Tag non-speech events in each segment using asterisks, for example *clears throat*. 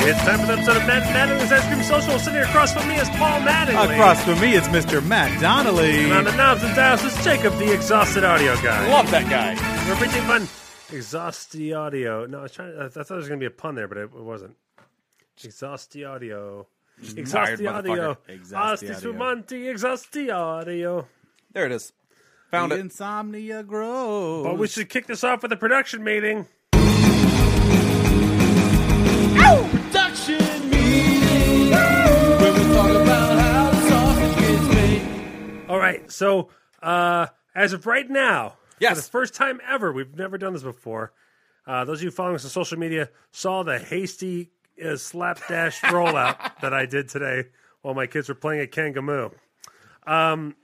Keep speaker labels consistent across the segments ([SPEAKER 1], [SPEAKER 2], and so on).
[SPEAKER 1] It's time for the episode of Matt and Mattingly's Ice Cream Social. Sitting here across from me is Paul Mattingly.
[SPEAKER 2] Across from me, it's Mr. Matt Donnelly.
[SPEAKER 1] And on the knobs and dials is Jacob, the exhausted audio guy.
[SPEAKER 2] Love that guy.
[SPEAKER 1] We're preaching fun. Exhaust the audio. No, I was trying. To, I thought there was going to be a pun there, but it, it wasn't. Exhaust the audio. Exhaust
[SPEAKER 2] Mired
[SPEAKER 1] the audio.
[SPEAKER 2] motherfucker. Exhaust the
[SPEAKER 1] Asti
[SPEAKER 2] audio.
[SPEAKER 1] Sumanti, Exhaust the audio.
[SPEAKER 3] There it is. Found it.
[SPEAKER 2] Insomnia
[SPEAKER 1] But
[SPEAKER 2] grows.
[SPEAKER 1] we should kick this off with a production meeting. All right. So, uh, as of right now,
[SPEAKER 3] Yes.
[SPEAKER 1] for the first time ever, we've never done this before. Uh, those of you following us on social media saw the hasty uh, slapdash rollout that I did today while my kids were playing at Kangamoo. Um,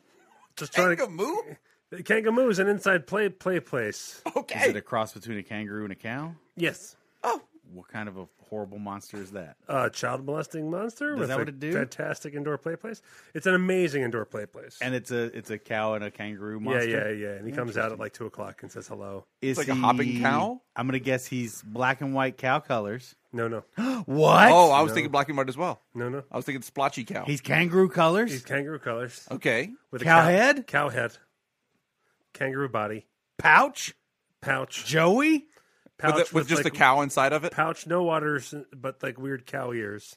[SPEAKER 1] just trying
[SPEAKER 3] Kangaroo?
[SPEAKER 1] to Kangamoo is an inside play play place.
[SPEAKER 2] Is it
[SPEAKER 3] Okay.
[SPEAKER 2] a cross between a kangaroo and a cow?
[SPEAKER 1] Yes,
[SPEAKER 2] What kind of a horrible monster is that?
[SPEAKER 1] uh, child molesting monster. with
[SPEAKER 2] that
[SPEAKER 1] a
[SPEAKER 2] what it do?
[SPEAKER 1] Fantastic indoor play place. It's an amazing indoor play place.
[SPEAKER 2] And it's a it's a cow and a kangaroo
[SPEAKER 1] yeah,
[SPEAKER 2] monster.
[SPEAKER 1] yeah, yeah. And he comes out at like two o'clock and says hello.
[SPEAKER 2] Is
[SPEAKER 3] It's like a
[SPEAKER 2] he-
[SPEAKER 3] hopping cow?
[SPEAKER 2] I'm gonna guess he's black and white cow
[SPEAKER 3] *gasps*
[SPEAKER 2] colors. *gasps*
[SPEAKER 1] No, no,
[SPEAKER 2] What?
[SPEAKER 3] Oh, I was thinking black and white as well.
[SPEAKER 1] no, no.
[SPEAKER 3] I was thinking splotchy cow.
[SPEAKER 2] he's kangaroo colors.
[SPEAKER 1] He's kangaroo colors.
[SPEAKER 3] okay.
[SPEAKER 1] with
[SPEAKER 2] Cow
[SPEAKER 1] cow-
[SPEAKER 2] head?
[SPEAKER 1] cow head, kangaroo body,
[SPEAKER 2] Pouch.
[SPEAKER 1] pouch,
[SPEAKER 2] Joey.
[SPEAKER 1] pouch
[SPEAKER 3] with, the, with just
[SPEAKER 1] like,
[SPEAKER 3] the cow inside of it.
[SPEAKER 1] pouch, no waters, but like weird cow ears.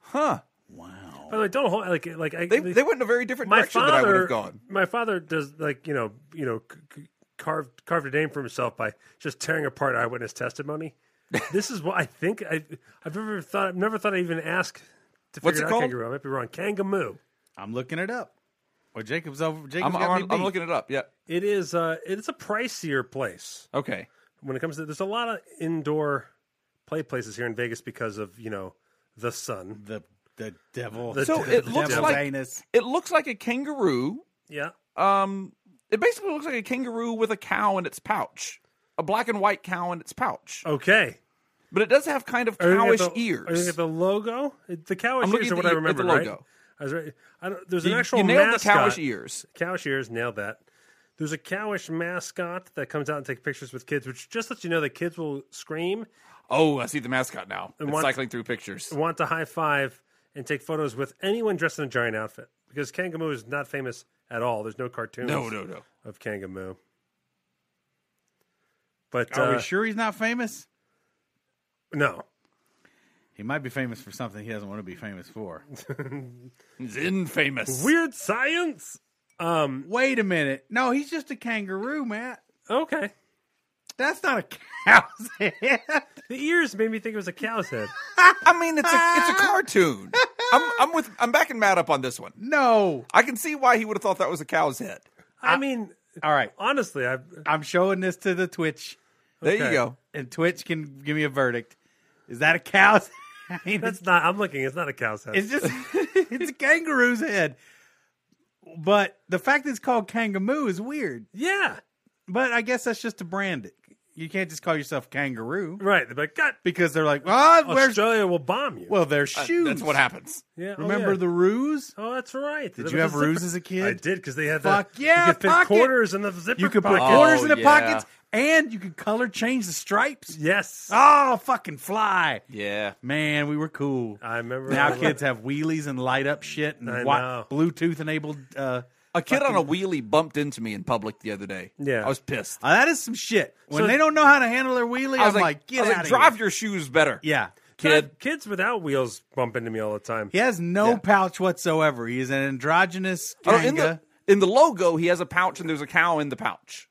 [SPEAKER 3] Huh.
[SPEAKER 2] Wow.
[SPEAKER 1] By the way, don't hold like like I,
[SPEAKER 3] They, they went in a very different
[SPEAKER 1] my
[SPEAKER 3] direction that I would
[SPEAKER 1] father
[SPEAKER 3] have gone.
[SPEAKER 1] my father does like you know you know c- c- carved carved a name for himself by just tearing apart eyewitness
[SPEAKER 3] *laughs*
[SPEAKER 1] testimony. this is what I think I I've never thought I've never thought I even ask to
[SPEAKER 3] What's
[SPEAKER 1] figure
[SPEAKER 3] it
[SPEAKER 1] out
[SPEAKER 3] called?
[SPEAKER 1] kangaroo. I might be wrong. Kangaroo.
[SPEAKER 2] I'm looking it up. Well, Jacob's over. Jacob's got
[SPEAKER 3] I'm,
[SPEAKER 2] me
[SPEAKER 3] I'm, I'm
[SPEAKER 2] beat.
[SPEAKER 3] looking it up. Yeah.
[SPEAKER 1] It is uh it's a pricier place.
[SPEAKER 3] Okay.
[SPEAKER 1] when it comes to there's a lot of indoor play places here in Vegas because of you know the sun.
[SPEAKER 2] the the devil.
[SPEAKER 1] The
[SPEAKER 3] So
[SPEAKER 1] de-
[SPEAKER 3] it looks
[SPEAKER 1] devil's
[SPEAKER 3] like
[SPEAKER 2] anus.
[SPEAKER 3] it looks like a kangaroo.
[SPEAKER 1] Yeah,
[SPEAKER 3] Um, it basically looks like a kangaroo with a cow in its pouch, a black and white cow in its pouch.
[SPEAKER 1] okay.
[SPEAKER 3] But it does have kind of
[SPEAKER 1] Oh. Are you looking at
[SPEAKER 3] cowish
[SPEAKER 1] the- Are you looking
[SPEAKER 3] ears.
[SPEAKER 1] at the logo? It- The cowish
[SPEAKER 3] I'm
[SPEAKER 1] ears
[SPEAKER 3] looking at
[SPEAKER 1] are what
[SPEAKER 3] the-
[SPEAKER 1] I
[SPEAKER 3] at the
[SPEAKER 1] remember, right?
[SPEAKER 3] logo.
[SPEAKER 1] I was right. I don't, there's
[SPEAKER 3] You-
[SPEAKER 1] an actual
[SPEAKER 3] you nailed the
[SPEAKER 1] mascot.
[SPEAKER 3] cowish ears.
[SPEAKER 1] Cowish ears nailed that. There's a cowish mascot that comes out and takes pictures with kids, which just lets you know that kids will scream,
[SPEAKER 3] Oh, I see the mascot now. It's
[SPEAKER 1] one-
[SPEAKER 3] cycling through pictures.
[SPEAKER 1] want to high five, and take photos with anyone dressed in a giant outfit because Kangaroo is not famous at all. There's no cartoons.
[SPEAKER 3] No, no, no.
[SPEAKER 1] of Kangamoo. But
[SPEAKER 2] Are
[SPEAKER 1] uh,
[SPEAKER 2] we sure he's not famous?
[SPEAKER 1] no,
[SPEAKER 2] He might be famous for something he doesn't want to be famous for. *laughs*
[SPEAKER 3] It's infamous.
[SPEAKER 1] weird science. Um,
[SPEAKER 2] Wait a minute. No, he's just a kangaroo, Matt.
[SPEAKER 1] okay.
[SPEAKER 2] That's not a cow's *laughs* head.
[SPEAKER 1] The ears made me think it was a
[SPEAKER 2] *laughs*
[SPEAKER 1] cow's head.
[SPEAKER 3] I mean, it's a it's
[SPEAKER 2] Ah.
[SPEAKER 3] a cartoon. I'm I'm with I'm backing Matt up on this one.
[SPEAKER 2] No.
[SPEAKER 3] I can see why he would have thought that was a cow's head.
[SPEAKER 1] I mean,
[SPEAKER 2] All right.
[SPEAKER 1] honestly, I
[SPEAKER 2] I'm showing this to the Twitch,
[SPEAKER 3] There you
[SPEAKER 1] Okay.
[SPEAKER 3] go.
[SPEAKER 2] and Twitch can give me a verdict. Is that a cow's *laughs* head?
[SPEAKER 1] that's not. I'm looking. It's not a cow's head.
[SPEAKER 2] It's just *laughs* it's a kangaroo's head. But the fact that it's called kangaroo is weird.
[SPEAKER 1] yeah,
[SPEAKER 2] But I guess that's just to brand it. You can't just call yourself kangaroo
[SPEAKER 1] right. But God,
[SPEAKER 2] because they're like, oh, where's
[SPEAKER 1] Australia will bomb you.
[SPEAKER 2] well, their shoes.
[SPEAKER 3] Uh, That's what happens.
[SPEAKER 1] yeah. oh,
[SPEAKER 2] Remember
[SPEAKER 1] yeah.
[SPEAKER 2] the ruse?
[SPEAKER 1] Oh, that's right. Did
[SPEAKER 2] you have ruse as a kid?
[SPEAKER 1] I did because they had
[SPEAKER 2] Fuck
[SPEAKER 1] the,
[SPEAKER 2] yeah,
[SPEAKER 1] You could fit
[SPEAKER 2] pocket.
[SPEAKER 1] quarters in the zipper.
[SPEAKER 2] You could put
[SPEAKER 1] pocket.
[SPEAKER 2] quarters in the
[SPEAKER 3] Oh, yeah.
[SPEAKER 2] pockets, and you could color change the stripes.
[SPEAKER 1] Yes,
[SPEAKER 2] Oh, fucking fly,
[SPEAKER 3] Yeah.
[SPEAKER 2] man! We were cool.
[SPEAKER 1] I remember.
[SPEAKER 2] Now kids have wheelies and light up shit and
[SPEAKER 1] I
[SPEAKER 2] wi-
[SPEAKER 1] know.
[SPEAKER 2] Bluetooth enabled. Uh,
[SPEAKER 3] A kid on a wheelie bumped into me in public the other day.
[SPEAKER 1] Yeah.
[SPEAKER 3] I was pissed.
[SPEAKER 2] uh, that is some shit. When
[SPEAKER 1] So-
[SPEAKER 2] they don't know how to handle their wheelie,
[SPEAKER 3] I was
[SPEAKER 2] I'm like,
[SPEAKER 3] I
[SPEAKER 2] get
[SPEAKER 3] was
[SPEAKER 2] out
[SPEAKER 3] like,
[SPEAKER 2] of
[SPEAKER 3] drive
[SPEAKER 2] here.
[SPEAKER 3] your shoes better.
[SPEAKER 2] Yeah,
[SPEAKER 3] Kid.
[SPEAKER 1] kids without wheels bump into me all the time.
[SPEAKER 2] he has no
[SPEAKER 3] Yeah.
[SPEAKER 2] pouch whatsoever. He is an androgynous
[SPEAKER 3] Oh,
[SPEAKER 2] ganga.
[SPEAKER 3] in the in the logo, he has a pouch and there's a cow in the pouch.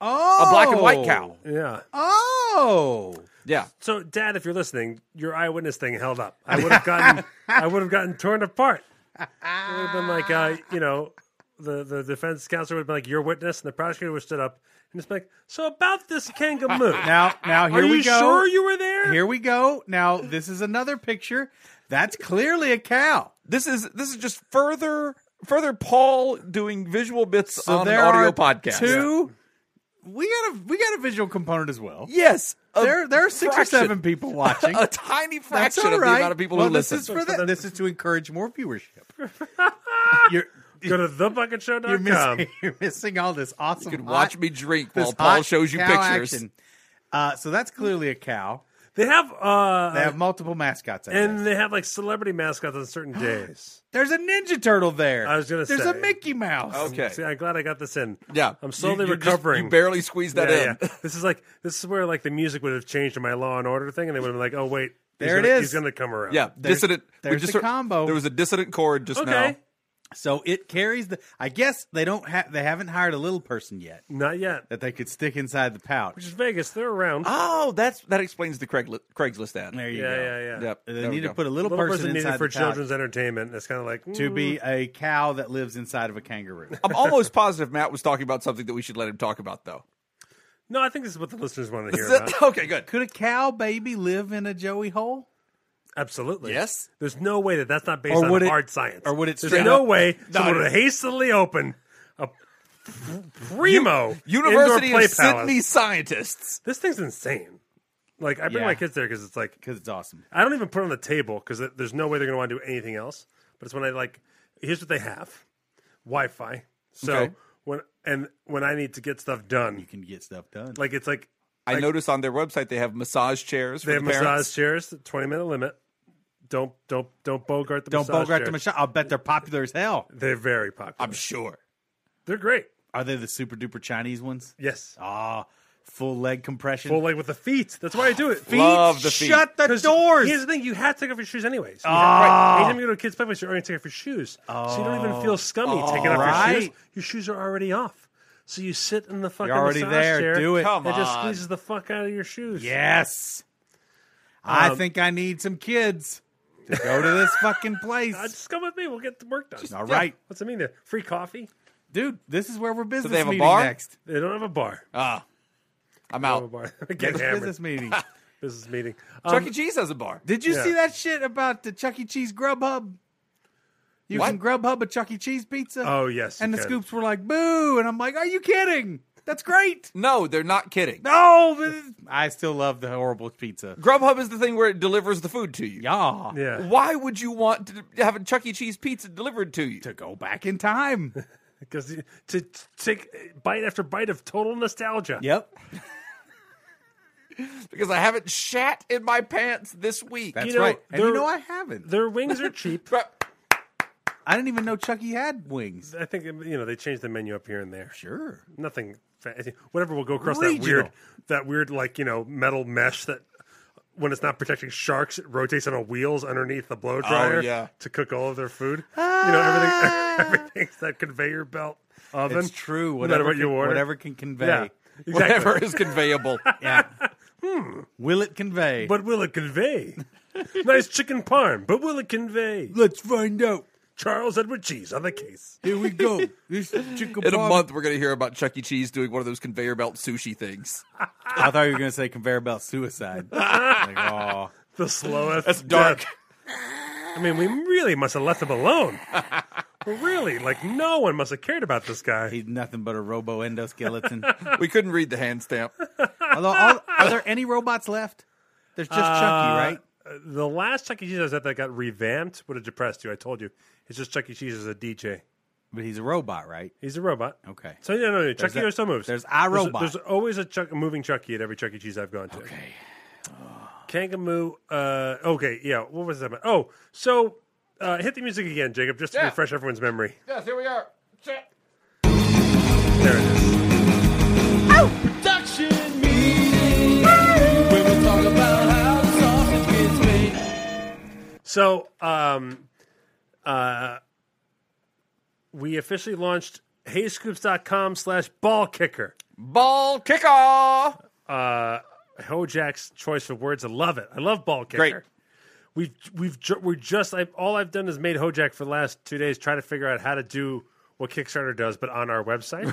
[SPEAKER 2] oh,
[SPEAKER 3] A black and white cow.
[SPEAKER 1] Yeah.
[SPEAKER 2] Oh,
[SPEAKER 3] Yeah.
[SPEAKER 1] So, Dad, if you're listening, your eyewitness thing held up. I would
[SPEAKER 2] *laughs*
[SPEAKER 1] have gotten, I would have gotten torn apart. It would have been like, uh, you know, the, the defense counselor would have been like, your witness, and the prosecutor would have stood up and just been like, so about this kangaroo.
[SPEAKER 2] *laughs* now now here
[SPEAKER 1] are
[SPEAKER 2] we
[SPEAKER 1] you
[SPEAKER 2] go.
[SPEAKER 1] sure you were there?
[SPEAKER 2] Here we go. Now this is another picture. That's clearly a cow.
[SPEAKER 3] This is this is just further Further, Paul doing visual bits
[SPEAKER 2] So
[SPEAKER 3] on an
[SPEAKER 2] there
[SPEAKER 3] audio
[SPEAKER 2] are
[SPEAKER 3] podcast.
[SPEAKER 2] Two. We got a we got a visual component as well.
[SPEAKER 3] Yes, a
[SPEAKER 2] There there are six
[SPEAKER 3] fraction-
[SPEAKER 2] or seven people watching.
[SPEAKER 3] *laughs* A tiny
[SPEAKER 2] That's
[SPEAKER 3] fraction
[SPEAKER 2] all
[SPEAKER 3] of the
[SPEAKER 2] right.
[SPEAKER 3] amount of people
[SPEAKER 2] well,
[SPEAKER 3] who
[SPEAKER 2] this
[SPEAKER 3] listen.
[SPEAKER 2] Is for that. This is to encourage more
[SPEAKER 3] *laughs*
[SPEAKER 2] viewership. You're
[SPEAKER 1] Go to thebucketshow.com.
[SPEAKER 2] you're missing, you're missing all this awesome.
[SPEAKER 3] you can
[SPEAKER 2] hot-
[SPEAKER 3] watch me drink
[SPEAKER 2] this
[SPEAKER 3] while Paul
[SPEAKER 2] hot
[SPEAKER 3] shows you
[SPEAKER 2] cow
[SPEAKER 3] pictures.
[SPEAKER 2] action. Uh, so that's clearly a cow.
[SPEAKER 1] They have uh
[SPEAKER 2] They have multiple mascots. I
[SPEAKER 1] and
[SPEAKER 2] guess.
[SPEAKER 1] they have like celebrity mascots on
[SPEAKER 2] *gasps*
[SPEAKER 1] certain days.
[SPEAKER 2] there's a Ninja Turtle there.
[SPEAKER 1] I was gonna
[SPEAKER 2] there's
[SPEAKER 1] say.
[SPEAKER 2] a Mickey Mouse.
[SPEAKER 3] Okay.
[SPEAKER 1] See, I'm glad I got this in.
[SPEAKER 3] Yeah.
[SPEAKER 1] I'm slowly
[SPEAKER 3] You- you just-
[SPEAKER 1] recovering.
[SPEAKER 3] you barely squeezed that
[SPEAKER 1] yeah,
[SPEAKER 3] in.
[SPEAKER 1] yeah. This is like this is where like the music would have changed in my Law and Order thing, and they would have been like, "Oh wait, he's
[SPEAKER 2] There it
[SPEAKER 1] gonna-
[SPEAKER 2] is.
[SPEAKER 1] He's going to come around."
[SPEAKER 3] *laughs* Yeah,
[SPEAKER 2] There's-
[SPEAKER 3] dissident. we
[SPEAKER 2] there's
[SPEAKER 3] just
[SPEAKER 2] the
[SPEAKER 3] heard-
[SPEAKER 2] combo.
[SPEAKER 3] There was a dissident chord just
[SPEAKER 1] Okay.
[SPEAKER 3] now.
[SPEAKER 2] So it carries the. I guess they don't have. They haven't hired a little person yet
[SPEAKER 1] Not yet.
[SPEAKER 2] that they could stick inside the
[SPEAKER 1] Which
[SPEAKER 2] pouch.
[SPEAKER 1] is Vegas. They're around.
[SPEAKER 3] Oh, that's that explains the Craigli- Craigslist ad.
[SPEAKER 2] There you
[SPEAKER 1] yeah,
[SPEAKER 2] go.
[SPEAKER 1] yeah, yeah,
[SPEAKER 3] Yep.
[SPEAKER 2] They
[SPEAKER 3] there we
[SPEAKER 2] need to
[SPEAKER 3] go.
[SPEAKER 2] put a little,
[SPEAKER 1] Little
[SPEAKER 2] person,
[SPEAKER 1] person, needed
[SPEAKER 2] inside
[SPEAKER 1] for
[SPEAKER 2] the pouch
[SPEAKER 1] children's entertainment. It's kind of like
[SPEAKER 2] to
[SPEAKER 1] mm,
[SPEAKER 2] be a cow that lives inside of a kangaroo.
[SPEAKER 3] I'm almost positive Matt was talking about something that we should let him talk about, though.
[SPEAKER 1] No, I think this is what the listeners want to *laughs* hear. about.
[SPEAKER 3] *laughs* okay, good.
[SPEAKER 2] Could a cow baby live in a Joey hole?
[SPEAKER 1] Absolutely.
[SPEAKER 3] Yes.
[SPEAKER 1] There's no way that that's not based
[SPEAKER 2] Or
[SPEAKER 1] on
[SPEAKER 2] would it-
[SPEAKER 1] hard science.
[SPEAKER 2] or would it
[SPEAKER 1] There's
[SPEAKER 2] straight
[SPEAKER 1] no
[SPEAKER 2] up-
[SPEAKER 1] way
[SPEAKER 2] No,
[SPEAKER 1] someone
[SPEAKER 2] it-
[SPEAKER 1] would hastily open a primo
[SPEAKER 3] University
[SPEAKER 1] indoor play
[SPEAKER 3] of Sydney
[SPEAKER 1] palace.
[SPEAKER 3] scientists.
[SPEAKER 1] This thing's insane. Like I bring
[SPEAKER 2] Yeah.
[SPEAKER 1] my kids there because it's like
[SPEAKER 2] Because it's awesome.
[SPEAKER 1] I don't even put it on the table because there's no way they're going to want to do anything else. But it's when I like here's what they have Wi-Fi. So
[SPEAKER 3] Okay.
[SPEAKER 1] when and when I need to get stuff done,
[SPEAKER 2] You can get stuff done.
[SPEAKER 1] like it's like
[SPEAKER 3] I noticed on their website they have massage chairs. For
[SPEAKER 1] they have
[SPEAKER 3] the parents.
[SPEAKER 1] massage chairs, twenty minute limit. Don't don't don't bogart the
[SPEAKER 2] Don't
[SPEAKER 1] massage
[SPEAKER 2] bogart the
[SPEAKER 1] chair.
[SPEAKER 2] machine. I'll bet they're popular as hell.
[SPEAKER 1] They're very popular.
[SPEAKER 3] I'm sure.
[SPEAKER 1] They're great.
[SPEAKER 2] Are they the super duper Chinese ones?
[SPEAKER 1] Yes.
[SPEAKER 2] Ah, full leg compression.
[SPEAKER 1] Well, like with the feet. That's why I do it. Feet.
[SPEAKER 3] Love the feet.
[SPEAKER 2] Shut the doors.
[SPEAKER 1] Here's the thing: you have to take off your shoes anyways. Oh.
[SPEAKER 2] Ah. Oh.
[SPEAKER 1] Anytime you go to a kid's play place, you're already taking off your shoes, so you don't even feel scummy taking off your shoes.
[SPEAKER 2] Alright.
[SPEAKER 1] Your shoes are already off, so you sit in the fucking
[SPEAKER 2] already
[SPEAKER 1] massage
[SPEAKER 2] there.
[SPEAKER 1] chair.
[SPEAKER 2] Do it.
[SPEAKER 3] Come
[SPEAKER 1] It just
[SPEAKER 3] on.
[SPEAKER 1] squeezes the fuck out of your shoes.
[SPEAKER 2] Yes.
[SPEAKER 1] Um,
[SPEAKER 2] I think I need some kids to go to
[SPEAKER 1] *laughs*
[SPEAKER 2] this fucking place.
[SPEAKER 1] Uh, just come with me. We'll get the work done.
[SPEAKER 2] All right,
[SPEAKER 1] What's it mean? There, free coffee.
[SPEAKER 2] dude. This is where we're business
[SPEAKER 3] have a
[SPEAKER 2] meeting
[SPEAKER 3] bar?
[SPEAKER 2] next.
[SPEAKER 1] They don't have a bar.
[SPEAKER 3] Ah, I'm
[SPEAKER 1] They don't have a
[SPEAKER 3] out.
[SPEAKER 1] bar. *laughs*
[SPEAKER 2] Next
[SPEAKER 1] get hammered.
[SPEAKER 2] Oh. business
[SPEAKER 3] *laughs*
[SPEAKER 2] meeting.
[SPEAKER 1] Business meeting.
[SPEAKER 3] Chuck
[SPEAKER 1] Um,
[SPEAKER 3] E. Cheese has a bar.
[SPEAKER 2] Did you
[SPEAKER 1] Yeah.
[SPEAKER 2] see that shit about the Chuck E. Cheese Grubhub? You
[SPEAKER 3] What?
[SPEAKER 2] can Grubhub a Chuck E. Cheese pizza.
[SPEAKER 1] oh yes. you
[SPEAKER 2] and the
[SPEAKER 1] can.
[SPEAKER 2] scoops were like, "Boo!" And I'm like, "Are you kidding? That's great."
[SPEAKER 3] No, they're not kidding.
[SPEAKER 2] No, this- I still love the horrible pizza.
[SPEAKER 3] Grubhub is the thing where it delivers the food to you.
[SPEAKER 2] Yeah,
[SPEAKER 1] Yeah.
[SPEAKER 3] Why would you want to have a Chuck E. Cheese pizza delivered to you?
[SPEAKER 2] to go back in
[SPEAKER 3] *laughs*
[SPEAKER 2] time.
[SPEAKER 1] Because to take bite after bite of total nostalgia.
[SPEAKER 2] yep,
[SPEAKER 3] Because I haven't shat in my pants this week.
[SPEAKER 2] that's
[SPEAKER 1] know,
[SPEAKER 2] right. And
[SPEAKER 1] they're-
[SPEAKER 2] you know, I haven't.
[SPEAKER 1] Their wings
[SPEAKER 2] *laughs*
[SPEAKER 1] are cheap.
[SPEAKER 3] Crap.
[SPEAKER 2] I didn't even know Chuck E. had wings.
[SPEAKER 1] I think you know they changed the menu up here and there.
[SPEAKER 2] Sure.
[SPEAKER 1] Nothing, fa- whatever will go across that
[SPEAKER 2] Regional.
[SPEAKER 1] weird, that weird like you know metal mesh that when it's not protecting sharks, it rotates on a wheels underneath the
[SPEAKER 2] Oh,
[SPEAKER 1] blow dryer
[SPEAKER 3] yeah.
[SPEAKER 1] to cook all of their food. You know everything, *laughs* everything's that conveyor belt oven.
[SPEAKER 2] Ah. It's true.
[SPEAKER 1] no
[SPEAKER 2] Whatever
[SPEAKER 1] matter what you
[SPEAKER 2] can,
[SPEAKER 1] order,
[SPEAKER 2] whatever can convey.
[SPEAKER 1] yeah, exactly.
[SPEAKER 3] Whatever
[SPEAKER 1] *laughs*
[SPEAKER 3] is *laughs* conveyable.
[SPEAKER 2] Yeah. Will it convey?
[SPEAKER 1] Hmm. But will
[SPEAKER 2] *laughs*
[SPEAKER 1] it convey? nice chicken parm, but will it convey?
[SPEAKER 2] let's find out.
[SPEAKER 1] Charles Edward Cheese on the case.
[SPEAKER 2] Here we go. This chicken
[SPEAKER 3] In a
[SPEAKER 2] parm-
[SPEAKER 3] month, we're going to hear about Chuck E. Cheese doing one of those conveyor belt sushi things.
[SPEAKER 2] I thought you were going to say conveyor belt suicide. *laughs* like, oh.
[SPEAKER 1] *laughs* The slowest.
[SPEAKER 3] That's dark.
[SPEAKER 1] death. I mean, we really must have left him alone. really, like no one must have cared about this guy.
[SPEAKER 2] He's nothing but a robo endoskeleton.
[SPEAKER 3] we couldn't read the hand stamp.
[SPEAKER 2] Although, all, are there any robots left? There's just Chucky, right?
[SPEAKER 1] Uh, the last Chuck E. Cheese I was at that got revamped would have depressed you. I told you. It's just Chuck E. Cheese is a DJ.
[SPEAKER 2] But he's a robot, right?
[SPEAKER 1] He's a robot.
[SPEAKER 2] Okay.
[SPEAKER 1] So no, no, no. Chuck E.
[SPEAKER 2] that-
[SPEAKER 1] always still moves.
[SPEAKER 2] there's iRobot.
[SPEAKER 1] There's, there's always a, Chuck, a moving Chuck E. at every Chuck E. Cheese I've gone to. Okay. Kangaroo. Uh, okay. Yeah. What was that? About? Oh, so uh, hit the music again, Jacob, just to
[SPEAKER 3] Yeah.
[SPEAKER 1] refresh everyone's memory.
[SPEAKER 3] *laughs* Yes, here we are.
[SPEAKER 1] There it is.
[SPEAKER 4] production meeting where we'll talk about how sausage gets made.
[SPEAKER 1] So, um, uh, we officially launched heyscoops.com slash ball kicker.
[SPEAKER 3] Ball kickoff. *laughs*
[SPEAKER 1] Hojack's choice of words. I love it. I love ball kicker.
[SPEAKER 3] Great.
[SPEAKER 1] We've, we've, ju- we're just, I've, all I've done is made Hojack for the last two days try to figure out how to do what Kickstarter does, but on our website.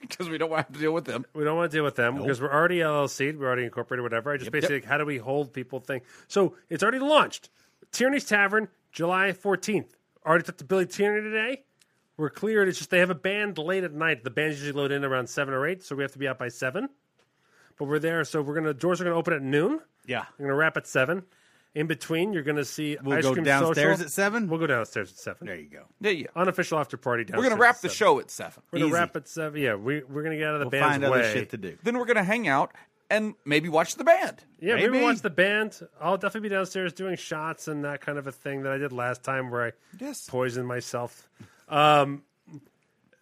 [SPEAKER 3] Because we don't have to deal with them.
[SPEAKER 1] We don't want to deal with them because we're already LLC'd, we're already incorporated, whatever. I just basically, how do we hold people thing? So it's already launched. Tierney's Tavern, July 14th. Already talked to Billy Tierney today. We're cleared. It's just they have a band late at night. The bands usually load in around seven or eight, so we have to be out by seven. But we're there, so we're gonna doors are gonna open at noon.
[SPEAKER 2] Yeah.
[SPEAKER 1] I'm gonna wrap at seven. In between, you're gonna see
[SPEAKER 2] We'll
[SPEAKER 1] ice
[SPEAKER 2] go
[SPEAKER 1] cream
[SPEAKER 2] downstairs
[SPEAKER 1] social.
[SPEAKER 2] at seven.
[SPEAKER 1] We'll go downstairs at seven.
[SPEAKER 2] there you go.
[SPEAKER 3] Yeah, yeah.
[SPEAKER 1] Unofficial after party
[SPEAKER 3] We're
[SPEAKER 1] downstairs.
[SPEAKER 3] gonna wrap
[SPEAKER 1] at
[SPEAKER 3] the
[SPEAKER 1] seven.
[SPEAKER 3] show at seven.
[SPEAKER 1] We're gonna
[SPEAKER 2] Easy.
[SPEAKER 1] wrap at seven. Yeah, we we're gonna get out of the
[SPEAKER 2] We'll
[SPEAKER 1] band's
[SPEAKER 2] find
[SPEAKER 1] way.
[SPEAKER 2] other shit to do.
[SPEAKER 3] Then we're gonna hang out and maybe watch the band.
[SPEAKER 1] Yeah, maybe.
[SPEAKER 2] Maybe.
[SPEAKER 1] watch the band. I'll definitely be downstairs doing shots and that kind of a thing that I did last time, where I
[SPEAKER 3] Yes.
[SPEAKER 1] poisoned myself. Um,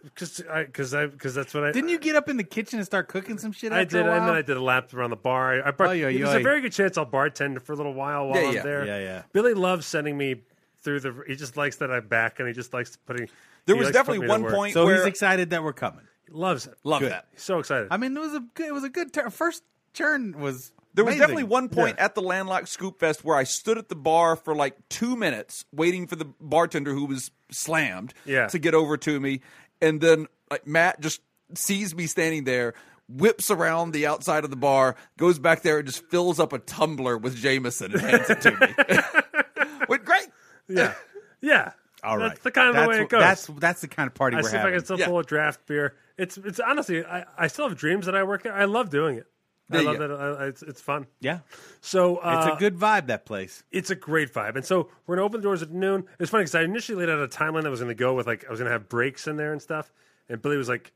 [SPEAKER 1] because because I because that's what I
[SPEAKER 2] Didn't you get up in the kitchen and start cooking some shit? After
[SPEAKER 1] I did,
[SPEAKER 2] a while?
[SPEAKER 1] and then I did a lap around the bar. I, I bar
[SPEAKER 2] Oy, oy,
[SPEAKER 1] there's a
[SPEAKER 2] oy.
[SPEAKER 1] very good chance I'll bartend for a little while while
[SPEAKER 3] Yeah,
[SPEAKER 1] I'm
[SPEAKER 3] yeah.
[SPEAKER 1] there.
[SPEAKER 2] Yeah, yeah.
[SPEAKER 1] Billy loves sending me through the. He just likes that I'm back, and he just likes putting.
[SPEAKER 3] There
[SPEAKER 1] he
[SPEAKER 3] was
[SPEAKER 1] likes putting
[SPEAKER 3] definitely
[SPEAKER 1] me to
[SPEAKER 3] one
[SPEAKER 1] work.
[SPEAKER 3] point
[SPEAKER 2] So
[SPEAKER 3] where
[SPEAKER 2] he's excited that we're coming.
[SPEAKER 1] Loves it.
[SPEAKER 3] love
[SPEAKER 2] Good.
[SPEAKER 3] that.
[SPEAKER 1] He's so excited.
[SPEAKER 2] I mean, it was a good, it was a good turn. First turn was
[SPEAKER 3] There was
[SPEAKER 2] amazing.
[SPEAKER 3] definitely one point at the Landlocked Scoop Fest where I stood at the bar for like two minutes waiting for the bartender who was slammed
[SPEAKER 1] Yeah.
[SPEAKER 3] to get over to me. And then like, Matt just sees me standing there, whips around the outside of the bar, goes back there and just fills up a tumbler with Jameson and hands it to me. *laughs* Went great.
[SPEAKER 1] yeah, yeah.
[SPEAKER 2] All right,
[SPEAKER 1] That's the kind of
[SPEAKER 2] That's
[SPEAKER 1] the way it
[SPEAKER 2] what-
[SPEAKER 1] goes.
[SPEAKER 2] That's that's the kind of party
[SPEAKER 1] I
[SPEAKER 2] we're
[SPEAKER 1] see if I
[SPEAKER 2] having.
[SPEAKER 1] can still
[SPEAKER 3] Yeah.
[SPEAKER 1] pull a draft beer. It's it's honestly, I, I still have dreams that I work there. I love doing it. I
[SPEAKER 3] There you
[SPEAKER 1] love
[SPEAKER 3] go.
[SPEAKER 1] that. I, I- it's it's fun.
[SPEAKER 2] yeah,
[SPEAKER 1] So uh,
[SPEAKER 2] it's a good vibe. That place.
[SPEAKER 1] it's a great vibe. And so we're gonna open the doors at noon. It's funny because I initially laid out a timeline that was gonna go with like I was gonna have breaks in there and stuff. And Billy was like,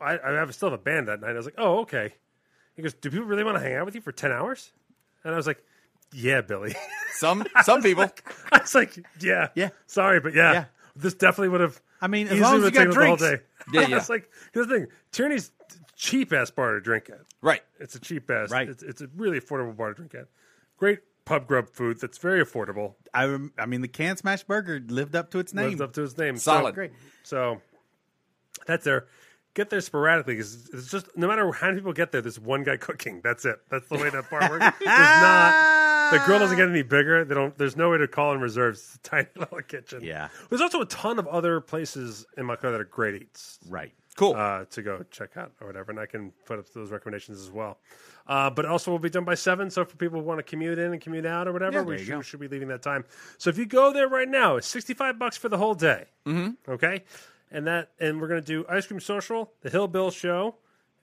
[SPEAKER 1] I, I have still have a band that night. I was like, oh okay. He goes, do people really want to hang out with you for ten hours? And I was like, yeah, Billy.
[SPEAKER 3] Some some people.
[SPEAKER 1] *laughs* I was like, yeah,
[SPEAKER 2] Yeah.
[SPEAKER 1] Sorry, but yeah,
[SPEAKER 2] Yeah.
[SPEAKER 1] this definitely would have.
[SPEAKER 2] I mean, as
[SPEAKER 1] easily
[SPEAKER 2] long as
[SPEAKER 1] would
[SPEAKER 2] you got
[SPEAKER 1] have taken up the
[SPEAKER 2] drinks.
[SPEAKER 1] *laughs*
[SPEAKER 3] Yeah,
[SPEAKER 1] whole day.
[SPEAKER 3] yeah.
[SPEAKER 1] it's like here's the thing: Tierney's cheap ass bar to drink at.
[SPEAKER 3] Right.
[SPEAKER 1] It's a cheap ass.
[SPEAKER 2] Right.
[SPEAKER 1] It's, it's a really affordable bar to drink at. Great pub grub food that's very affordable.
[SPEAKER 2] I rem- I mean, the can smash burger lived up to its name.
[SPEAKER 1] Lives up to his name. So-
[SPEAKER 3] Solid.
[SPEAKER 2] Great.
[SPEAKER 1] So that's there. Get there sporadically because it's just no matter how many people get there, there's one guy *laughs* cooking. That's it. That's the way that bar works. There's not the grill doesn't get any bigger. They don't. There's no way to call in reserves. *laughs* It's a tiny little kitchen.
[SPEAKER 2] Yeah.
[SPEAKER 1] There's also a ton of other places in Montclair that are great eats
[SPEAKER 2] Right.
[SPEAKER 3] Cool.
[SPEAKER 1] uh, to go check out or whatever, and I can put up those recommendations as well. Uh, but also, we'll be done by seven, so for people who want to commute in and commute out or whatever, we should, should be leaving that time. So if you go there right now, it's sixty-five bucks for the whole day. Mm-hmm. Okay, and that and we're gonna do ice cream social, the Hillbill show,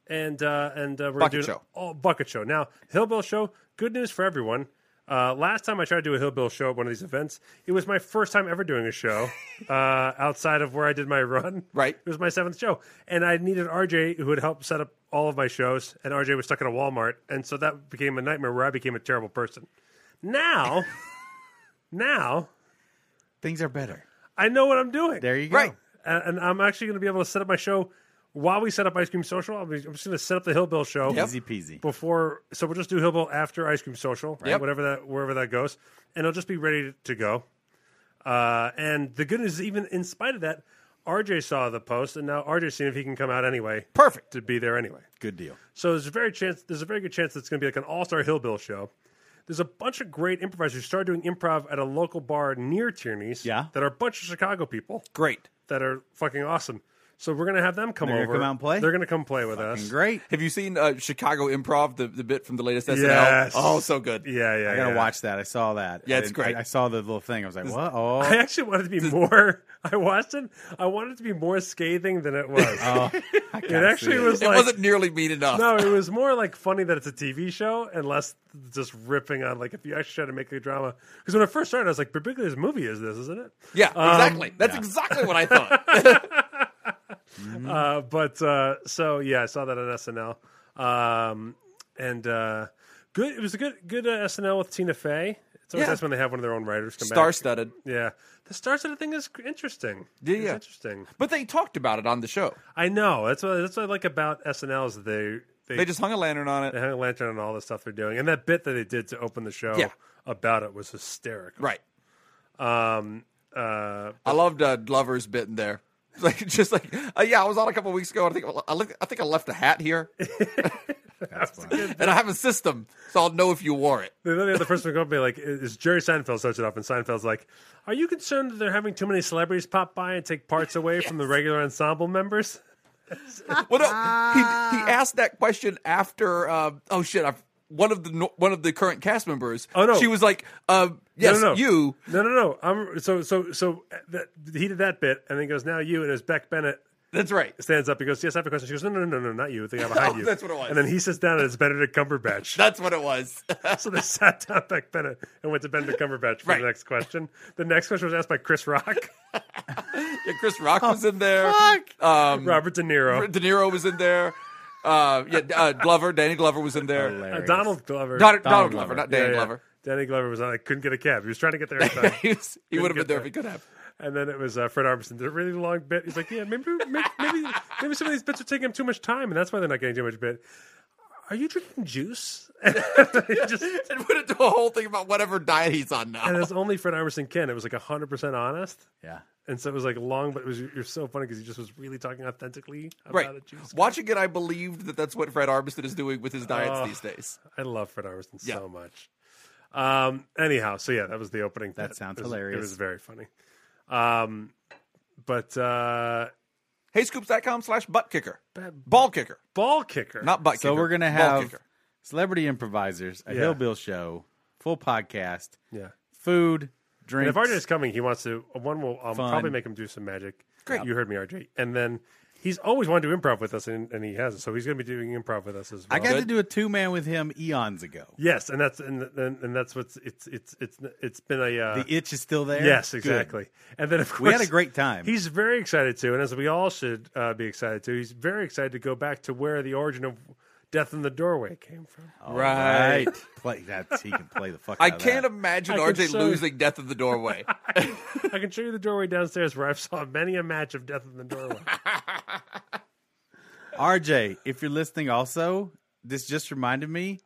[SPEAKER 1] and uh, and uh, we're
[SPEAKER 3] Bucket
[SPEAKER 1] gonna do an
[SPEAKER 3] show.
[SPEAKER 1] all bucket show. Now, Hillbill show, good news for everyone. Uh, last time I tried to do a Hillbill show at one of these events, it was my first time ever doing a
[SPEAKER 3] *laughs*
[SPEAKER 1] show uh, outside of where I did my run.
[SPEAKER 3] Right.
[SPEAKER 1] It was my seventh show. And I needed RJ who would help set up all of my shows, and RJ was stuck at a Walmart. And so that became a nightmare where I became a terrible person.
[SPEAKER 3] *laughs*
[SPEAKER 1] Now, now
[SPEAKER 2] Things are better.
[SPEAKER 1] I know what I'm doing.
[SPEAKER 2] There you go.
[SPEAKER 3] Right.
[SPEAKER 1] and, and I'm actually going to be able to set up my show while we set up Ice Cream Social. I'll be, I'm just going to set up the Hillbill show
[SPEAKER 3] Yep.
[SPEAKER 2] Easy peasy.
[SPEAKER 1] before. So we'll just do Hillbill after Ice Cream Social, right?
[SPEAKER 3] Yep.
[SPEAKER 1] whatever that wherever that goes, and it'll just be ready to go. Uh, and the good news is, even in spite of that, RJ saw the post, and now RJ's seeing if he can come out anyway.
[SPEAKER 3] Perfect.
[SPEAKER 1] to be there anyway.
[SPEAKER 2] Good deal.
[SPEAKER 1] So there's a very chance. There's a very good chance that it's going to be like an all-star Hillbill show. There's a bunch of great improvisers who started doing improv at a local bar near Tierney's.
[SPEAKER 2] Yeah.
[SPEAKER 1] that are a bunch of Chicago people
[SPEAKER 3] Great.
[SPEAKER 1] that are fucking awesome. So we're gonna have them come
[SPEAKER 2] They're gonna
[SPEAKER 1] over.
[SPEAKER 2] come out and play?
[SPEAKER 1] They're gonna come play with us.
[SPEAKER 2] Great.
[SPEAKER 3] Have you seen uh, Chicago Improv, the, the bit from the latest SNL?
[SPEAKER 1] Yes.
[SPEAKER 3] Oh, so good.
[SPEAKER 1] Yeah, yeah.
[SPEAKER 2] I gotta
[SPEAKER 1] yeah.
[SPEAKER 2] watch that. I saw that.
[SPEAKER 3] Yeah,
[SPEAKER 2] I
[SPEAKER 3] it's
[SPEAKER 2] didn't-
[SPEAKER 3] great.
[SPEAKER 2] I, I saw the little thing. I was like, what?
[SPEAKER 1] I *laughs*
[SPEAKER 2] Oh,
[SPEAKER 1] actually wanted to be more. *laughs* I watched it. I wanted it to be more scathing than it was.
[SPEAKER 3] Oh,
[SPEAKER 2] I
[SPEAKER 1] *laughs* it actually was
[SPEAKER 3] It
[SPEAKER 1] like
[SPEAKER 3] wasn't nearly mean enough.
[SPEAKER 1] no. It was more like funny that it's a TV show and less just ripping on like if you actually try to make a drama. Because when I first started, I was like, particularly this movie is this, isn't it?
[SPEAKER 3] Yeah, exactly. That's exactly what
[SPEAKER 1] *laughs*
[SPEAKER 3] I thought.
[SPEAKER 1] Uh, but uh, so yeah, I saw that on SNL. Um, and uh, good. It was a good good uh, SNL with Tina Fey. It's always
[SPEAKER 3] Yeah.
[SPEAKER 1] nice when they have one of their own writers come
[SPEAKER 3] Star
[SPEAKER 1] back.
[SPEAKER 3] studded.
[SPEAKER 1] Yeah, the Star City thing is interesting.
[SPEAKER 3] Yeah,
[SPEAKER 1] It's
[SPEAKER 3] yeah.
[SPEAKER 1] interesting.
[SPEAKER 3] But they talked about it on the show.
[SPEAKER 1] I know. That's what that's what I like about SNL is they they,
[SPEAKER 3] They just hung a lantern on
[SPEAKER 1] they
[SPEAKER 3] it.
[SPEAKER 1] hang a lantern on all the stuff they're doing, and that bit that they did to open the show
[SPEAKER 3] Yeah.
[SPEAKER 1] about it was hysterical.
[SPEAKER 3] Right.
[SPEAKER 1] Um. Uh.
[SPEAKER 3] I loved uh, Glover's bit in there. *laughs* Like just like uh, yeah, I was on a couple weeks ago. And I think I, look, I think I left a hat
[SPEAKER 1] *laughs*
[SPEAKER 3] here, *laughs* and I have a system, so I'll know if you wore it.
[SPEAKER 1] Then the other person would go up and be like, "Is Jerry Seinfeld starts it off?" And Seinfeld's like, "Are you concerned that they're having too many celebrities pop by and take parts away from the regular ensemble members?"
[SPEAKER 3] Well, no, he he asked that question after. Uh, oh shit! I one of the no- one of the current cast members.
[SPEAKER 1] Oh, no.
[SPEAKER 3] she was like, uh, "Yes,
[SPEAKER 1] no, no.
[SPEAKER 3] you."
[SPEAKER 1] No, no, no. I'm so so so. uh, That, he did that bit, and then he goes, "Now you." And as Beck Bennett
[SPEAKER 3] That's right.
[SPEAKER 1] stands up, he goes, "Yes, I have a question." She goes, "No, no, no, no, not you. The guy behind
[SPEAKER 3] *laughs* Oh,
[SPEAKER 1] you."
[SPEAKER 3] that's what it was.
[SPEAKER 1] And then he sits down, and it's Benedict Cumberbatch.
[SPEAKER 3] That's what it was. *laughs*
[SPEAKER 1] so they *laughs* sat down Beck Bennett and went to Benedict Cumberbatch for
[SPEAKER 3] Right.
[SPEAKER 1] the next question. The next question was asked by Chris Rock,
[SPEAKER 3] Yeah, Chris Rock was in there.
[SPEAKER 2] Fuck.
[SPEAKER 3] *laughs* Um,
[SPEAKER 1] Robert De Niro,
[SPEAKER 3] De Niro was in there. Uh, yeah, uh, Glover, Danny Glover was in there.
[SPEAKER 1] uh, Donald Glover.
[SPEAKER 3] Donald, Donald
[SPEAKER 2] Donald Glover.
[SPEAKER 3] Glover, not
[SPEAKER 1] Yeah,
[SPEAKER 3] Danny
[SPEAKER 1] yeah.
[SPEAKER 3] Glover. *laughs*
[SPEAKER 1] Danny Glover was like couldn't get a cab. He was trying to get there. in time.
[SPEAKER 3] he was, he would have been
[SPEAKER 1] get
[SPEAKER 3] there if
[SPEAKER 1] that.
[SPEAKER 3] he could have.
[SPEAKER 1] And then it was uh, Fred Armisen did a really long bit. He's like, yeah, maybe, maybe, maybe, maybe some of these bits are taking him too much time, and that's why they're not getting too much bit. Are you drinking juice? *laughs* and he just
[SPEAKER 3] And went into a whole thing about whatever diet he's on now.
[SPEAKER 1] and it's only Fred Armisen can. It was like hundred percent honest,
[SPEAKER 2] Yeah.
[SPEAKER 1] and so it was like long, but it was you're so funny because he just was really talking authentically about
[SPEAKER 3] *laughs* right.
[SPEAKER 1] it. Jesus
[SPEAKER 3] Watching it, I believed that that's what Fred Armisen is doing with his diets
[SPEAKER 1] Oh.
[SPEAKER 3] these days.
[SPEAKER 1] I love Fred Armisen
[SPEAKER 3] Yeah.
[SPEAKER 1] so much. Um, anyhow, so yeah, that was the opening.
[SPEAKER 2] That
[SPEAKER 1] bit.
[SPEAKER 2] sounds
[SPEAKER 1] It was-
[SPEAKER 2] hilarious.
[SPEAKER 1] It was very funny. Um, but uh,
[SPEAKER 3] Hey, scoops.com slash butt kicker. Ball kicker,
[SPEAKER 1] ball kicker.
[SPEAKER 3] not butt kicker.
[SPEAKER 2] So we're gonna
[SPEAKER 3] Ball
[SPEAKER 2] have
[SPEAKER 3] kicker.
[SPEAKER 2] celebrity improvisers, a
[SPEAKER 1] Yeah.
[SPEAKER 2] hillbill show, full podcast,
[SPEAKER 1] yeah.
[SPEAKER 2] food, drinks.
[SPEAKER 1] And if RJ is coming, he wants to. One will um,
[SPEAKER 2] Fun.
[SPEAKER 1] probably make him do some magic.
[SPEAKER 3] Great.
[SPEAKER 1] you heard me, RJ. And then he's always wanted to do improv with us, and, and he hasn't. So he's going to be doing improv with us as
[SPEAKER 2] I
[SPEAKER 1] well.
[SPEAKER 2] got
[SPEAKER 3] Good.
[SPEAKER 2] to do a two man with him eons ago.
[SPEAKER 1] yes, and that's and and, and that's what's it's it's it's it's been a uh,
[SPEAKER 2] The itch is still there.
[SPEAKER 1] yes
[SPEAKER 2] Good.
[SPEAKER 1] exactly. And then of course
[SPEAKER 2] We had a great time.
[SPEAKER 1] He's very excited too, and as we all should uh, be excited too. He's very excited to go back to where the origin of Death in the Doorway came from.
[SPEAKER 2] Oh.
[SPEAKER 3] Right.
[SPEAKER 2] play that. He can play the fuck.
[SPEAKER 3] I
[SPEAKER 2] out of
[SPEAKER 3] can't
[SPEAKER 2] That.
[SPEAKER 3] imagine
[SPEAKER 1] I can
[SPEAKER 3] RJ
[SPEAKER 1] so-
[SPEAKER 3] losing Death of the Doorway.
[SPEAKER 1] I can show you the doorway downstairs where I've saw many a match of Death in the
[SPEAKER 2] *laughs*
[SPEAKER 1] Doorway.
[SPEAKER 2] RJ, if you're listening, also, this just reminded me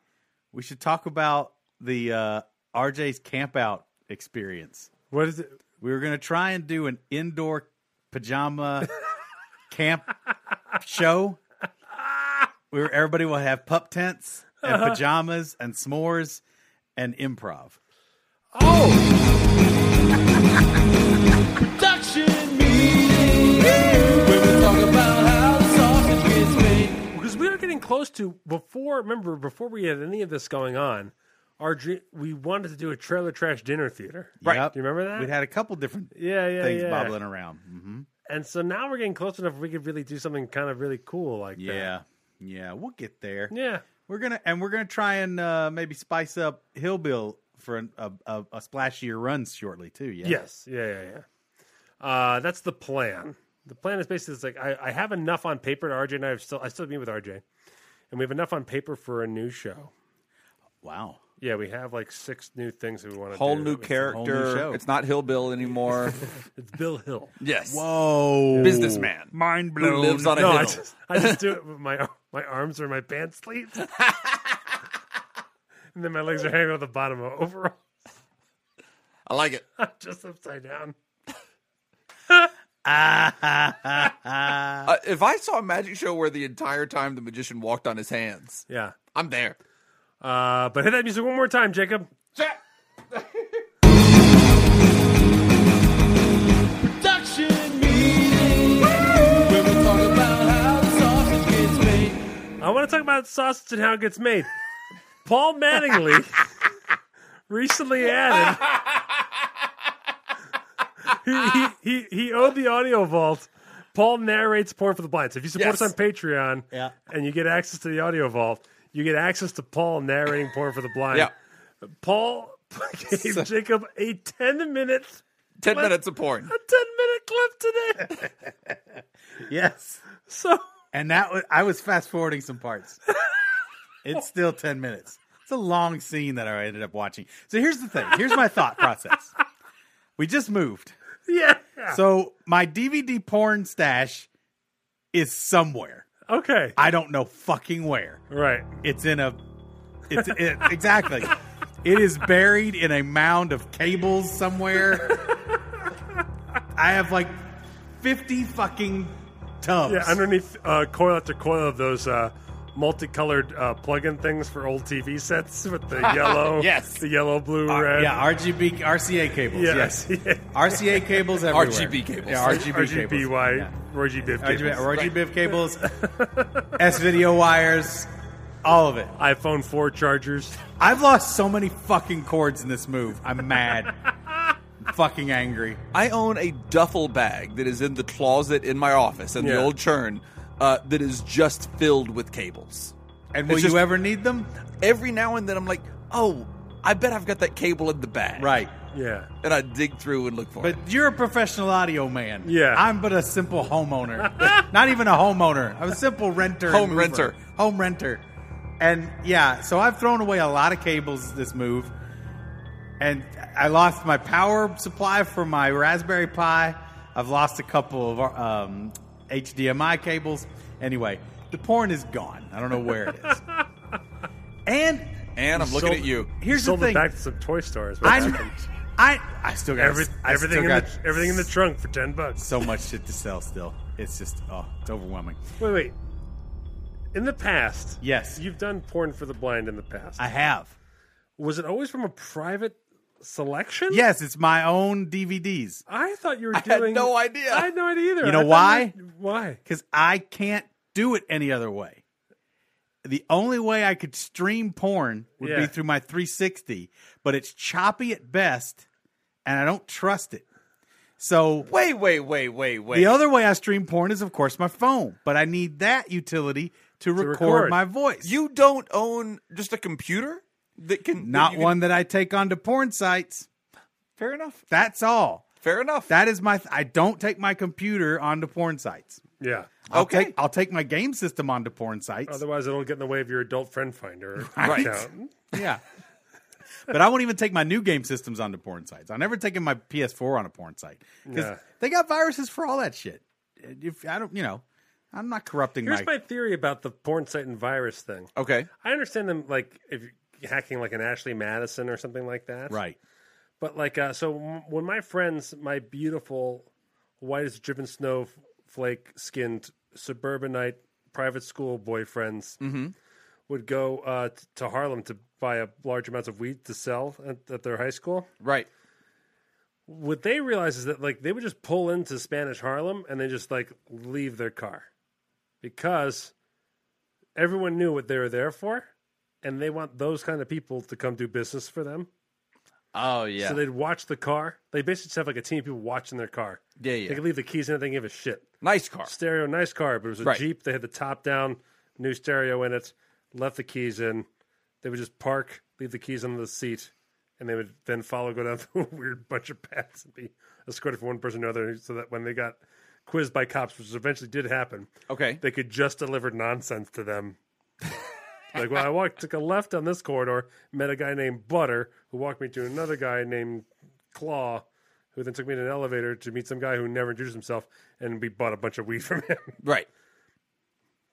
[SPEAKER 2] we should talk about the uh, RJ's camp out experience.
[SPEAKER 1] what is it?
[SPEAKER 2] We were going to try and do an indoor
[SPEAKER 1] *laughs*
[SPEAKER 2] pajama camp show. We were, everybody will have pup tents and
[SPEAKER 1] Uh-huh.
[SPEAKER 2] pajamas and s'mores and improv. Oh!
[SPEAKER 4] Production meeting. Where we talk about how the sausage gets made.
[SPEAKER 1] Because we are getting close to before. Remember, before we had any of this going on, our dr- we wanted to do a trailer trash dinner theater.
[SPEAKER 2] Yep.
[SPEAKER 1] Do you remember that?
[SPEAKER 2] We'd had a couple different
[SPEAKER 1] yeah, yeah,
[SPEAKER 2] things
[SPEAKER 1] yeah.
[SPEAKER 2] bobbling around. hmm
[SPEAKER 1] And so now we're getting close enough. We could really do something kind of really cool like
[SPEAKER 2] Yeah. Yeah, we'll get there.
[SPEAKER 1] that. Yeah.
[SPEAKER 2] We're gonna and we're gonna try and uh, maybe spice up Hillbill for an, a, a a splashier run shortly too. Yeah.
[SPEAKER 1] Yes. Yeah. Yeah. Yeah. Uh, that's the plan. The plan is basically it's like I, I have enough on paper. To RJ and I have still I still meet with RJ, and we have enough on paper for a new show.
[SPEAKER 2] Wow.
[SPEAKER 1] Yeah, we have like six new things that we want to
[SPEAKER 3] Whole
[SPEAKER 1] do.
[SPEAKER 3] new
[SPEAKER 1] It's-
[SPEAKER 3] character.
[SPEAKER 2] show.
[SPEAKER 3] it's not Hillbill anymore.
[SPEAKER 1] It's Bill Hill.
[SPEAKER 3] *laughs* yes.
[SPEAKER 2] Whoa.
[SPEAKER 3] Businessman.
[SPEAKER 2] Mind
[SPEAKER 3] Who lives on
[SPEAKER 1] *laughs*
[SPEAKER 3] a
[SPEAKER 1] No,
[SPEAKER 3] hill.
[SPEAKER 1] I just I just do it with my my arms are in my pants
[SPEAKER 3] *laughs*
[SPEAKER 1] sleeves, and then my legs are hanging on the bottom of overall, *laughs*
[SPEAKER 3] I like it.
[SPEAKER 1] just upside down.
[SPEAKER 3] Uh, if I saw a magic show where the entire time the magician walked on his hands,
[SPEAKER 1] Yeah.
[SPEAKER 3] I'm there.
[SPEAKER 1] Uh, but hit that music one more time, Jacob.
[SPEAKER 4] Production meeting. Where we talk about how the sausage gets made.
[SPEAKER 1] I want to talk about sausage and how it gets made. Paul Mattingly recently added he, he, he, he owed the audio vault. Paul narrates porn for the blind. So if you support
[SPEAKER 3] Yes.
[SPEAKER 1] us on Patreon
[SPEAKER 2] Yeah.
[SPEAKER 1] and you get access to the audio vault, you get access to Paul narrating porn for the blind.
[SPEAKER 3] Yeah.
[SPEAKER 2] *laughs*
[SPEAKER 1] Paul gave Jacob a 10 minute
[SPEAKER 3] Ten minutes of porn.
[SPEAKER 1] a 10 minute clip today.
[SPEAKER 2] Yes.
[SPEAKER 1] So
[SPEAKER 2] And that was I was fast forwarding some
[SPEAKER 3] *laughs*
[SPEAKER 2] parts. it's still ten minutes. It's a long scene that I ended up watching. So here's the thing. Here's my thought process. We just moved.
[SPEAKER 1] yeah.
[SPEAKER 2] So my DVD porn stash is somewhere.
[SPEAKER 1] Okay.
[SPEAKER 2] I don't know fucking where.
[SPEAKER 1] Right.
[SPEAKER 2] It's in a. It's it, exactly. It is buried in a mound of cables somewhere. I have like fifty fucking tubs.
[SPEAKER 1] Yeah, underneath uh, coil after coil of those uh, multicolored uh, plug-in things for old TV sets with
[SPEAKER 2] *laughs*
[SPEAKER 1] the yellow,
[SPEAKER 2] Yes.
[SPEAKER 1] the yellow, blue,
[SPEAKER 2] R-
[SPEAKER 1] red.
[SPEAKER 2] yeah, RGB, RCA cables.
[SPEAKER 1] *laughs* Yeah,
[SPEAKER 2] Yes,
[SPEAKER 1] RCA.
[SPEAKER 2] RCA cables everywhere.
[SPEAKER 3] RGB cables.
[SPEAKER 2] Yeah, RGB, cables.
[SPEAKER 1] RGBY,
[SPEAKER 2] Yeah.
[SPEAKER 1] RGB
[SPEAKER 2] RGB,
[SPEAKER 1] cables.
[SPEAKER 2] RGB cables. S video wires. all of it.
[SPEAKER 1] iPhone 4 chargers.
[SPEAKER 2] I've lost so many fucking cords in this move. I'm mad. I'm fucking angry.
[SPEAKER 3] I own a duffel bag that is in the closet in my office in
[SPEAKER 1] Yeah.
[SPEAKER 3] the old churn uh, that is just filled with cables.
[SPEAKER 2] And will
[SPEAKER 3] It's just-
[SPEAKER 2] you ever need them?
[SPEAKER 3] Every now and then I'm like, oh, I bet I've got that cable in the bag.
[SPEAKER 2] Right.
[SPEAKER 1] Yeah.
[SPEAKER 3] And I dig through and look for it.
[SPEAKER 2] But you're a professional audio man.
[SPEAKER 1] Yeah.
[SPEAKER 2] I'm but a simple homeowner. *laughs* Not even a homeowner. I'm a simple renter. and
[SPEAKER 3] Home
[SPEAKER 2] mover.
[SPEAKER 3] renter.
[SPEAKER 2] Home renter. And yeah, so I've thrown away a lot of cables this move. And I lost my power supply for my Raspberry Pi. I've lost a couple of um, HDMI cables. Anyway, the porn is gone. I don't know where it
[SPEAKER 3] *laughs*
[SPEAKER 2] is. and
[SPEAKER 3] And I'm looking
[SPEAKER 1] sold-
[SPEAKER 3] at you.
[SPEAKER 2] here's
[SPEAKER 1] Sold
[SPEAKER 2] the
[SPEAKER 1] it
[SPEAKER 2] thing.
[SPEAKER 1] back to some toy stores. What
[SPEAKER 2] I,
[SPEAKER 1] happened?
[SPEAKER 2] I, I still got
[SPEAKER 1] Every,
[SPEAKER 2] I still
[SPEAKER 1] everything in
[SPEAKER 2] got
[SPEAKER 1] the everything in the trunk for ten bucks.
[SPEAKER 2] so much shit to sell still. It's just oh, it's overwhelming.
[SPEAKER 1] Wait, wait. In the past,
[SPEAKER 2] Yes.
[SPEAKER 1] you've done porn for the blind in the past.
[SPEAKER 2] I have.
[SPEAKER 1] Was it always from a private selection?
[SPEAKER 2] Yes, it's my own DVDs
[SPEAKER 1] *laughs* I thought you were
[SPEAKER 3] had
[SPEAKER 1] doing.
[SPEAKER 3] no idea.
[SPEAKER 1] I had no idea either.
[SPEAKER 2] You know
[SPEAKER 1] I thought
[SPEAKER 2] why?
[SPEAKER 1] you- Why?
[SPEAKER 2] cuz I can't do it any other way. The only way I could stream porn would be
[SPEAKER 1] Yeah.
[SPEAKER 2] through my 360, but it's choppy at best and I don't trust it. So
[SPEAKER 3] Wait, wait, wait, wait, wait.
[SPEAKER 2] the other way I stream porn is of course my phone, but I need that utility to, record,
[SPEAKER 1] record.
[SPEAKER 2] my voice.
[SPEAKER 3] you don't own just a computer that can. that
[SPEAKER 2] not
[SPEAKER 3] you can-
[SPEAKER 2] one that I take onto porn sites.
[SPEAKER 3] Fair enough.
[SPEAKER 2] That's all.
[SPEAKER 3] Fair enough.
[SPEAKER 2] That is my. Th- I don't take my computer onto porn sites.
[SPEAKER 1] Yeah.
[SPEAKER 2] I'll
[SPEAKER 3] Okay.
[SPEAKER 2] take, I'll take my game system onto porn sites.
[SPEAKER 1] Otherwise, it'll get in the way of your adult friend *laughs* finder
[SPEAKER 2] Right.
[SPEAKER 1] account.
[SPEAKER 2] yeah, *laughs* but I won't even take my new game systems onto porn sites. I've never taken my PS4 on a porn site because
[SPEAKER 1] Yeah.
[SPEAKER 2] they got viruses for all that shit. If I don't, you know, I'm not corrupting
[SPEAKER 1] Here's
[SPEAKER 2] my.
[SPEAKER 1] my theory about the porn site and virus thing.
[SPEAKER 3] okay.
[SPEAKER 1] I understand them like if you're hacking like an Ashley Madison or something like that.
[SPEAKER 2] Right.
[SPEAKER 1] But like, uh, so m- when my friends, my beautiful, white as driven snowflake skinned suburbanite private school boyfriends would go uh, t- to Harlem to buy a large amounts of weed to sell at, at their high school,
[SPEAKER 3] Right.
[SPEAKER 1] what they realize is that like they would just pull into Spanish Harlem and then just like leave their car because everyone knew what they were there for, and they want those kind of people to come do business for them.
[SPEAKER 3] Oh, yeah.
[SPEAKER 1] So they'd watch the car. They basically just have like a team of people watching their car.
[SPEAKER 3] Yeah, yeah.
[SPEAKER 1] They could leave the keys in it. They didn't give a shit.
[SPEAKER 3] nice car.
[SPEAKER 1] Stereo, nice car, but it was a
[SPEAKER 3] Right.
[SPEAKER 1] Jeep. They had the top down, new stereo in it. Left the keys in. They would just park, leave the keys under the seat, and they would then follow, go down *laughs* through a weird bunch of paths and be escorted from one person to another. So that when they got quizzed by cops, which eventually did happen,
[SPEAKER 3] Okay.
[SPEAKER 1] they could just deliver nonsense to them. like, well, I walked, took a left on this corridor, met a guy named Butter, who walked me to another guy named Claw, who then took me to an elevator to meet some guy who never introduced himself, and we bought a bunch of weed from him. *laughs*
[SPEAKER 3] Right.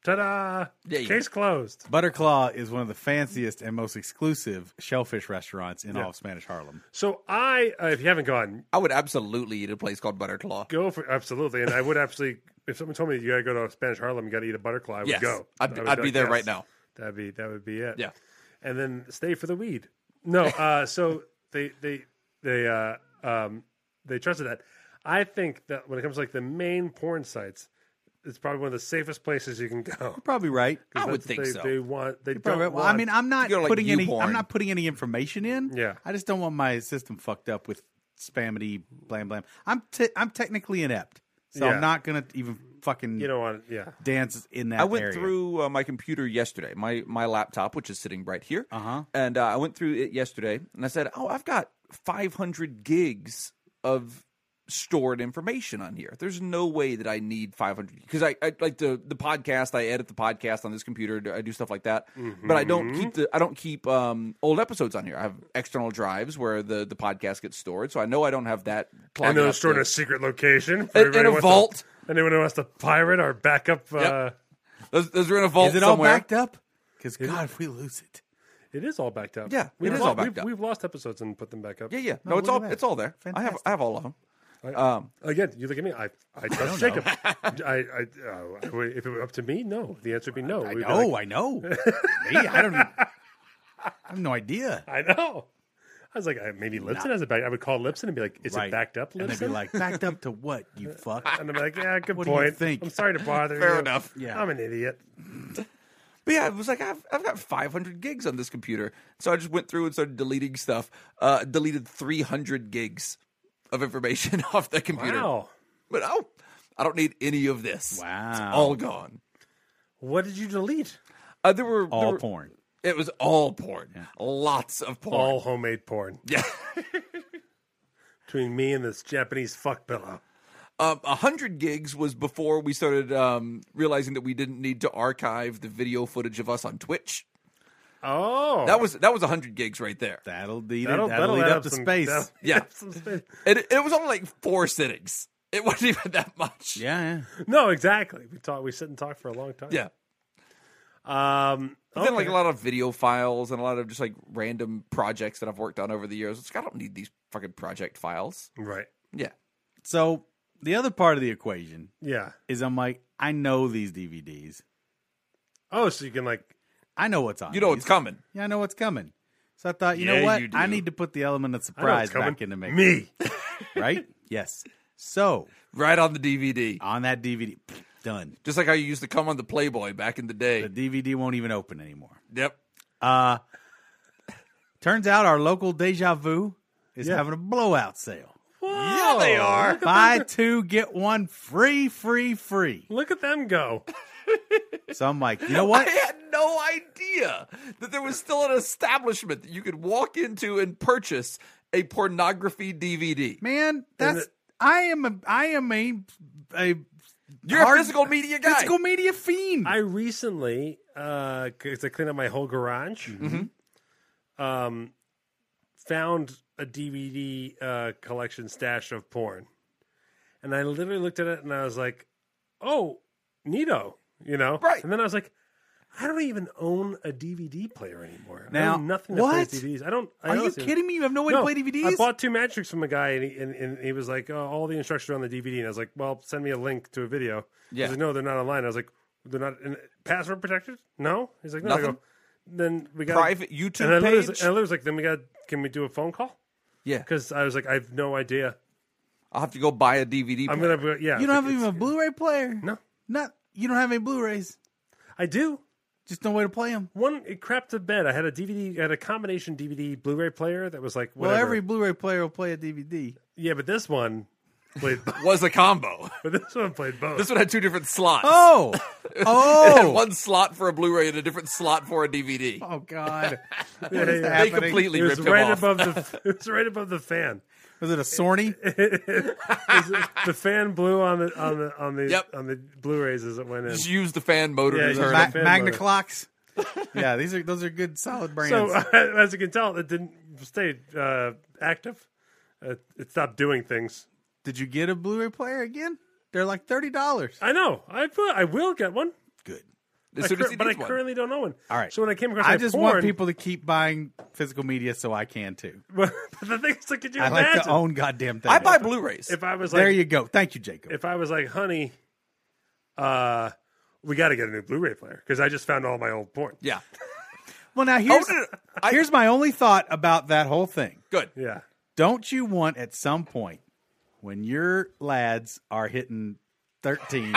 [SPEAKER 1] Ta da!
[SPEAKER 3] Yeah, yeah.
[SPEAKER 1] Case closed.
[SPEAKER 2] Butterclaw is one of the fanciest and most exclusive shellfish restaurants in all of Spanish Harlem.
[SPEAKER 1] So, I, uh, if you haven't gone,
[SPEAKER 3] I would absolutely eat at a place called Butterclaw.
[SPEAKER 1] go for absolutely. And I would absolutely, if someone told me you gotta go to Spanish Harlem, you gotta eat a butterclaw, I would
[SPEAKER 3] Yes.
[SPEAKER 1] go.
[SPEAKER 3] I'd be-
[SPEAKER 1] I would
[SPEAKER 3] I'd be there
[SPEAKER 1] yes.
[SPEAKER 3] right now.
[SPEAKER 1] That'd be, that would be it.
[SPEAKER 3] Yeah.
[SPEAKER 1] and then stay for the weed.
[SPEAKER 3] *laughs*
[SPEAKER 1] No, uh, so they they they uh, um, they trusted that. I think that when it comes to like the main porn sites, it's probably one of the safest places you can go.
[SPEAKER 2] Probably right.
[SPEAKER 1] *laughs*
[SPEAKER 3] I would think
[SPEAKER 1] they,
[SPEAKER 3] so.
[SPEAKER 1] They want they don't
[SPEAKER 2] Probably right. Well, I
[SPEAKER 1] want-
[SPEAKER 2] mean, I'm not
[SPEAKER 3] You go to, like,
[SPEAKER 2] putting any.
[SPEAKER 3] YouPorn.
[SPEAKER 2] I'm not putting any information in.
[SPEAKER 1] Yeah.
[SPEAKER 2] I just don't want my system fucked up with spamity blam blam. I'm te- I'm technically inept, so
[SPEAKER 1] Yeah.
[SPEAKER 2] I'm not gonna even fucking
[SPEAKER 1] you don't want
[SPEAKER 3] *laughs*
[SPEAKER 1] yeah.
[SPEAKER 2] dance in that.
[SPEAKER 3] I went
[SPEAKER 2] area.
[SPEAKER 3] through uh, my computer yesterday, my my laptop, which is sitting right here, uh-huh. and uh, I went through it yesterday, and I said, "Oh, I've got 500 gigs of stored information on here. There's no way that I need 500 because I, I like the the podcast. I edit the podcast on this computer. I do stuff like that,
[SPEAKER 2] Mm-hmm.
[SPEAKER 3] but I don't keep the I don't keep um, old episodes on here. I have external drives where the the podcast gets stored, so I know I don't have that.
[SPEAKER 1] And
[SPEAKER 3] clogging
[SPEAKER 1] they're
[SPEAKER 3] up
[SPEAKER 1] stored
[SPEAKER 3] the-
[SPEAKER 1] in a secret location for
[SPEAKER 3] In- in
[SPEAKER 1] everybody
[SPEAKER 3] a
[SPEAKER 1] who wants
[SPEAKER 3] vault.
[SPEAKER 1] To, anyone who wants to pirate or backup. Uh,
[SPEAKER 3] those, those are in a vault
[SPEAKER 2] Is it
[SPEAKER 3] somewhere.
[SPEAKER 2] all backed up? Because God, if we lose it,
[SPEAKER 1] It is all backed up.
[SPEAKER 3] Yeah,
[SPEAKER 1] We've
[SPEAKER 3] it is
[SPEAKER 1] lost-
[SPEAKER 3] all backed
[SPEAKER 1] we've,
[SPEAKER 3] up.
[SPEAKER 1] We've lost episodes and put them back up.
[SPEAKER 3] Yeah, yeah.
[SPEAKER 2] No,
[SPEAKER 3] No, it's
[SPEAKER 2] look
[SPEAKER 3] all
[SPEAKER 2] at that.
[SPEAKER 3] it's all there. I have I have all of them.
[SPEAKER 2] Um,
[SPEAKER 1] Again, you look at me. I I trust Jacob. *laughs* I, I uh, if it were up to me, no. The answer would be no.
[SPEAKER 2] I
[SPEAKER 1] We'd be
[SPEAKER 2] know, I know. Me, I don't. I have no idea.
[SPEAKER 1] *laughs* I know. I was like, uh, maybe Lipson has it back. I would call Lipson and be like, "Is it backed up,
[SPEAKER 2] And
[SPEAKER 1] Lipson?"
[SPEAKER 2] they'd be like, "Backed up to what?
[SPEAKER 1] *laughs*
[SPEAKER 2] You fuck." *laughs*
[SPEAKER 1] and I'm like, "Yeah, good
[SPEAKER 2] What do you *laughs*
[SPEAKER 1] point.
[SPEAKER 2] think?"
[SPEAKER 1] I'm sorry to bother you.
[SPEAKER 3] Fair enough.
[SPEAKER 2] Yeah.
[SPEAKER 1] I'm an idiot.
[SPEAKER 3] But yeah, it was like I've I've got 500 gigs on this computer, so I just went through and started deleting stuff. Uh, deleted 300 gigs of information *laughs* off that computer.
[SPEAKER 1] Wow.
[SPEAKER 3] But oh, I don't need any of this. it's
[SPEAKER 2] Wow.
[SPEAKER 3] all gone.
[SPEAKER 1] What did you delete?
[SPEAKER 3] Uh, there were there
[SPEAKER 2] all
[SPEAKER 3] were-
[SPEAKER 2] porn.
[SPEAKER 3] It was all porn. Lots of porn.
[SPEAKER 1] All homemade porn
[SPEAKER 3] *laughs* Yeah.
[SPEAKER 1] between me and this Japanese fuck pillow.
[SPEAKER 3] Um, 100 gigs was before we started um, realizing that we didn't need to archive the video footage of us on Twitch.
[SPEAKER 1] Oh,
[SPEAKER 3] That was that was 100 gigs right there.
[SPEAKER 2] That'll lead, that'll, that'll lead
[SPEAKER 1] add
[SPEAKER 2] up, to
[SPEAKER 1] some-
[SPEAKER 2] space.
[SPEAKER 1] that'll *laughs*
[SPEAKER 3] Yeah.
[SPEAKER 1] add some space.
[SPEAKER 3] And it, it was only like four sittings. It *laughs* wasn't even that much.
[SPEAKER 2] Yeah, yeah.
[SPEAKER 1] No, exactly. We talked. We sit and talk for a long time.
[SPEAKER 3] Yeah.
[SPEAKER 1] Um.
[SPEAKER 3] But Then like
[SPEAKER 1] okay.
[SPEAKER 3] a lot of video files and a lot of just like random projects that I've worked on over the years. It's like, I don't need these fucking project files.
[SPEAKER 1] Right.
[SPEAKER 3] Yeah.
[SPEAKER 2] So the other part of the equation
[SPEAKER 1] Yeah.
[SPEAKER 2] is I'm like, I know these DVDs.
[SPEAKER 1] Oh, so you can like.
[SPEAKER 2] I know what's on.
[SPEAKER 3] You know
[SPEAKER 2] these.
[SPEAKER 3] what's coming.
[SPEAKER 2] Yeah, I know what's coming. So I thought, you know
[SPEAKER 3] Yeah,
[SPEAKER 2] what?
[SPEAKER 3] you do.
[SPEAKER 2] I need to put the element of
[SPEAKER 1] I know it's
[SPEAKER 2] surprise
[SPEAKER 1] coming.
[SPEAKER 2] back into mix,
[SPEAKER 1] me. *laughs*
[SPEAKER 2] right? Yes. So
[SPEAKER 3] Right on the DVD.
[SPEAKER 2] on that DVD, *sniffs* done.
[SPEAKER 3] Just like how you used to come on the Playboy back in the day.
[SPEAKER 2] The DVD won't even open anymore.
[SPEAKER 3] Yep.
[SPEAKER 2] Uh, turns out our local Deja Vu is
[SPEAKER 1] Yeah.
[SPEAKER 2] having a blowout
[SPEAKER 1] *laughs*
[SPEAKER 2] sale.
[SPEAKER 3] *laughs* Yeah, they are.
[SPEAKER 2] Buy two, get one free, free, free.
[SPEAKER 1] Look at them go.
[SPEAKER 2] So I'm like, you know what?
[SPEAKER 1] *laughs*
[SPEAKER 3] I had no idea that there was still an establishment that you could walk into and purchase a pornography DVD.
[SPEAKER 2] Man, that's
[SPEAKER 1] it-
[SPEAKER 2] I am a I am a a
[SPEAKER 3] You're
[SPEAKER 2] hard-
[SPEAKER 3] a physical media guy.
[SPEAKER 2] physical media fiend.
[SPEAKER 1] I recently, uh, because I cleaned up my whole garage,
[SPEAKER 2] Mm-hmm.
[SPEAKER 1] um, found a DVD uh, collection stash of porn, and I literally looked at it and I was like, "Oh, neato," you know.
[SPEAKER 3] Right.
[SPEAKER 1] And then I was like, "I don't even own a DVD player anymore. I
[SPEAKER 2] Now,
[SPEAKER 1] own nothing
[SPEAKER 2] what?
[SPEAKER 1] that plays DVDs. I don't. I
[SPEAKER 2] Are you
[SPEAKER 1] honestly-
[SPEAKER 2] kidding me? You have no way
[SPEAKER 1] no,
[SPEAKER 2] to play DVDs.
[SPEAKER 1] I bought two Matrix from a guy, and he, and, and he was like, oh, "All the instructions are on the DVD." And I was like, "Well, send me a link to a video."
[SPEAKER 3] Yeah.
[SPEAKER 1] He's like, "No, they're not online." I was like, "They're not and password protected?" No. He's like, "No." I go,
[SPEAKER 3] Nothing?
[SPEAKER 1] "Then we got
[SPEAKER 3] Private
[SPEAKER 1] And I
[SPEAKER 3] YouTube
[SPEAKER 1] literally was,
[SPEAKER 3] page.
[SPEAKER 1] and I literally was like, "Then we got. Can we do a phone call?"
[SPEAKER 3] yeah,
[SPEAKER 1] Because I was like, "I have no idea.
[SPEAKER 3] I'll have to go buy a DVD.
[SPEAKER 1] I'm
[SPEAKER 3] player.
[SPEAKER 1] gonna. be- Yeah.
[SPEAKER 2] you
[SPEAKER 1] I
[SPEAKER 2] don't
[SPEAKER 1] was
[SPEAKER 2] have
[SPEAKER 1] like,
[SPEAKER 2] even a Blu-ray player.
[SPEAKER 1] No.
[SPEAKER 2] not you don't have any Blu-rays.
[SPEAKER 1] it's- I do.
[SPEAKER 2] Just no way to play them.
[SPEAKER 1] One, it crapped to bed. I had a DVD, I had a combination DVD Blu-ray player that was like whatever.
[SPEAKER 2] Well, every Blu-ray player will play a DVD.
[SPEAKER 1] yeah, but this one played. *laughs*
[SPEAKER 3] was a combo. *laughs*
[SPEAKER 1] but this one played both.
[SPEAKER 3] This one had two different slots.
[SPEAKER 2] Oh,
[SPEAKER 3] It had
[SPEAKER 2] *laughs* oh,
[SPEAKER 3] *laughs* one slot for a Blu-ray and a different slot for a DVD.
[SPEAKER 2] oh, God!
[SPEAKER 1] Yeah, yeah, yeah.
[SPEAKER 3] they
[SPEAKER 2] happening?
[SPEAKER 3] completely
[SPEAKER 1] It was
[SPEAKER 3] ripped him
[SPEAKER 1] right
[SPEAKER 3] off.
[SPEAKER 1] above
[SPEAKER 3] *laughs*
[SPEAKER 1] the. It was right above the fan.
[SPEAKER 2] Was it a Sorny?
[SPEAKER 1] The fan blew on the on the on the
[SPEAKER 3] Yep.
[SPEAKER 1] on the Blu-rays as it went in.
[SPEAKER 3] Just use the fan motor
[SPEAKER 1] Yeah,
[SPEAKER 3] to
[SPEAKER 1] you
[SPEAKER 3] turn
[SPEAKER 2] Ma-
[SPEAKER 3] it.
[SPEAKER 1] back- fan
[SPEAKER 2] Magna
[SPEAKER 1] motor.
[SPEAKER 2] Clocks. yeah, these are those are good, solid
[SPEAKER 1] So uh,
[SPEAKER 2] brands.
[SPEAKER 1] *laughs* as you can tell, it didn't stay uh, active. Uh, it stopped doing things.
[SPEAKER 2] Did you get a Blu-ray player again? They're like thirty dollars.
[SPEAKER 1] I know. I pu- I will get one.
[SPEAKER 2] Good.
[SPEAKER 3] As
[SPEAKER 1] I
[SPEAKER 3] soon
[SPEAKER 1] cur-
[SPEAKER 3] as he
[SPEAKER 1] but I
[SPEAKER 3] needs one.
[SPEAKER 1] currently don't own one.
[SPEAKER 2] All right.
[SPEAKER 1] So when I came across,
[SPEAKER 2] I
[SPEAKER 1] that
[SPEAKER 2] just
[SPEAKER 1] porn, *laughs*
[SPEAKER 2] want people to keep buying physical media so I can too.
[SPEAKER 1] But the thing is, like, could you
[SPEAKER 2] I like
[SPEAKER 1] imagine
[SPEAKER 2] to own goddamn things.
[SPEAKER 3] I buy Blu-rays.
[SPEAKER 1] if I was like,
[SPEAKER 2] There you go. Thank you, Jacob.
[SPEAKER 1] if I was like, honey, uh, we got to get a new Blu-ray player because I just found all my old porn.
[SPEAKER 3] yeah,
[SPEAKER 2] *laughs*
[SPEAKER 3] Oh,
[SPEAKER 2] Well, now here's
[SPEAKER 3] no, no, no. I-
[SPEAKER 2] here's my only thought about that whole thing.
[SPEAKER 3] good.
[SPEAKER 1] Yeah.
[SPEAKER 2] Don't you want at some point when your lads are hitting
[SPEAKER 1] *laughs*
[SPEAKER 2] thirteen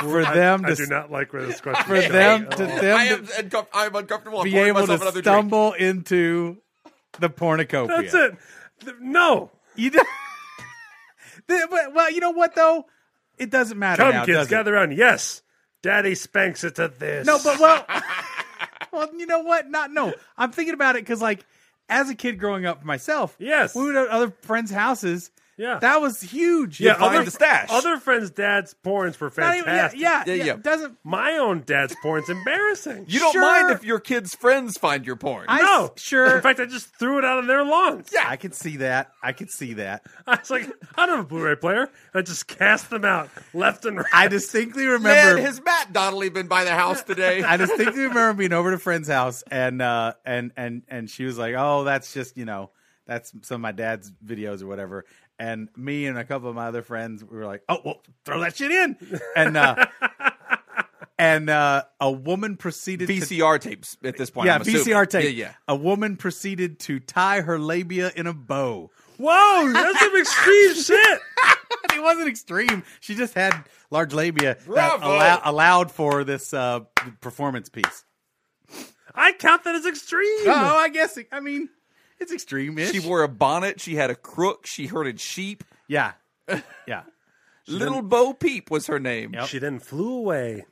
[SPEAKER 2] for them
[SPEAKER 1] I
[SPEAKER 2] to
[SPEAKER 1] do
[SPEAKER 2] s-
[SPEAKER 1] not like where this question
[SPEAKER 2] for
[SPEAKER 1] is going. Oh.
[SPEAKER 2] them to
[SPEAKER 3] I
[SPEAKER 2] them
[SPEAKER 3] am,
[SPEAKER 2] to
[SPEAKER 3] uncom- I am uncomfortable. I'm
[SPEAKER 2] be
[SPEAKER 3] pouring
[SPEAKER 2] able
[SPEAKER 3] myself
[SPEAKER 2] to
[SPEAKER 3] another drink.
[SPEAKER 2] stumble into the pornocopia.
[SPEAKER 1] That's it. Th- No.
[SPEAKER 2] You *laughs* do- The- but- well, you know what though? It doesn't matter.
[SPEAKER 1] Come,
[SPEAKER 2] now,
[SPEAKER 1] kids,
[SPEAKER 2] does it?
[SPEAKER 1] gather round. Yes. Daddy spanks it to this.
[SPEAKER 2] No, but
[SPEAKER 1] *laughs*
[SPEAKER 2] well, well, you know what? Not no. I'm thinking about it because like as a kid growing up myself,
[SPEAKER 1] Yes.
[SPEAKER 2] we would at other friends' houses.
[SPEAKER 1] Yeah.
[SPEAKER 2] that was huge.
[SPEAKER 1] yeah,
[SPEAKER 3] find
[SPEAKER 1] other,
[SPEAKER 3] the stash.
[SPEAKER 1] other friends' dad's porns were
[SPEAKER 2] Not even- yeah,
[SPEAKER 1] fantastic.
[SPEAKER 2] yeah,
[SPEAKER 3] Yeah,
[SPEAKER 2] yeah,
[SPEAKER 3] yeah.
[SPEAKER 2] Doesn't
[SPEAKER 1] My own dad's porn's embarrassing.
[SPEAKER 3] You don't
[SPEAKER 2] Sure.
[SPEAKER 3] mind if your kids' friends find your porn.
[SPEAKER 2] I
[SPEAKER 1] no.
[SPEAKER 2] s- sure?
[SPEAKER 1] In fact, I just threw it out on their lawns.
[SPEAKER 2] I could see that. I could see that.
[SPEAKER 1] I was like, I don't have a Blu-ray player. I just cast them out left and right.
[SPEAKER 2] I distinctly remember.
[SPEAKER 3] Man, has Matt Donnelly been by the house
[SPEAKER 2] *laughs*
[SPEAKER 3] today? *laughs*
[SPEAKER 2] I distinctly remember being over to a friend's house and uh and and and she was like, "Oh, that's just you know that's some of my dad's videos or whatever." And me and a couple of my other friends we were like, "Oh, well, throw that shit in," and
[SPEAKER 3] *laughs*
[SPEAKER 2] uh, and uh, a woman proceeded to.
[SPEAKER 3] VCR tapes at this point.
[SPEAKER 2] Yeah,
[SPEAKER 3] I'm assuming.
[SPEAKER 2] VCR tape.
[SPEAKER 3] Yeah, yeah.
[SPEAKER 2] A woman proceeded to tie her labia in a bow. *laughs*
[SPEAKER 1] Whoa, that's some extreme shit.
[SPEAKER 2] she wasn't extreme. She just had large labia that
[SPEAKER 3] Bravo.
[SPEAKER 2] allow, allowed for this uh, performance piece.
[SPEAKER 1] I count that as extreme.
[SPEAKER 2] Oh, I guess. It, I mean, it's extreme.
[SPEAKER 3] She wore a bonnet. She had a crook. She herded sheep. *laughs*
[SPEAKER 2] Yeah, yeah,
[SPEAKER 3] Little Bo Peep was her name.
[SPEAKER 2] Yep.
[SPEAKER 1] She then flew away.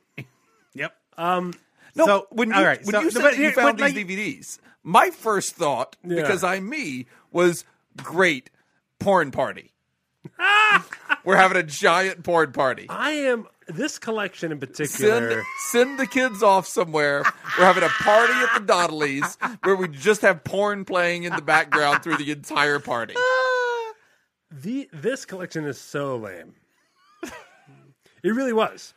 [SPEAKER 2] yep.
[SPEAKER 3] No,
[SPEAKER 2] So,
[SPEAKER 3] when you,
[SPEAKER 2] all right,
[SPEAKER 3] when
[SPEAKER 2] so-
[SPEAKER 3] you
[SPEAKER 2] no,
[SPEAKER 3] said
[SPEAKER 2] but
[SPEAKER 3] that you
[SPEAKER 2] here-
[SPEAKER 3] found
[SPEAKER 2] but,
[SPEAKER 3] these DVDs, my first thought, because I'm me, was great porn *laughs* party. We're having a giant porn party.
[SPEAKER 1] I am this collection in particular.
[SPEAKER 3] Send, send the kids off somewhere. We're having a party at the Donnellys *laughs* where we just have porn playing in the background through the entire party.
[SPEAKER 1] the this collection is so lame. it really was.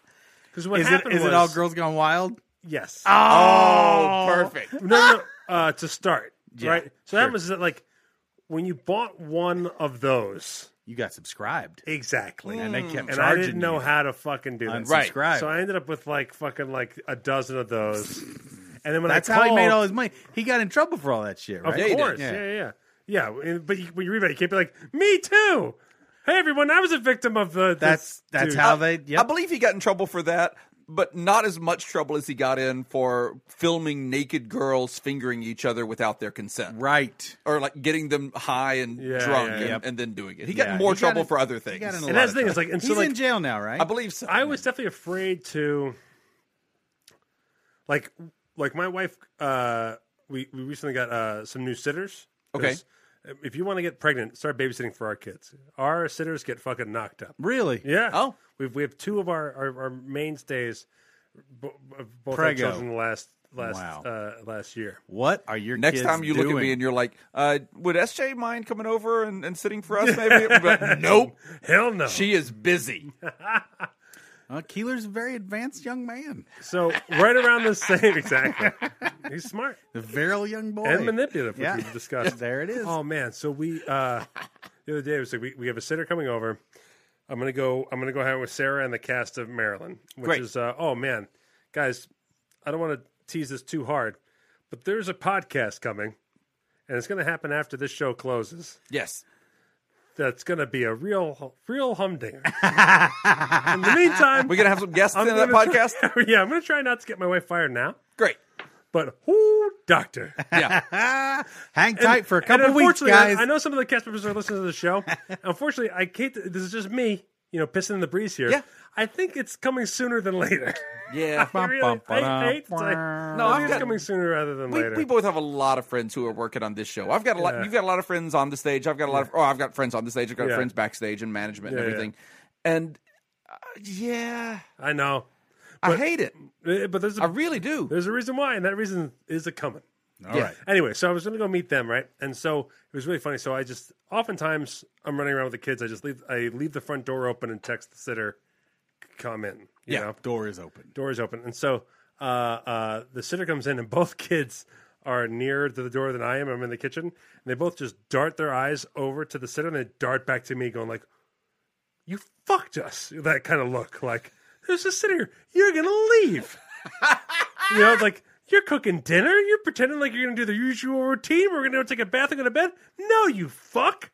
[SPEAKER 1] Because what
[SPEAKER 2] Is it
[SPEAKER 1] happened
[SPEAKER 2] is
[SPEAKER 1] was,
[SPEAKER 2] it all Ah! girls gone wild?
[SPEAKER 1] Yes.
[SPEAKER 3] Oh, perfect.
[SPEAKER 1] no, no, no. Uh, to start,
[SPEAKER 2] Yeah,
[SPEAKER 1] right? So that was uh, like when you bought one of those.
[SPEAKER 2] You got subscribed,
[SPEAKER 1] Exactly.
[SPEAKER 2] and they kept
[SPEAKER 1] Mm, And I
[SPEAKER 2] charging
[SPEAKER 1] didn't know
[SPEAKER 2] you.
[SPEAKER 1] how to fucking do that.
[SPEAKER 3] Right.
[SPEAKER 2] Unsubscribe.
[SPEAKER 1] So I ended up with like fucking like a dozen of those. And then when
[SPEAKER 2] That's
[SPEAKER 1] I
[SPEAKER 2] how
[SPEAKER 1] called,
[SPEAKER 2] he made all his money. He got in trouble for all that shit, right?
[SPEAKER 1] Of
[SPEAKER 3] he did.
[SPEAKER 1] course.
[SPEAKER 2] Yeah.
[SPEAKER 1] Yeah, yeah, yeah. Yeah, and- but you, when you read about it, you can't be like, me too. Hey, everyone, I was a victim of the.
[SPEAKER 2] That's
[SPEAKER 1] this
[SPEAKER 2] that's
[SPEAKER 1] dude."
[SPEAKER 2] how they. Yep.
[SPEAKER 3] I believe he got in trouble for that, but not as much trouble as he got in for filming naked girls fingering each other without their consent.
[SPEAKER 2] right.
[SPEAKER 3] Or like getting them high and
[SPEAKER 1] Yeah,
[SPEAKER 3] drunk
[SPEAKER 1] yeah,
[SPEAKER 3] and,
[SPEAKER 2] yep.
[SPEAKER 3] and then doing it. He got
[SPEAKER 2] Yeah,
[SPEAKER 3] in more
[SPEAKER 2] he got
[SPEAKER 3] trouble
[SPEAKER 2] in-
[SPEAKER 3] for other
[SPEAKER 2] He
[SPEAKER 3] things.
[SPEAKER 2] got in a
[SPEAKER 3] I
[SPEAKER 2] lot
[SPEAKER 1] that's
[SPEAKER 2] of
[SPEAKER 1] the thing,
[SPEAKER 2] trouble.
[SPEAKER 1] is like- and so,
[SPEAKER 2] he's in
[SPEAKER 1] like-
[SPEAKER 2] jail now, right?
[SPEAKER 3] believe so.
[SPEAKER 1] I was definitely afraid to, like, like my wife. Uh, we we recently got uh, some new sitters.
[SPEAKER 3] Okay.
[SPEAKER 1] 'Cause If you want to get pregnant, start babysitting for our kids. Our sitters get fucking knocked up.
[SPEAKER 2] really?
[SPEAKER 1] Yeah.
[SPEAKER 3] Oh.
[SPEAKER 1] We've we have two of our our, our mainstays, bo- of both our
[SPEAKER 2] Prego.
[SPEAKER 1] children last last
[SPEAKER 2] Wow.
[SPEAKER 1] uh, last year.
[SPEAKER 2] What are your
[SPEAKER 3] Next
[SPEAKER 2] kids
[SPEAKER 3] time you look at me
[SPEAKER 2] doing?
[SPEAKER 3] and you're like, uh, would SJ mind coming over and, and sitting for us maybe? I'd be like, nope.
[SPEAKER 1] Hell no.
[SPEAKER 3] She is busy.
[SPEAKER 2] Uh, Keeler's a very advanced young man,
[SPEAKER 1] so right around the same *laughs* exactly. He's smart.
[SPEAKER 2] a virile young boy,
[SPEAKER 1] and manipulative,
[SPEAKER 2] Yeah.
[SPEAKER 1] which we discussed.
[SPEAKER 2] There it is.
[SPEAKER 1] Oh man, so we uh, the other day it was like we, we have a sitter coming over. I'm gonna go. I'm gonna go hang out with Sarah and the cast of Marilyn, which
[SPEAKER 3] Great.
[SPEAKER 1] is uh, oh man, guys, I don't want to tease this too hard, but there's a podcast coming, and it's gonna happen after this show closes.
[SPEAKER 3] Yes.
[SPEAKER 1] That's gonna be a real, real humdinger. in the meantime,
[SPEAKER 3] We're going to have some guests in that
[SPEAKER 1] gonna
[SPEAKER 3] podcast?
[SPEAKER 1] try- *laughs* yeah, I'm gonna try not to get my wife fired now,
[SPEAKER 3] Great.
[SPEAKER 1] but whoo, doctor.
[SPEAKER 3] Yeah.
[SPEAKER 2] Hang tight for a couple
[SPEAKER 1] and
[SPEAKER 2] weeks,
[SPEAKER 1] unfortunately,
[SPEAKER 2] guys.
[SPEAKER 1] I, I know some of the cast members are listening to the show. *laughs* unfortunately, I can't. This is just me, you know, pissing in the breeze here.
[SPEAKER 3] Yeah.
[SPEAKER 1] I think it's coming sooner than later. *laughs*
[SPEAKER 3] Yeah.
[SPEAKER 1] I really-
[SPEAKER 2] bum,
[SPEAKER 1] I- I
[SPEAKER 2] ba-dum,
[SPEAKER 1] hate to say-
[SPEAKER 2] bum.
[SPEAKER 3] No,
[SPEAKER 1] I
[SPEAKER 3] I've
[SPEAKER 1] think it's
[SPEAKER 3] got-
[SPEAKER 1] coming sooner rather than
[SPEAKER 3] We,
[SPEAKER 1] later.
[SPEAKER 3] we both have a lot of friends who are working on this show. I've got a lot.
[SPEAKER 1] Yeah.
[SPEAKER 3] You've got a lot of friends on the stage. I've got a lot of. Oh, I've got friends on the stage. I've got
[SPEAKER 1] Yeah.
[SPEAKER 3] friends backstage and management
[SPEAKER 1] Yeah,
[SPEAKER 3] and
[SPEAKER 1] yeah.
[SPEAKER 3] everything. And uh, yeah,
[SPEAKER 1] I know,
[SPEAKER 3] I hate it.
[SPEAKER 1] Uh, but there's
[SPEAKER 3] I
[SPEAKER 1] a,
[SPEAKER 3] really do.
[SPEAKER 1] there's a reason why, and that reason is a coming.
[SPEAKER 2] All right.
[SPEAKER 1] Anyway, so I was going to go meet them, right? And so it was really funny. So I just oftentimes I'm running around with the kids. I just leave I leave the front door open and text the sitter, come in. You
[SPEAKER 3] Yeah.
[SPEAKER 1] know?
[SPEAKER 2] Door is open.
[SPEAKER 1] *laughs* door is open. And so uh, uh, the sitter comes in, and both *laughs* kids are nearer to the door than I am. I'm in the kitchen, and they both just dart their eyes over to the sitter, and they dart back to me, going like, "You fucked us." That kind of look, like there's a sitter. here. You're gonna leave. you know, like. You're cooking dinner. You're pretending like you're going to do the usual routine. We're going to go take a bath and go to bed. No, you fuck,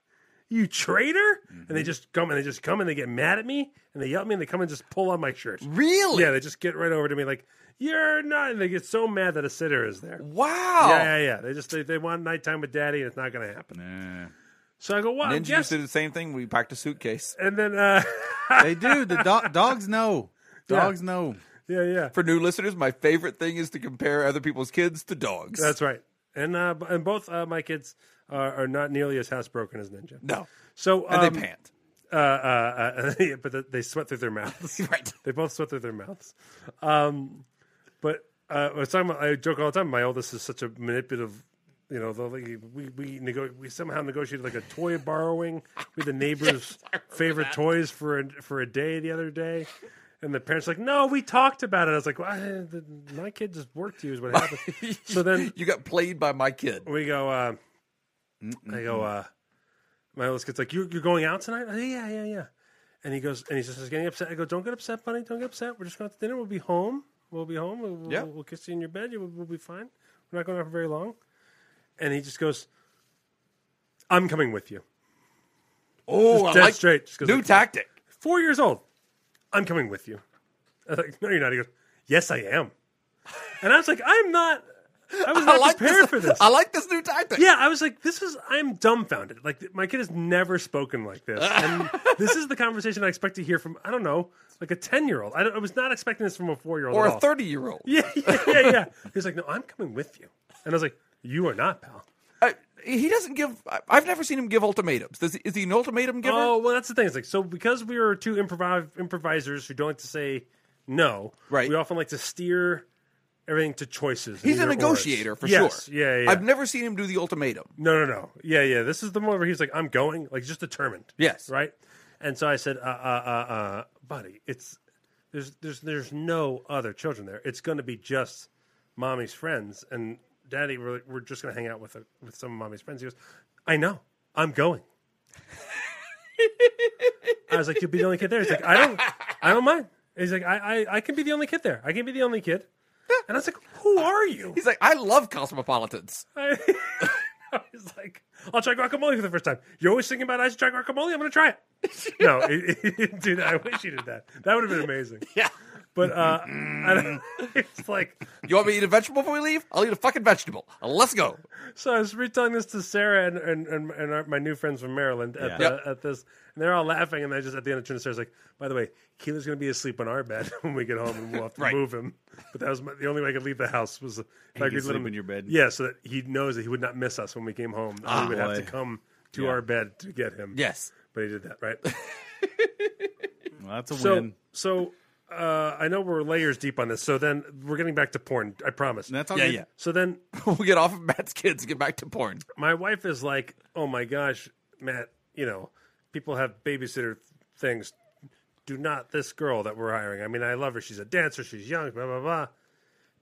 [SPEAKER 1] you traitor! And they just come and they just come and they get mad at me and they yell at me and they come and just pull on my shirt.
[SPEAKER 3] Really?
[SPEAKER 1] Yeah, they just get right over to me like, "You're not." And they get so mad that a sitter is there.
[SPEAKER 3] Wow.
[SPEAKER 1] Yeah, yeah, yeah. They just they, they want nighttime with daddy, and it's not going to happen. So I go, "Well,
[SPEAKER 3] Ninja
[SPEAKER 1] yes."
[SPEAKER 3] used to do the same thing. We packed a suitcase
[SPEAKER 1] And then, uh, *laughs*
[SPEAKER 2] They do. The do- dogs know. Dogs know.
[SPEAKER 1] yeah, yeah,
[SPEAKER 3] for new listeners. My favorite thing is to compare other people's kids to dogs.
[SPEAKER 1] that's right. And uh, b- and both uh, my kids are, are not nearly as housebroken as Ninja.
[SPEAKER 3] no,
[SPEAKER 1] So um,
[SPEAKER 3] and they pant. *laughs*
[SPEAKER 1] Uh, uh, *laughs* uh, but they- they sweat through their mouths.
[SPEAKER 3] Right.
[SPEAKER 1] They both sweat through their mouths. Um, but uh, I, was talking about- I joke all the time. My oldest is such a manipulative. You know, the, like, we we, nego- we somehow negotiated like a toy borrowing with the neighbor's favorite toys for a, for a day the other day, and the parents were like, no, we talked about it. I was like, well, I- the, my kid just worked you is what happened. so then
[SPEAKER 3] You got played by my kid.
[SPEAKER 1] we go. Uh, I go. Uh, my oldest kid's like, "You're you're going out tonight?" I go, yeah, yeah, yeah. And he goes, and he's just getting upset. I go, "Don't get upset, buddy. Don't get upset. We're just going out to dinner. We'll be home. We'll be home. We'll, we'll-
[SPEAKER 3] Yeah.
[SPEAKER 1] we'll, kiss you in your bed. We'll, we'll be fine. We're not going out for very long." And he just goes, "I'm coming with you."
[SPEAKER 3] Oh, I
[SPEAKER 1] Dead
[SPEAKER 3] like
[SPEAKER 1] straight. Just goes
[SPEAKER 3] Oh, new
[SPEAKER 1] like-
[SPEAKER 3] tactic.
[SPEAKER 1] four years old. I'm coming with you. I was like, no, you're not. He goes, yes, I am. And I was like, I'm not. I was not
[SPEAKER 3] *laughs* I like
[SPEAKER 1] prepared
[SPEAKER 3] this.
[SPEAKER 1] for this.
[SPEAKER 3] I like this new tactic.
[SPEAKER 1] Yeah, I was like, this is, I'm dumbfounded. Like, th- my kid has never spoken like
[SPEAKER 3] *laughs*
[SPEAKER 1] this. And this is the conversation I expect to hear from, I don't know, like a 10 year old. I, don't- I was not expecting this from a four year old.
[SPEAKER 3] Or
[SPEAKER 1] at
[SPEAKER 3] a
[SPEAKER 1] all.
[SPEAKER 3] thirty-year-old.
[SPEAKER 1] Oh. Yeah, yeah, yeah, yeah. He's like, no, I'm coming with you. And I was like, you are not, pal.
[SPEAKER 3] I- he doesn't give. I- I've never seen him give ultimatums. Does he, is he an ultimatum giver?
[SPEAKER 1] Oh, well, that's the thing. It's like, so because we are two improv- improvisers who don't like to say no,
[SPEAKER 3] Right.
[SPEAKER 1] we often like to steer everything to choices. and
[SPEAKER 3] He's a
[SPEAKER 1] either-ors.
[SPEAKER 3] negotiator for
[SPEAKER 1] Yes,
[SPEAKER 3] sure.
[SPEAKER 1] Yeah, yeah.
[SPEAKER 3] I've never seen him do the ultimatum.
[SPEAKER 1] No, no, no. Yeah, yeah. This is the one where he's like, I'm going. Like, just determined.
[SPEAKER 3] Yes.
[SPEAKER 1] Right? And so I said, uh, uh, uh, uh, buddy, it's, there's, there's, there's no other children there. It's going to be just mommy's friends. And daddy, we're, we're just going to hang out with, uh with some of mommy's friends. He goes, I know. I'm going. I was like, you'll be the only kid there. He's like, I don't, I don't mind. He's like, I, I, I can be the only kid there. I can be the only kid. And I was like, who are you?
[SPEAKER 3] He's like, I
[SPEAKER 1] *laughs*
[SPEAKER 3] love cosmopolitans.
[SPEAKER 1] I, I was like, I'll try guacamole for the first time. You're always thinking about I should try guacamole. I'm going to try it. no, it, it- dude, I wish you did that. That would have been amazing. Yeah. But uh, I don't, *laughs* it's like,
[SPEAKER 3] You want me to eat a vegetable before we leave? I'll eat a fucking vegetable. Uh, Let's go.
[SPEAKER 1] so I was retelling this to Sarah and and, and, and our, my new friends from Maryland at,
[SPEAKER 2] Yeah.
[SPEAKER 1] the,
[SPEAKER 3] Yep.
[SPEAKER 1] at this, and they're all laughing. And I just at the end of turn to Sarah's like, by the way, Keeler's going to be asleep on our bed *laughs* when we get home, and we'll have to
[SPEAKER 3] Right.
[SPEAKER 1] move him. But that was my, the only way I could leave the house was if I
[SPEAKER 2] could
[SPEAKER 1] could let
[SPEAKER 2] sleep
[SPEAKER 1] him-
[SPEAKER 2] in your bed. Ah,
[SPEAKER 1] Yeah, so that he knows that he would not miss us when we came home. That we would have to
[SPEAKER 2] boy.
[SPEAKER 1] come to
[SPEAKER 2] Yeah.
[SPEAKER 1] our bed to get him.
[SPEAKER 3] Yes.
[SPEAKER 1] but he did that
[SPEAKER 2] *laughs*
[SPEAKER 1] right.
[SPEAKER 2] Well, that's a
[SPEAKER 1] so
[SPEAKER 2] win.
[SPEAKER 1] so. Uh, I know we're layers deep on this, so then we're getting back to porn. I promise.
[SPEAKER 2] That's all
[SPEAKER 3] Yeah,
[SPEAKER 2] good.
[SPEAKER 3] yeah. *laughs*
[SPEAKER 1] so then
[SPEAKER 3] We'll get off of Matt's kids and get back to porn.
[SPEAKER 1] my wife is like, "Oh my gosh, Matt, you know, people have babysitter things. Do not this girl that we're hiring. I mean, I love her. She's a dancer. She's young. Blah blah blah."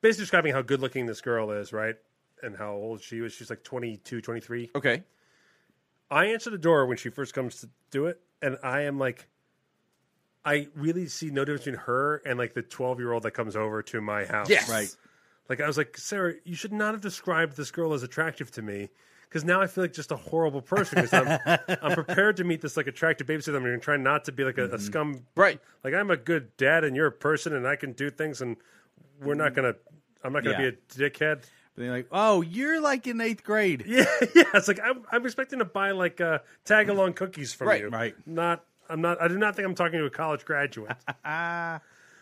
[SPEAKER 1] Basically describing how good looking this girl is, right? And how old she was. She's like 22, 23.
[SPEAKER 3] Okay.
[SPEAKER 1] I answer the door when she first comes to do it, and I am like, I really see no difference between her and like the 12 year old that comes over to my house.
[SPEAKER 3] Yes.
[SPEAKER 2] Right.
[SPEAKER 1] Like I was like, Sarah, you should not have described this girl as attractive to me because now I feel like just a horrible person because I'm, I'm prepared to meet this like attractive babysitter. I'm going to try not to be like a, a scum.
[SPEAKER 3] Right.
[SPEAKER 1] Like I'm a good dad and you're a person and I can do things and we're not going to. I'm not going to
[SPEAKER 2] Yeah.
[SPEAKER 1] be a dickhead.
[SPEAKER 2] But they're like, oh, you're like in eighth grade.
[SPEAKER 1] Yeah, yeah. It's like I'm, I'm expecting to buy like uh, tag along cookies from
[SPEAKER 3] Right,
[SPEAKER 1] you.
[SPEAKER 2] right.
[SPEAKER 1] Not. I'm not. I do not think I'm talking to a college graduate.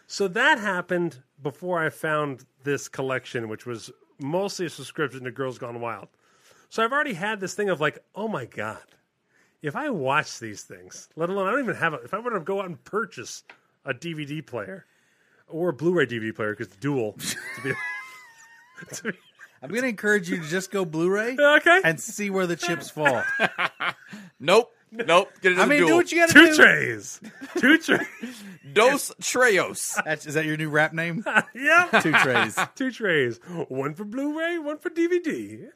[SPEAKER 1] so that happened before I found this collection, which was mostly a subscription to Girls Gone Wild. So I've already had this thing of like, oh my god, if I watch these things, let alone I don't even have a, if I were to go out and purchase a DVD player or a Blu-ray DVD player because dual. to be, to be-
[SPEAKER 2] I'm going to encourage you to just go Blu
[SPEAKER 1] *laughs*
[SPEAKER 2] ray
[SPEAKER 1] okay.
[SPEAKER 2] and see where the
[SPEAKER 1] *laughs*
[SPEAKER 2] chips fall. *laughs*
[SPEAKER 3] Nope. Nope. Get it
[SPEAKER 2] I mean, do
[SPEAKER 3] duel.
[SPEAKER 2] what you got to
[SPEAKER 1] Two
[SPEAKER 2] do.
[SPEAKER 1] trays. Two trays. *laughs*
[SPEAKER 3] Dos Treos.
[SPEAKER 2] That's, is that your new rap name?
[SPEAKER 1] yeah.
[SPEAKER 2] Two
[SPEAKER 1] *laughs*
[SPEAKER 2] trays.
[SPEAKER 1] Two trays. One for Blu-ray, one for DVD.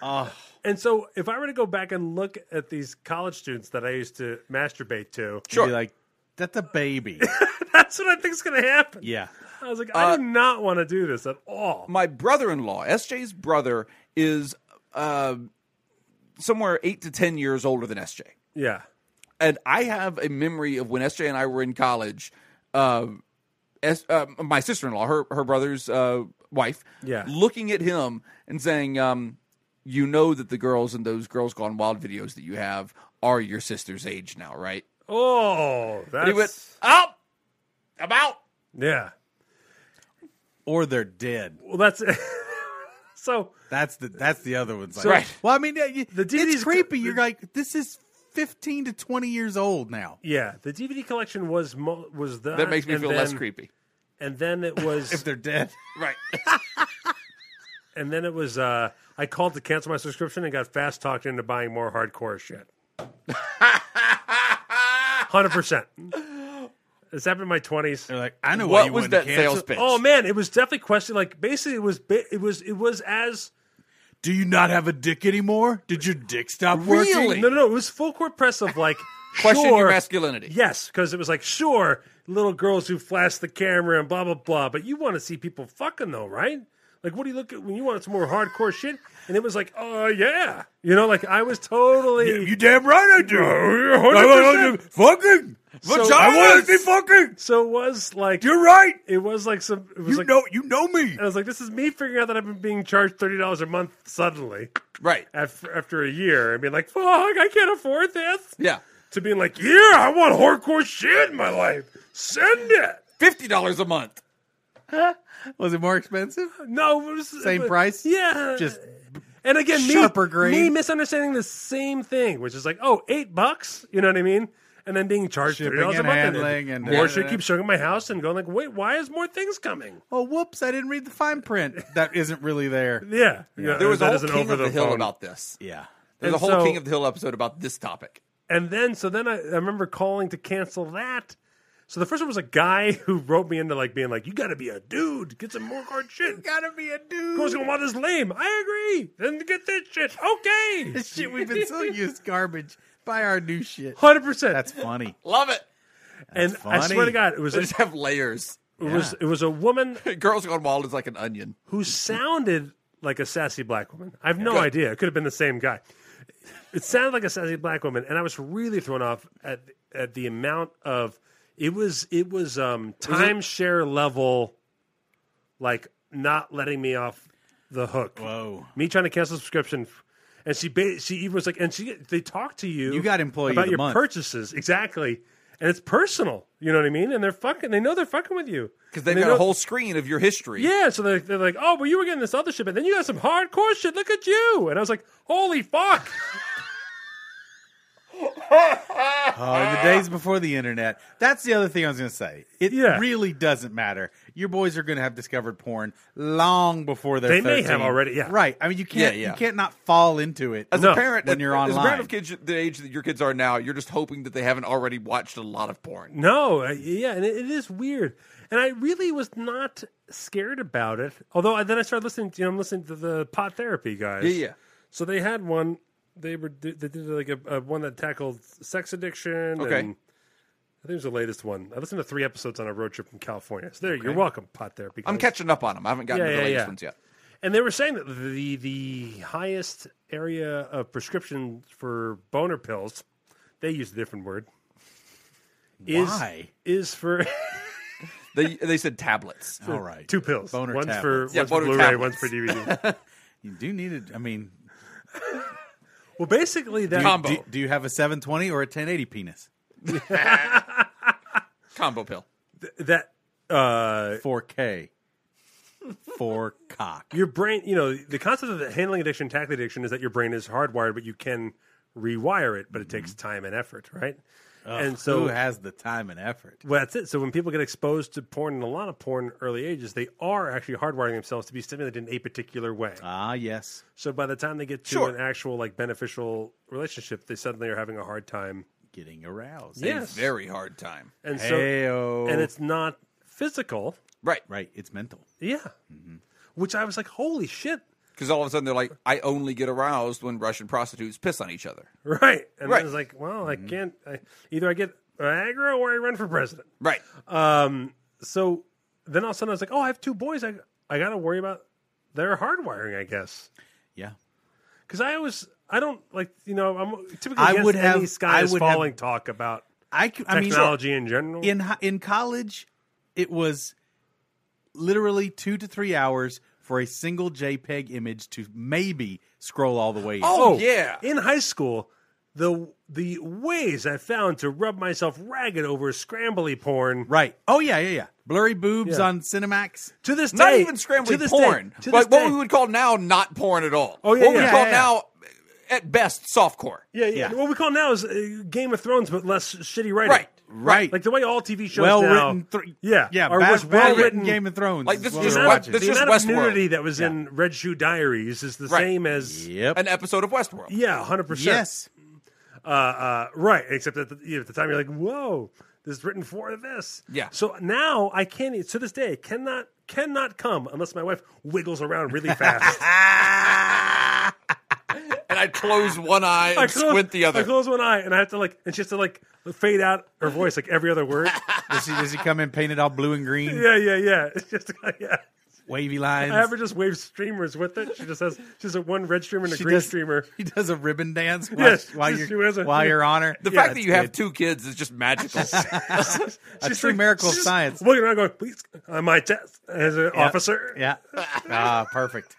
[SPEAKER 2] Oh,
[SPEAKER 1] And so if I were to go back and look at these college students that I used to masturbate to, *laughs*
[SPEAKER 2] you'd
[SPEAKER 3] Sure.
[SPEAKER 2] be like, that's a baby.
[SPEAKER 1] that's what I think is going to happen.
[SPEAKER 2] Yeah.
[SPEAKER 1] I was like, I
[SPEAKER 3] Uh,
[SPEAKER 1] do not want to do this at all.
[SPEAKER 3] *laughs* my brother-in-law, SJ's brother, is uh, somewhere eight to ten years older than SJ,
[SPEAKER 1] Yeah.
[SPEAKER 3] and I have a memory of when SJ and I were in college. Uh, S- uh, my sister-in-law, her her brother's uh, wife,
[SPEAKER 1] Yeah.
[SPEAKER 3] looking at him and saying, um, "You know that the girls in those Girls Gone Wild videos that you have are your sister's age now, right?"
[SPEAKER 1] Oh,
[SPEAKER 3] And he went,
[SPEAKER 1] that's
[SPEAKER 3] "Up, I'm out."
[SPEAKER 1] yeah.
[SPEAKER 2] Or they're dead.
[SPEAKER 1] Well, that's *laughs* so.
[SPEAKER 2] That's the that's the other one's like
[SPEAKER 3] Right.
[SPEAKER 2] Well, I mean, yeah, you,
[SPEAKER 1] The DVDs
[SPEAKER 2] it's creepy. You're like, this is 15 to 20 years old now.
[SPEAKER 1] Yeah, the DVD collection was mo- was that.
[SPEAKER 3] That makes me
[SPEAKER 1] Uh, and
[SPEAKER 3] feel less
[SPEAKER 1] then-
[SPEAKER 3] creepy.
[SPEAKER 1] And then it
[SPEAKER 3] *laughs*
[SPEAKER 1] was
[SPEAKER 2] If they're dead,
[SPEAKER 3] Right.
[SPEAKER 1] and then it was uh, I called to cancel my subscription and got fast talked into buying more hardcore shit.
[SPEAKER 3] *laughs*
[SPEAKER 1] Hundred percent. This happened in my twenties.
[SPEAKER 2] they're like, I know why
[SPEAKER 3] what
[SPEAKER 2] you
[SPEAKER 3] was
[SPEAKER 2] wanted
[SPEAKER 3] that
[SPEAKER 2] to cancel.
[SPEAKER 3] sales pitch?
[SPEAKER 1] Oh man, it was definitely question. Like basically, it was ba- it was it was as
[SPEAKER 2] Do you not have a dick anymore? Did your dick stop working?
[SPEAKER 3] Really?
[SPEAKER 1] no no no. It was full court press of
[SPEAKER 3] *laughs*
[SPEAKER 1] like
[SPEAKER 3] Question
[SPEAKER 1] sure,
[SPEAKER 3] your masculinity.
[SPEAKER 1] Yes, because it was like sure, little girls who flash the camera and blah blah blah. But you want to see people fucking though, right? Like, what do you look at when you want some more hardcore shit? And it was like, oh yeah, you know, like I was totally.
[SPEAKER 2] damn right I Oh,
[SPEAKER 1] do.
[SPEAKER 2] Fucking.
[SPEAKER 3] I wanna
[SPEAKER 2] be fucking.
[SPEAKER 1] so it was like
[SPEAKER 2] right.
[SPEAKER 1] It was like some. It was like
[SPEAKER 2] You know me.
[SPEAKER 1] I was like, this is me figuring out that I've been being charged thirty dollars a month suddenly
[SPEAKER 3] Right.
[SPEAKER 1] after after a year, and being like, fuck, I can't afford this.
[SPEAKER 3] Yeah.
[SPEAKER 1] To being like, yeah, I want hardcore shit in my life. Send it.
[SPEAKER 3] Fifty dollars a month.
[SPEAKER 2] Was it more expensive?
[SPEAKER 1] No, it was,
[SPEAKER 2] Same
[SPEAKER 1] but-
[SPEAKER 2] price?
[SPEAKER 1] Yeah,
[SPEAKER 2] Just
[SPEAKER 1] and again, me,
[SPEAKER 2] sharper grade?
[SPEAKER 1] me misunderstanding the same thing, which is like, oh, eight bucks, you know what I mean? And then being charged
[SPEAKER 2] Shipping
[SPEAKER 1] thirty dollars a
[SPEAKER 2] and
[SPEAKER 1] month,
[SPEAKER 2] handling and- uh,
[SPEAKER 1] more
[SPEAKER 2] Yeah.
[SPEAKER 1] shit keeps showing up at my house, and going like, wait, why is more things coming?
[SPEAKER 2] oh whoops! I didn't read the fine print. That isn't really there. *laughs*
[SPEAKER 1] Yeah, yeah.
[SPEAKER 3] There was a
[SPEAKER 1] that
[SPEAKER 3] whole
[SPEAKER 1] isn't
[SPEAKER 3] King
[SPEAKER 1] over
[SPEAKER 3] of the, Hill
[SPEAKER 1] phone.
[SPEAKER 3] about this.
[SPEAKER 2] Yeah.
[SPEAKER 3] There's a
[SPEAKER 1] And
[SPEAKER 3] whole
[SPEAKER 1] so-
[SPEAKER 3] King of the Hill episode about this topic.
[SPEAKER 1] And then, so then I, I remember calling to cancel that. So the first one was a guy *laughs* who wrote me into like being like, "You got to be a dude, get some more hard shit."
[SPEAKER 2] Gotta be a
[SPEAKER 1] Who's
[SPEAKER 2] dude.
[SPEAKER 1] gonna want this lame? I agree. Then get this shit. Okay,
[SPEAKER 2] This shit we've been
[SPEAKER 1] *laughs*
[SPEAKER 2] so used garbage. Buy our new shit.
[SPEAKER 1] hundred percent.
[SPEAKER 2] That's funny.
[SPEAKER 3] Love it.
[SPEAKER 1] and I
[SPEAKER 2] funny.
[SPEAKER 1] swear to God, it was
[SPEAKER 3] They just have layers.
[SPEAKER 1] It was it was a woman
[SPEAKER 3] *laughs* Girls Gone Wild is like an onion.
[SPEAKER 1] who sounded like a sassy black woman. I have no idea. It could have been the same guy. It sounded like a sassy black woman, and I was really thrown off at at the amount of it was it was um timeshare level, like not letting me off the hook.
[SPEAKER 2] Whoa.
[SPEAKER 1] Me trying to cancel subscription. And she ba- she even was like, and she they talk to you.
[SPEAKER 2] You got employee of
[SPEAKER 1] about
[SPEAKER 2] the
[SPEAKER 1] your
[SPEAKER 2] month.
[SPEAKER 1] purchases exactly, and it's personal. You know what I mean? And they're fucking. They know they're fucking with you
[SPEAKER 3] Because they've
[SPEAKER 1] They
[SPEAKER 3] got
[SPEAKER 1] know-
[SPEAKER 3] a whole screen of your history.
[SPEAKER 1] yeah, so they're, they're like, oh, well, you were getting this other shit, but then you got some hardcore shit. Look at you. And I was like, holy fuck. *laughs*
[SPEAKER 2] Oh, the days before the internet. That's the other thing I was going to say. It
[SPEAKER 1] Yeah.
[SPEAKER 2] really doesn't matter. Your boys are going to have discovered porn long before they're
[SPEAKER 1] They may
[SPEAKER 2] 13.
[SPEAKER 1] have already, yeah.
[SPEAKER 2] Right. I mean, you can't
[SPEAKER 3] Yeah, yeah.
[SPEAKER 2] you can't not fall into it.
[SPEAKER 3] As
[SPEAKER 1] No.
[SPEAKER 3] a parent,
[SPEAKER 2] When you're
[SPEAKER 3] as a parent
[SPEAKER 2] online.
[SPEAKER 3] of kids the age that your kids are now, you're just hoping that they haven't already watched a lot of porn.
[SPEAKER 1] No, I- yeah, and it, it is weird. And I really was not scared about it. Although I, then I started listening, to, you know, I'm listening to the pot therapy guys.
[SPEAKER 3] Yeah, yeah.
[SPEAKER 1] So they had one. They were they did like a, a one that tackled sex addiction.
[SPEAKER 3] Okay.
[SPEAKER 1] And I think it was the latest one. I listened to three episodes on a road trip from California. So there, you're welcome, pot therapy.
[SPEAKER 3] I'm
[SPEAKER 1] guys.
[SPEAKER 3] catching up on them. I haven't gotten
[SPEAKER 1] Yeah,
[SPEAKER 3] to the
[SPEAKER 1] yeah,
[SPEAKER 3] latest
[SPEAKER 1] yeah.
[SPEAKER 3] ones yet.
[SPEAKER 1] And they were saying that the the highest area of prescription for boner pills, they use a different word. Is,
[SPEAKER 2] Why?
[SPEAKER 1] is for
[SPEAKER 3] They they
[SPEAKER 1] *laughs*
[SPEAKER 3] said tablets. *laughs*
[SPEAKER 2] All right.
[SPEAKER 1] two pills.
[SPEAKER 2] Boner
[SPEAKER 1] one's
[SPEAKER 2] tablets.
[SPEAKER 1] for
[SPEAKER 3] Yeah,
[SPEAKER 1] one's for
[SPEAKER 3] boner
[SPEAKER 1] Blu-ray, one's
[SPEAKER 3] tablets.
[SPEAKER 1] for
[SPEAKER 3] *laughs*
[SPEAKER 1] DVD.
[SPEAKER 2] You do need it. I mean,
[SPEAKER 1] well, basically that
[SPEAKER 3] Combo.
[SPEAKER 2] do, do you have a 720 or a 1080 penis?
[SPEAKER 3] Combo pill.
[SPEAKER 1] that uh,
[SPEAKER 2] 4K. Four cock.
[SPEAKER 1] your brain, you know, the concept of the handling addiction, tackling addiction, is that your brain is hardwired, but you can rewire it, but it takes time and effort, right? and so
[SPEAKER 2] Mm-hmm. Who has the time and effort?
[SPEAKER 1] Well, that's it. So when people get exposed to porn and a lot of porn in early ages, they are actually hardwiring themselves to be stimulated in a particular way.
[SPEAKER 2] Ah, yes.
[SPEAKER 1] so by the time they get to
[SPEAKER 3] Uh.
[SPEAKER 1] an
[SPEAKER 3] Sure.
[SPEAKER 1] actual like beneficial relationship, they suddenly are having a hard time.
[SPEAKER 2] Getting aroused.
[SPEAKER 3] A
[SPEAKER 1] Yes.
[SPEAKER 3] Very hard time.
[SPEAKER 1] And
[SPEAKER 2] Hey-o.
[SPEAKER 1] so and it's not physical.
[SPEAKER 3] Right.
[SPEAKER 2] Right. It's mental.
[SPEAKER 1] Yeah.
[SPEAKER 3] Mm-hmm.
[SPEAKER 1] Which I was like, holy shit. *laughs*
[SPEAKER 3] Because all of a sudden they're like, I only get aroused when Russian prostitutes piss on each other.
[SPEAKER 1] Right. And
[SPEAKER 3] Right. Mm-hmm.
[SPEAKER 1] I was like, well, I can't I, either I get aggro or I run for president.
[SPEAKER 3] Right.
[SPEAKER 1] Um, so then all of a sudden I was like, oh, I have two boys. I I got to worry about their hardwiring, I guess.
[SPEAKER 2] Yeah.
[SPEAKER 1] because I always I don't like you know I'm typically
[SPEAKER 2] I
[SPEAKER 1] against
[SPEAKER 2] would have-
[SPEAKER 1] any sky
[SPEAKER 2] I
[SPEAKER 1] is
[SPEAKER 2] would have-
[SPEAKER 1] falling talk about
[SPEAKER 2] I, c- I mean,
[SPEAKER 1] technology in general.
[SPEAKER 2] in hi- in college it was literally two to three hours for a single jpeg image to maybe scroll all the way in.
[SPEAKER 3] Oh, yeah.
[SPEAKER 1] in high school, the the ways I found to rub myself ragged over scrambly porn
[SPEAKER 2] right oh yeah yeah yeah blurry boobs
[SPEAKER 1] Yeah.
[SPEAKER 2] on cinemax
[SPEAKER 1] to this
[SPEAKER 3] Not
[SPEAKER 1] day,
[SPEAKER 3] even
[SPEAKER 1] to
[SPEAKER 3] scrambling
[SPEAKER 1] this
[SPEAKER 3] porn.
[SPEAKER 1] day, to this
[SPEAKER 3] like what
[SPEAKER 1] day.
[SPEAKER 3] we would call now not porn at all.
[SPEAKER 1] Oh, yeah,
[SPEAKER 3] What we
[SPEAKER 1] yeah,
[SPEAKER 3] would call
[SPEAKER 2] yeah,
[SPEAKER 3] now at best softcore.
[SPEAKER 1] yeah, yeah.
[SPEAKER 2] Yeah.
[SPEAKER 1] What we call now is uh, Game of Thrones, but less shitty writing.
[SPEAKER 3] Right.
[SPEAKER 2] right
[SPEAKER 1] Like the way all TV shows
[SPEAKER 2] well
[SPEAKER 1] now-
[SPEAKER 2] written thr-
[SPEAKER 1] yeah,
[SPEAKER 2] yeah
[SPEAKER 1] are
[SPEAKER 2] bad-
[SPEAKER 1] was
[SPEAKER 2] bad
[SPEAKER 1] well
[SPEAKER 2] written
[SPEAKER 1] written
[SPEAKER 2] game of thrones
[SPEAKER 3] Like,
[SPEAKER 2] is
[SPEAKER 3] this
[SPEAKER 2] what we
[SPEAKER 3] is
[SPEAKER 1] The
[SPEAKER 3] just
[SPEAKER 2] were
[SPEAKER 1] amount,
[SPEAKER 3] what-
[SPEAKER 2] watching.
[SPEAKER 1] of,
[SPEAKER 3] this
[SPEAKER 1] the
[SPEAKER 3] is
[SPEAKER 1] amount of
[SPEAKER 3] Westworld.
[SPEAKER 1] nudity that was in Red Shoe Diaries is the
[SPEAKER 3] Right.
[SPEAKER 1] same as
[SPEAKER 2] yep
[SPEAKER 3] An episode of Westworld.
[SPEAKER 1] yeah, hundred percent.
[SPEAKER 2] yes
[SPEAKER 1] uh, right. Except at the, you know, at the time, you're like, "Whoa, this is written for this."
[SPEAKER 3] Yeah.
[SPEAKER 1] So now I can't. e, To this day, cannot cannot come unless my wife wiggles around really
[SPEAKER 2] *laughs*
[SPEAKER 1] fast.
[SPEAKER 3] And I'd close one eye and
[SPEAKER 1] I
[SPEAKER 3] squint the
[SPEAKER 1] I
[SPEAKER 3] other.
[SPEAKER 1] close one eye, and I have to like, and she has to like fade out her
[SPEAKER 2] *laughs*
[SPEAKER 1] voice like every other word.
[SPEAKER 2] does he, does he come in painted all blue and green
[SPEAKER 1] yeah, yeah, yeah. It's just *laughs* yeah.
[SPEAKER 2] wavy lines.
[SPEAKER 1] I have her just wave streamers with it. She just has she's a one red streamer and a
[SPEAKER 2] She
[SPEAKER 1] green
[SPEAKER 2] does-
[SPEAKER 1] streamer.
[SPEAKER 2] He does a ribbon dance while,
[SPEAKER 1] Yes,
[SPEAKER 2] while
[SPEAKER 1] she- she
[SPEAKER 2] you're
[SPEAKER 1] wears a-
[SPEAKER 2] while
[SPEAKER 1] yeah.
[SPEAKER 2] you're on her.
[SPEAKER 3] The
[SPEAKER 2] Yeah,
[SPEAKER 3] fact that
[SPEAKER 2] that's
[SPEAKER 3] you have
[SPEAKER 2] good.
[SPEAKER 3] two kids is
[SPEAKER 2] *laughs*
[SPEAKER 3] just magical.
[SPEAKER 1] She's
[SPEAKER 2] true miracle of
[SPEAKER 1] she's
[SPEAKER 2] science.
[SPEAKER 1] Looking around, going, "Please, on my test as an officer."
[SPEAKER 2] yeah,
[SPEAKER 1] *laughs*
[SPEAKER 2] ah, perfect,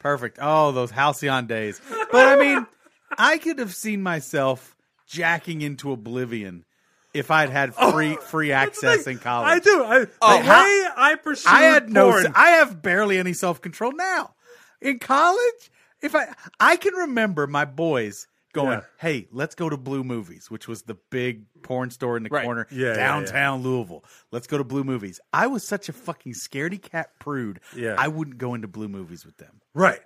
[SPEAKER 2] perfect. Oh, those halcyon days. But I mean, I could have seen myself jacking into oblivion if I'd had free free
[SPEAKER 1] Oh, That's the
[SPEAKER 2] access
[SPEAKER 1] thing.
[SPEAKER 2] in college. Oh,
[SPEAKER 1] I do. I, the
[SPEAKER 3] how-
[SPEAKER 1] way I pursued
[SPEAKER 2] I had no.
[SPEAKER 1] porn,
[SPEAKER 2] I have barely any self control now. In college, if I I can remember my boys going,
[SPEAKER 1] Yeah.
[SPEAKER 2] "Hey, let's go to Blue Movies," which was the big porn store in the
[SPEAKER 3] Right.
[SPEAKER 2] corner
[SPEAKER 1] Yeah, yeah,
[SPEAKER 2] downtown Louisville. Let's go to Blue Movies. I was such a fucking scaredy cat prude.
[SPEAKER 1] Yeah.
[SPEAKER 2] I wouldn't go into Blue Movies with them.
[SPEAKER 1] right?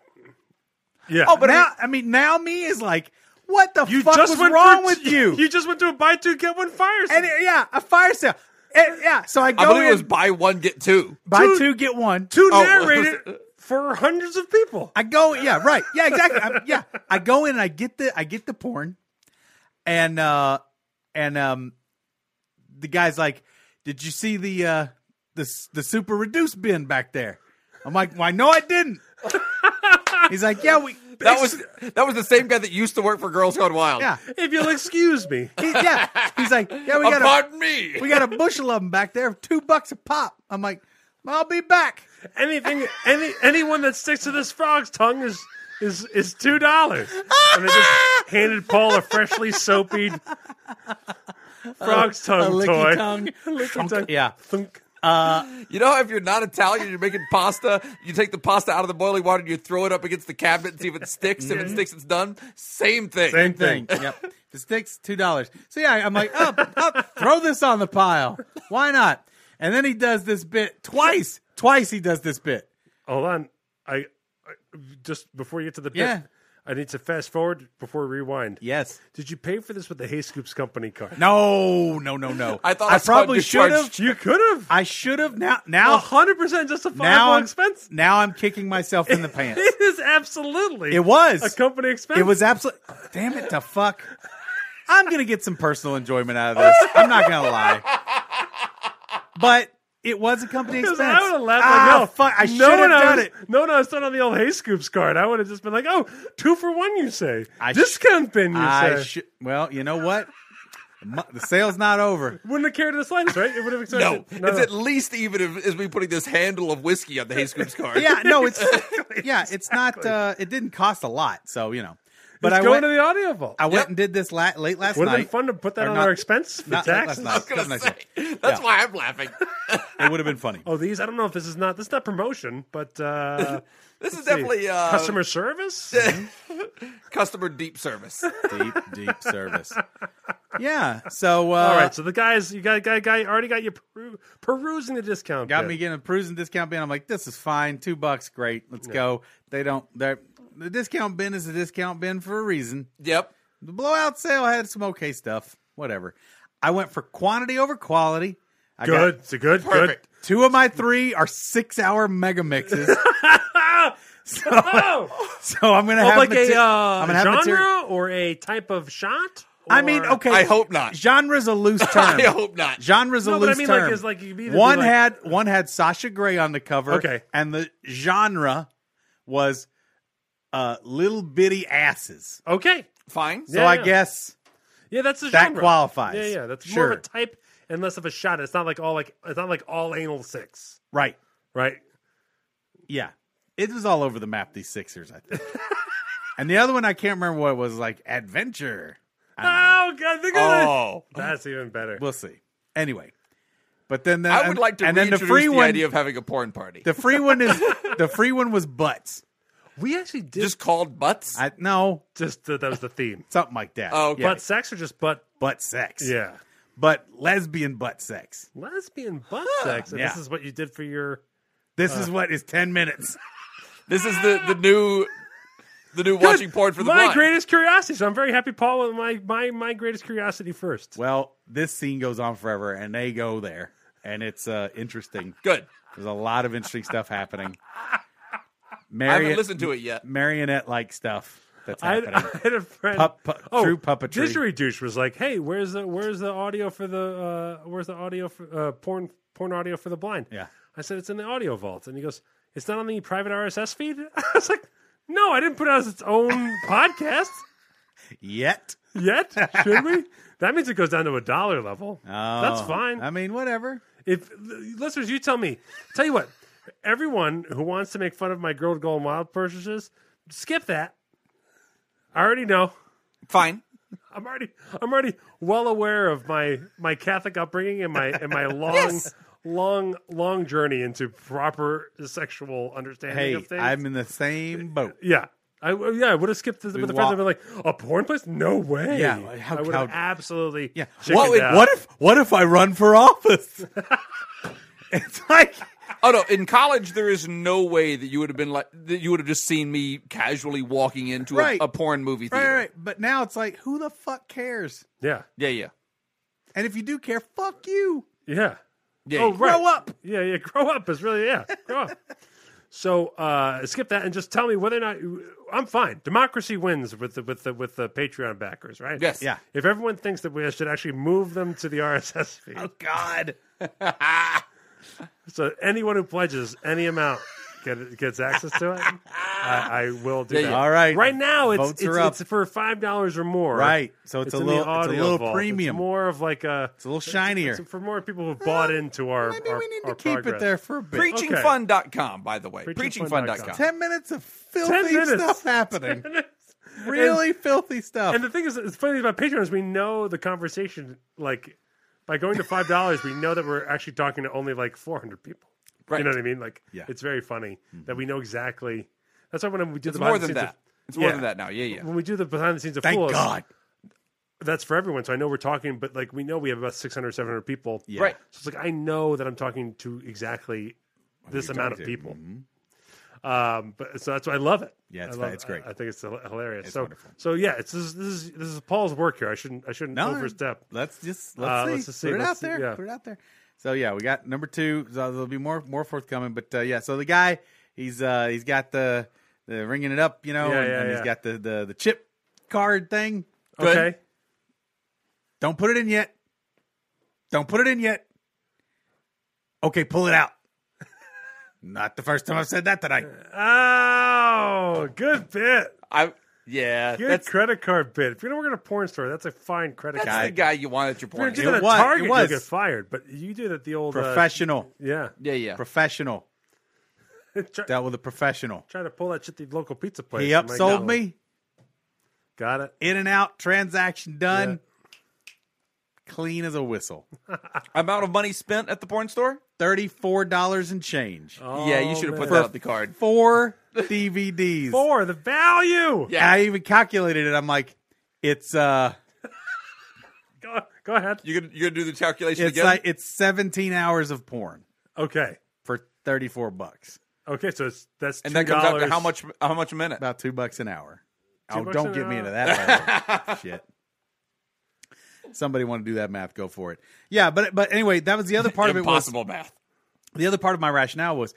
[SPEAKER 1] Yeah.
[SPEAKER 2] Oh, but now I mean, now me is like, what the
[SPEAKER 1] you
[SPEAKER 2] fuck
[SPEAKER 1] just
[SPEAKER 2] was
[SPEAKER 1] went
[SPEAKER 2] wrong
[SPEAKER 1] for- *laughs*
[SPEAKER 2] with you?
[SPEAKER 1] You just went to a buy two get one fire. sale.
[SPEAKER 2] and it- yeah, a fire sale. And, yeah, so I go
[SPEAKER 3] I believe
[SPEAKER 2] in,
[SPEAKER 3] it was buy one get two.
[SPEAKER 2] buy
[SPEAKER 1] two-
[SPEAKER 2] two get one.
[SPEAKER 1] to
[SPEAKER 3] Oh,
[SPEAKER 1] narrate
[SPEAKER 3] was
[SPEAKER 1] *laughs* it for hundreds of people.
[SPEAKER 2] I go, yeah, right, yeah, exactly, I, yeah. I go in and I get the I get the porn, and uh and um the guy's like, "Did you see the uh the s- the super reduced bin back there?" I'm like, "Why no, I didn't." He's like, "Yeah, we
[SPEAKER 3] That was that was the same guy that used to work for Girls Gone Wild.
[SPEAKER 2] yeah,
[SPEAKER 1] If you'll excuse me,
[SPEAKER 2] he, yeah." He's like, "Yeah, we
[SPEAKER 3] Uh,
[SPEAKER 2] got a
[SPEAKER 3] pardon me.
[SPEAKER 2] we got a bushel of them back there, two bucks a pop." I'm like, "I'll be back."
[SPEAKER 1] anything, any anyone that sticks to this frog's tongue is is is two dollars. And they *laughs* just handed Paul a freshly soapy frog's
[SPEAKER 2] A
[SPEAKER 1] tongue
[SPEAKER 2] licky
[SPEAKER 1] Oh, toy.
[SPEAKER 2] tongue.
[SPEAKER 1] Licky tongue.
[SPEAKER 2] Yeah.
[SPEAKER 1] Thunk.
[SPEAKER 3] You know, if you're not Italian, you're making pasta. You take the pasta out of the boiling water and you throw it up against the cabinet and see if it sticks. If it
[SPEAKER 2] Mm-hmm.
[SPEAKER 3] sticks, it's done. Same thing.
[SPEAKER 1] Same
[SPEAKER 2] thing.
[SPEAKER 1] thing.
[SPEAKER 2] yep. The sticks, two dollars. So yeah, I'm like, up, up, throw this on the pile. Why not? And then he does this bit twice. Twice he does this bit.
[SPEAKER 1] Hold on. I, I just before you get to the pit,
[SPEAKER 2] Yeah.
[SPEAKER 1] I need to fast forward before we rewind.
[SPEAKER 2] Yes.
[SPEAKER 1] Did you pay for this with the Hay Scoops Company card?
[SPEAKER 2] No, no, no, no.
[SPEAKER 3] I thought I
[SPEAKER 2] I
[SPEAKER 3] saw
[SPEAKER 2] probably
[SPEAKER 3] you
[SPEAKER 2] should have.
[SPEAKER 3] charged-
[SPEAKER 1] You could have.
[SPEAKER 2] I should have now. Now,
[SPEAKER 1] hundred percent justifiable
[SPEAKER 2] now I'm
[SPEAKER 1] Oh, expense.
[SPEAKER 2] now I'm kicking myself in the pants.
[SPEAKER 1] *laughs* It is absolutely.
[SPEAKER 2] It was
[SPEAKER 1] a company expense.
[SPEAKER 2] It was absolute. Damn it to fuck. I'm gonna get some personal enjoyment out of this. I'm not gonna lie, but it was a
[SPEAKER 1] *laughs*
[SPEAKER 2] company expense.
[SPEAKER 1] I would have laughed like,
[SPEAKER 2] ah,
[SPEAKER 1] no,
[SPEAKER 2] fuck! I
[SPEAKER 1] no,
[SPEAKER 2] should have
[SPEAKER 1] when I
[SPEAKER 2] done
[SPEAKER 1] was-
[SPEAKER 2] it.
[SPEAKER 1] No, no, I was done on the old Hay Scoops card. I would have just been like, oh, two for one, you say.
[SPEAKER 2] I sh-
[SPEAKER 1] Discount bin, you
[SPEAKER 2] I
[SPEAKER 1] say.
[SPEAKER 2] should. Well, you know what? The mo- The sale's not over.
[SPEAKER 1] Wouldn't have cared the slightest, right? It would have
[SPEAKER 3] No,
[SPEAKER 1] accepted.
[SPEAKER 3] it's at least even if, as me putting this handle of whiskey on the
[SPEAKER 2] *laughs*
[SPEAKER 3] Hay Scoops card.
[SPEAKER 2] Yeah, no, it's yeah, it's not. Uh, it didn't cost a lot, so you know. But
[SPEAKER 1] It's
[SPEAKER 2] I
[SPEAKER 1] going
[SPEAKER 2] went.
[SPEAKER 1] to the audio vault.
[SPEAKER 2] I went and did this la- late last
[SPEAKER 1] Would have been
[SPEAKER 2] night.
[SPEAKER 1] fun to put that
[SPEAKER 2] Or
[SPEAKER 1] on
[SPEAKER 2] not-
[SPEAKER 1] our expense for
[SPEAKER 2] not- not last
[SPEAKER 1] taxes. *laughs*
[SPEAKER 2] night.
[SPEAKER 3] I was gonna
[SPEAKER 2] That's
[SPEAKER 3] say.
[SPEAKER 2] nice.
[SPEAKER 3] *laughs* That's
[SPEAKER 2] Yeah.
[SPEAKER 3] why I'm laughing.
[SPEAKER 2] It would have been funny.
[SPEAKER 1] Oh, these? I don't know if this is not this is not promotion, but
[SPEAKER 2] *laughs*
[SPEAKER 1] uh,
[SPEAKER 3] This is definitely uh, customer
[SPEAKER 1] customer service.
[SPEAKER 3] customer deep service.
[SPEAKER 2] Deep, deep service. Yeah. So uh,
[SPEAKER 1] All right, so the guys, you got guy guy already got you peru- perusing the discount.
[SPEAKER 2] got
[SPEAKER 1] bit.
[SPEAKER 2] me getting a cruising discount bin. I'm like, this is fine. Two bucks, great. Let's go. They don't. They're, the discount bin is a discount bin for a reason.
[SPEAKER 3] Yep.
[SPEAKER 2] The blowout sale had some okay stuff. Whatever. I went for quantity over quality. I got
[SPEAKER 1] good. It's a good,
[SPEAKER 3] Perfect.
[SPEAKER 2] Two of my three are six hour mega
[SPEAKER 1] *laughs*
[SPEAKER 2] mixes.
[SPEAKER 1] good. Ah, Oh!
[SPEAKER 2] so I'm gonna
[SPEAKER 1] Of
[SPEAKER 2] have
[SPEAKER 1] like
[SPEAKER 2] materi-
[SPEAKER 1] a uh,
[SPEAKER 2] I'm gonna have
[SPEAKER 1] genre
[SPEAKER 2] materi-
[SPEAKER 1] or a type of shot.
[SPEAKER 2] I mean,
[SPEAKER 1] Or-
[SPEAKER 2] okay.
[SPEAKER 3] I hope not.
[SPEAKER 2] Genre's a loose term.
[SPEAKER 3] *laughs* I hope not.
[SPEAKER 2] Genre's a
[SPEAKER 1] No,
[SPEAKER 2] loose
[SPEAKER 1] but I mean, like,
[SPEAKER 2] term.
[SPEAKER 1] it's like you could either
[SPEAKER 2] one
[SPEAKER 1] be like-
[SPEAKER 2] had one had Sasha Grey on the cover.
[SPEAKER 1] Okay.
[SPEAKER 2] and the genre was uh, little bitty asses.
[SPEAKER 1] okay,
[SPEAKER 3] Fine.
[SPEAKER 2] So
[SPEAKER 1] Yeah,
[SPEAKER 2] I
[SPEAKER 1] yeah.
[SPEAKER 2] guess
[SPEAKER 1] yeah, that's a
[SPEAKER 2] That
[SPEAKER 1] genre.
[SPEAKER 2] qualifies.
[SPEAKER 1] Yeah, yeah, that's more
[SPEAKER 2] Sure.
[SPEAKER 1] of a type and less of a shot. It's not like all like it's not like all anal six,
[SPEAKER 2] right.
[SPEAKER 1] right?
[SPEAKER 2] Yeah, it was all over the map. These Sixers, I think. *laughs* and the other one I can't remember what it was like adventure. I don't know.
[SPEAKER 1] Oh god, they're gonna.
[SPEAKER 3] Oh.
[SPEAKER 1] That's even better.
[SPEAKER 2] We'll see. Anyway, but then the,
[SPEAKER 3] I would like to
[SPEAKER 2] and then
[SPEAKER 3] reintroduce
[SPEAKER 2] the free one.
[SPEAKER 3] idea of having a porn party.
[SPEAKER 2] the free one is the free one was butts.
[SPEAKER 1] we actually did
[SPEAKER 3] Just
[SPEAKER 1] just,
[SPEAKER 3] called butts.
[SPEAKER 2] I no
[SPEAKER 1] that that was the theme.
[SPEAKER 2] something like that.
[SPEAKER 3] Oh, okay.
[SPEAKER 2] Yeah,
[SPEAKER 1] Butt sex or just butt?
[SPEAKER 2] butt sex.
[SPEAKER 1] Yeah,
[SPEAKER 2] but lesbian butt sex.
[SPEAKER 1] lesbian butt sex. And This
[SPEAKER 2] Yeah.
[SPEAKER 1] is what you did for your.
[SPEAKER 2] This
[SPEAKER 3] Uh.
[SPEAKER 2] is what is ten minutes.
[SPEAKER 3] This is the the new the new watching porn for the
[SPEAKER 1] my
[SPEAKER 3] blind.
[SPEAKER 1] greatest curiosity. So I'm very happy, Paul. With my my my greatest curiosity first.
[SPEAKER 2] Well, this scene goes on forever, and they go there, and it's uh, interesting.
[SPEAKER 3] Good.
[SPEAKER 2] There's a lot of interesting stuff happening.
[SPEAKER 3] I
[SPEAKER 2] Marionette,
[SPEAKER 3] haven't listened to it yet.
[SPEAKER 2] marionette like stuff that's
[SPEAKER 1] I, *laughs* Oh,
[SPEAKER 2] happening.
[SPEAKER 1] I had a friend.
[SPEAKER 2] Pup- pu- true puppetry.
[SPEAKER 1] Didgeridoo douche was like, "Hey, where's the where's the audio for the uh, where's the audio for uh, porn porn audio for the blind?"
[SPEAKER 2] Yeah.
[SPEAKER 1] I said it's in the audio vault, and he goes, it's not on the private RSS feed. *laughs* I was like, no, I didn't put it as its
[SPEAKER 2] *laughs*
[SPEAKER 1] own podcast
[SPEAKER 2] Yet.
[SPEAKER 1] yet. Should we? That means it goes down to a dollar level. That's
[SPEAKER 2] Oh,
[SPEAKER 1] fine.
[SPEAKER 2] I mean, whatever.
[SPEAKER 1] If listeners, you tell me. Tell you what, everyone who wants to make fun of my grilled golden wild purchases, skip that. I already know.
[SPEAKER 3] Fine.
[SPEAKER 1] I'm already I'm already well aware of my my Catholic upbringing and my and my long
[SPEAKER 3] Yes.
[SPEAKER 1] long long journey into proper sexual understanding
[SPEAKER 2] Hey,
[SPEAKER 1] of things.
[SPEAKER 2] I'm in the same boat.
[SPEAKER 1] yeah. I, yeah, I would have skipped this with the friends. I've been like, a porn place? No way.
[SPEAKER 2] Yeah, how-
[SPEAKER 1] I would
[SPEAKER 2] how-
[SPEAKER 1] have absolutely.
[SPEAKER 2] Yeah.
[SPEAKER 1] chickened
[SPEAKER 3] What would-
[SPEAKER 1] out.
[SPEAKER 2] What if what if I run for
[SPEAKER 1] *laughs*
[SPEAKER 2] office? it's like
[SPEAKER 3] Oh no! In college, there is no way that you would have been like that. You would have just seen me casually walking into
[SPEAKER 2] Right.
[SPEAKER 3] a, a porn movie
[SPEAKER 2] right,
[SPEAKER 3] theater.
[SPEAKER 2] right, right. But now it's like who the fuck cares?
[SPEAKER 1] Yeah,
[SPEAKER 3] Yeah, yeah,
[SPEAKER 2] And if you do care, fuck you.
[SPEAKER 1] yeah.
[SPEAKER 3] yeah.
[SPEAKER 1] Oh,
[SPEAKER 3] yeah.
[SPEAKER 1] right.
[SPEAKER 2] Grow up.
[SPEAKER 1] Yeah, yeah, *laughs* grow up is really yeah, grow up. So uh, skip that and just tell me whether or not I'm fine. Democracy wins with the with the with the Patreon backers, right?
[SPEAKER 3] Yes.
[SPEAKER 2] Yeah.
[SPEAKER 1] If everyone thinks that we should actually move them to the RSS feed,
[SPEAKER 2] Oh, God.
[SPEAKER 1] so anyone who pledges any amount get, gets access to it, I, I will do
[SPEAKER 3] Yeah,
[SPEAKER 1] that.
[SPEAKER 3] yeah.
[SPEAKER 2] All right.
[SPEAKER 1] Right now, it's
[SPEAKER 2] Votes
[SPEAKER 1] it's,
[SPEAKER 2] are up.
[SPEAKER 1] it's for five dollars or more.
[SPEAKER 2] Right. So it's, a
[SPEAKER 1] in the
[SPEAKER 2] little it's a
[SPEAKER 1] audio
[SPEAKER 2] little
[SPEAKER 1] vault. It's
[SPEAKER 2] premium. It's,
[SPEAKER 1] more of like a
[SPEAKER 2] a little shinier.
[SPEAKER 1] for more people who bought into our.
[SPEAKER 2] Maybe
[SPEAKER 1] our-
[SPEAKER 2] we need
[SPEAKER 1] our
[SPEAKER 2] to keep it
[SPEAKER 1] progress.
[SPEAKER 2] there for a bit.
[SPEAKER 3] Preachingfun.com, by the way.
[SPEAKER 1] Preachingfun.com.
[SPEAKER 3] Preachingfun.com.
[SPEAKER 2] Ten minutes of filthy
[SPEAKER 1] minutes. *laughs*
[SPEAKER 2] stuff happening. really filthy stuff.
[SPEAKER 1] And the thing is, it's funny about Patreon is we know the conversation. Like by going to five dollars, we know that we're actually talking to only like four hundred people.
[SPEAKER 3] Right. Mm-hmm.
[SPEAKER 1] You know what I mean? Like,
[SPEAKER 2] Yeah.
[SPEAKER 1] it's very funny that we know exactly. That's why when we do
[SPEAKER 3] It's
[SPEAKER 1] the
[SPEAKER 3] more
[SPEAKER 1] behind the
[SPEAKER 3] than
[SPEAKER 1] scenes
[SPEAKER 3] that.
[SPEAKER 1] of-
[SPEAKER 3] It's more
[SPEAKER 1] Yeah.
[SPEAKER 3] than that now. Yeah, yeah.
[SPEAKER 1] when we do the behind the scenes of
[SPEAKER 2] Thank
[SPEAKER 1] Fools,
[SPEAKER 2] God.
[SPEAKER 1] that's for everyone. So I know we're talking, but like we know we have about 600, 700 people.
[SPEAKER 2] Yeah.
[SPEAKER 3] Right.
[SPEAKER 1] So it's like I know that I'm talking to exactly this amount of
[SPEAKER 2] talking to? Mm-hmm.
[SPEAKER 1] people. Um, but so that's why I love it.
[SPEAKER 2] Yeah, it's
[SPEAKER 1] I
[SPEAKER 2] fa-
[SPEAKER 1] love-
[SPEAKER 2] it's great.
[SPEAKER 1] I, I think it's hil- hilarious.
[SPEAKER 2] It's
[SPEAKER 1] so
[SPEAKER 2] wonderful.
[SPEAKER 1] so yeah, it's this is, this is this is Paul's work here. I shouldn't I shouldn't
[SPEAKER 2] No,
[SPEAKER 1] overstep.
[SPEAKER 2] Let's just
[SPEAKER 1] Uh,
[SPEAKER 2] let's, see.
[SPEAKER 1] let's just see.
[SPEAKER 2] Put it
[SPEAKER 1] Let's
[SPEAKER 2] out
[SPEAKER 1] see.
[SPEAKER 2] there.
[SPEAKER 1] Yeah.
[SPEAKER 2] Put it out there. So yeah, we got number two. So there'll be more more forthcoming. But uh, yeah, so the guy he's uh he's got the the ringing it up, you know,
[SPEAKER 1] Yeah,
[SPEAKER 2] and,
[SPEAKER 1] yeah,
[SPEAKER 2] and
[SPEAKER 1] yeah.
[SPEAKER 2] he's got the, the the chip card thing.
[SPEAKER 3] Good.
[SPEAKER 1] Okay.
[SPEAKER 2] Don't put it in yet. Don't put it in yet. Okay, pull it out. *laughs* Not the first time I've said that tonight.
[SPEAKER 1] Uh, Oh, good bit.
[SPEAKER 3] I, yeah.
[SPEAKER 1] Good
[SPEAKER 3] That's,
[SPEAKER 1] credit card bit. If you're gonna work at a porn store, that's a fine credit
[SPEAKER 3] that's
[SPEAKER 1] card.
[SPEAKER 3] the guy you want at your
[SPEAKER 1] If you're
[SPEAKER 3] porn.
[SPEAKER 1] gonna do
[SPEAKER 2] It
[SPEAKER 1] that at
[SPEAKER 2] was- it
[SPEAKER 1] Target,
[SPEAKER 2] was.
[SPEAKER 1] you'll get fired. But you do that the old uh,
[SPEAKER 2] Professional.
[SPEAKER 1] yeah. *laughs*
[SPEAKER 3] Yeah, yeah.
[SPEAKER 2] Professional.
[SPEAKER 1] Try-
[SPEAKER 2] Dealt with a professional.
[SPEAKER 1] Try to pull that shit the local pizza place.
[SPEAKER 2] He
[SPEAKER 1] You might
[SPEAKER 2] upsold
[SPEAKER 1] go,
[SPEAKER 2] me.
[SPEAKER 1] Got it.
[SPEAKER 2] In and out. Transaction done.
[SPEAKER 1] Yeah.
[SPEAKER 2] Clean as a whistle.
[SPEAKER 3] Amount of money spent at the porn store?
[SPEAKER 2] Thirty-four dollars and change.
[SPEAKER 1] Oh.
[SPEAKER 3] yeah, you should have put
[SPEAKER 1] man.
[SPEAKER 3] that on the
[SPEAKER 1] *laughs*
[SPEAKER 3] card.
[SPEAKER 2] Four DVDs.
[SPEAKER 1] Four, the value.
[SPEAKER 3] Yeah.
[SPEAKER 2] I even calculated it. I'm like, it's uh,
[SPEAKER 1] Go, go ahead.
[SPEAKER 3] You're going you're gonna do the calculation
[SPEAKER 2] it's
[SPEAKER 3] again?
[SPEAKER 2] like it's 17 hours of porn
[SPEAKER 1] Okay.
[SPEAKER 2] for 34 bucks,
[SPEAKER 1] Okay, so it's that's
[SPEAKER 3] and that
[SPEAKER 1] $2.
[SPEAKER 3] comes out to how much, how much a minute?
[SPEAKER 2] about two bucks an hour. oh,
[SPEAKER 1] bucks
[SPEAKER 2] don't
[SPEAKER 1] an
[SPEAKER 2] get me
[SPEAKER 1] hour.
[SPEAKER 2] into that
[SPEAKER 1] *laughs*
[SPEAKER 2] level. shit. Somebody want to do that math? Go for it. Yeah, but but anyway, that was the other part of it. Was
[SPEAKER 3] Impossible math.
[SPEAKER 2] the other part of my rationale was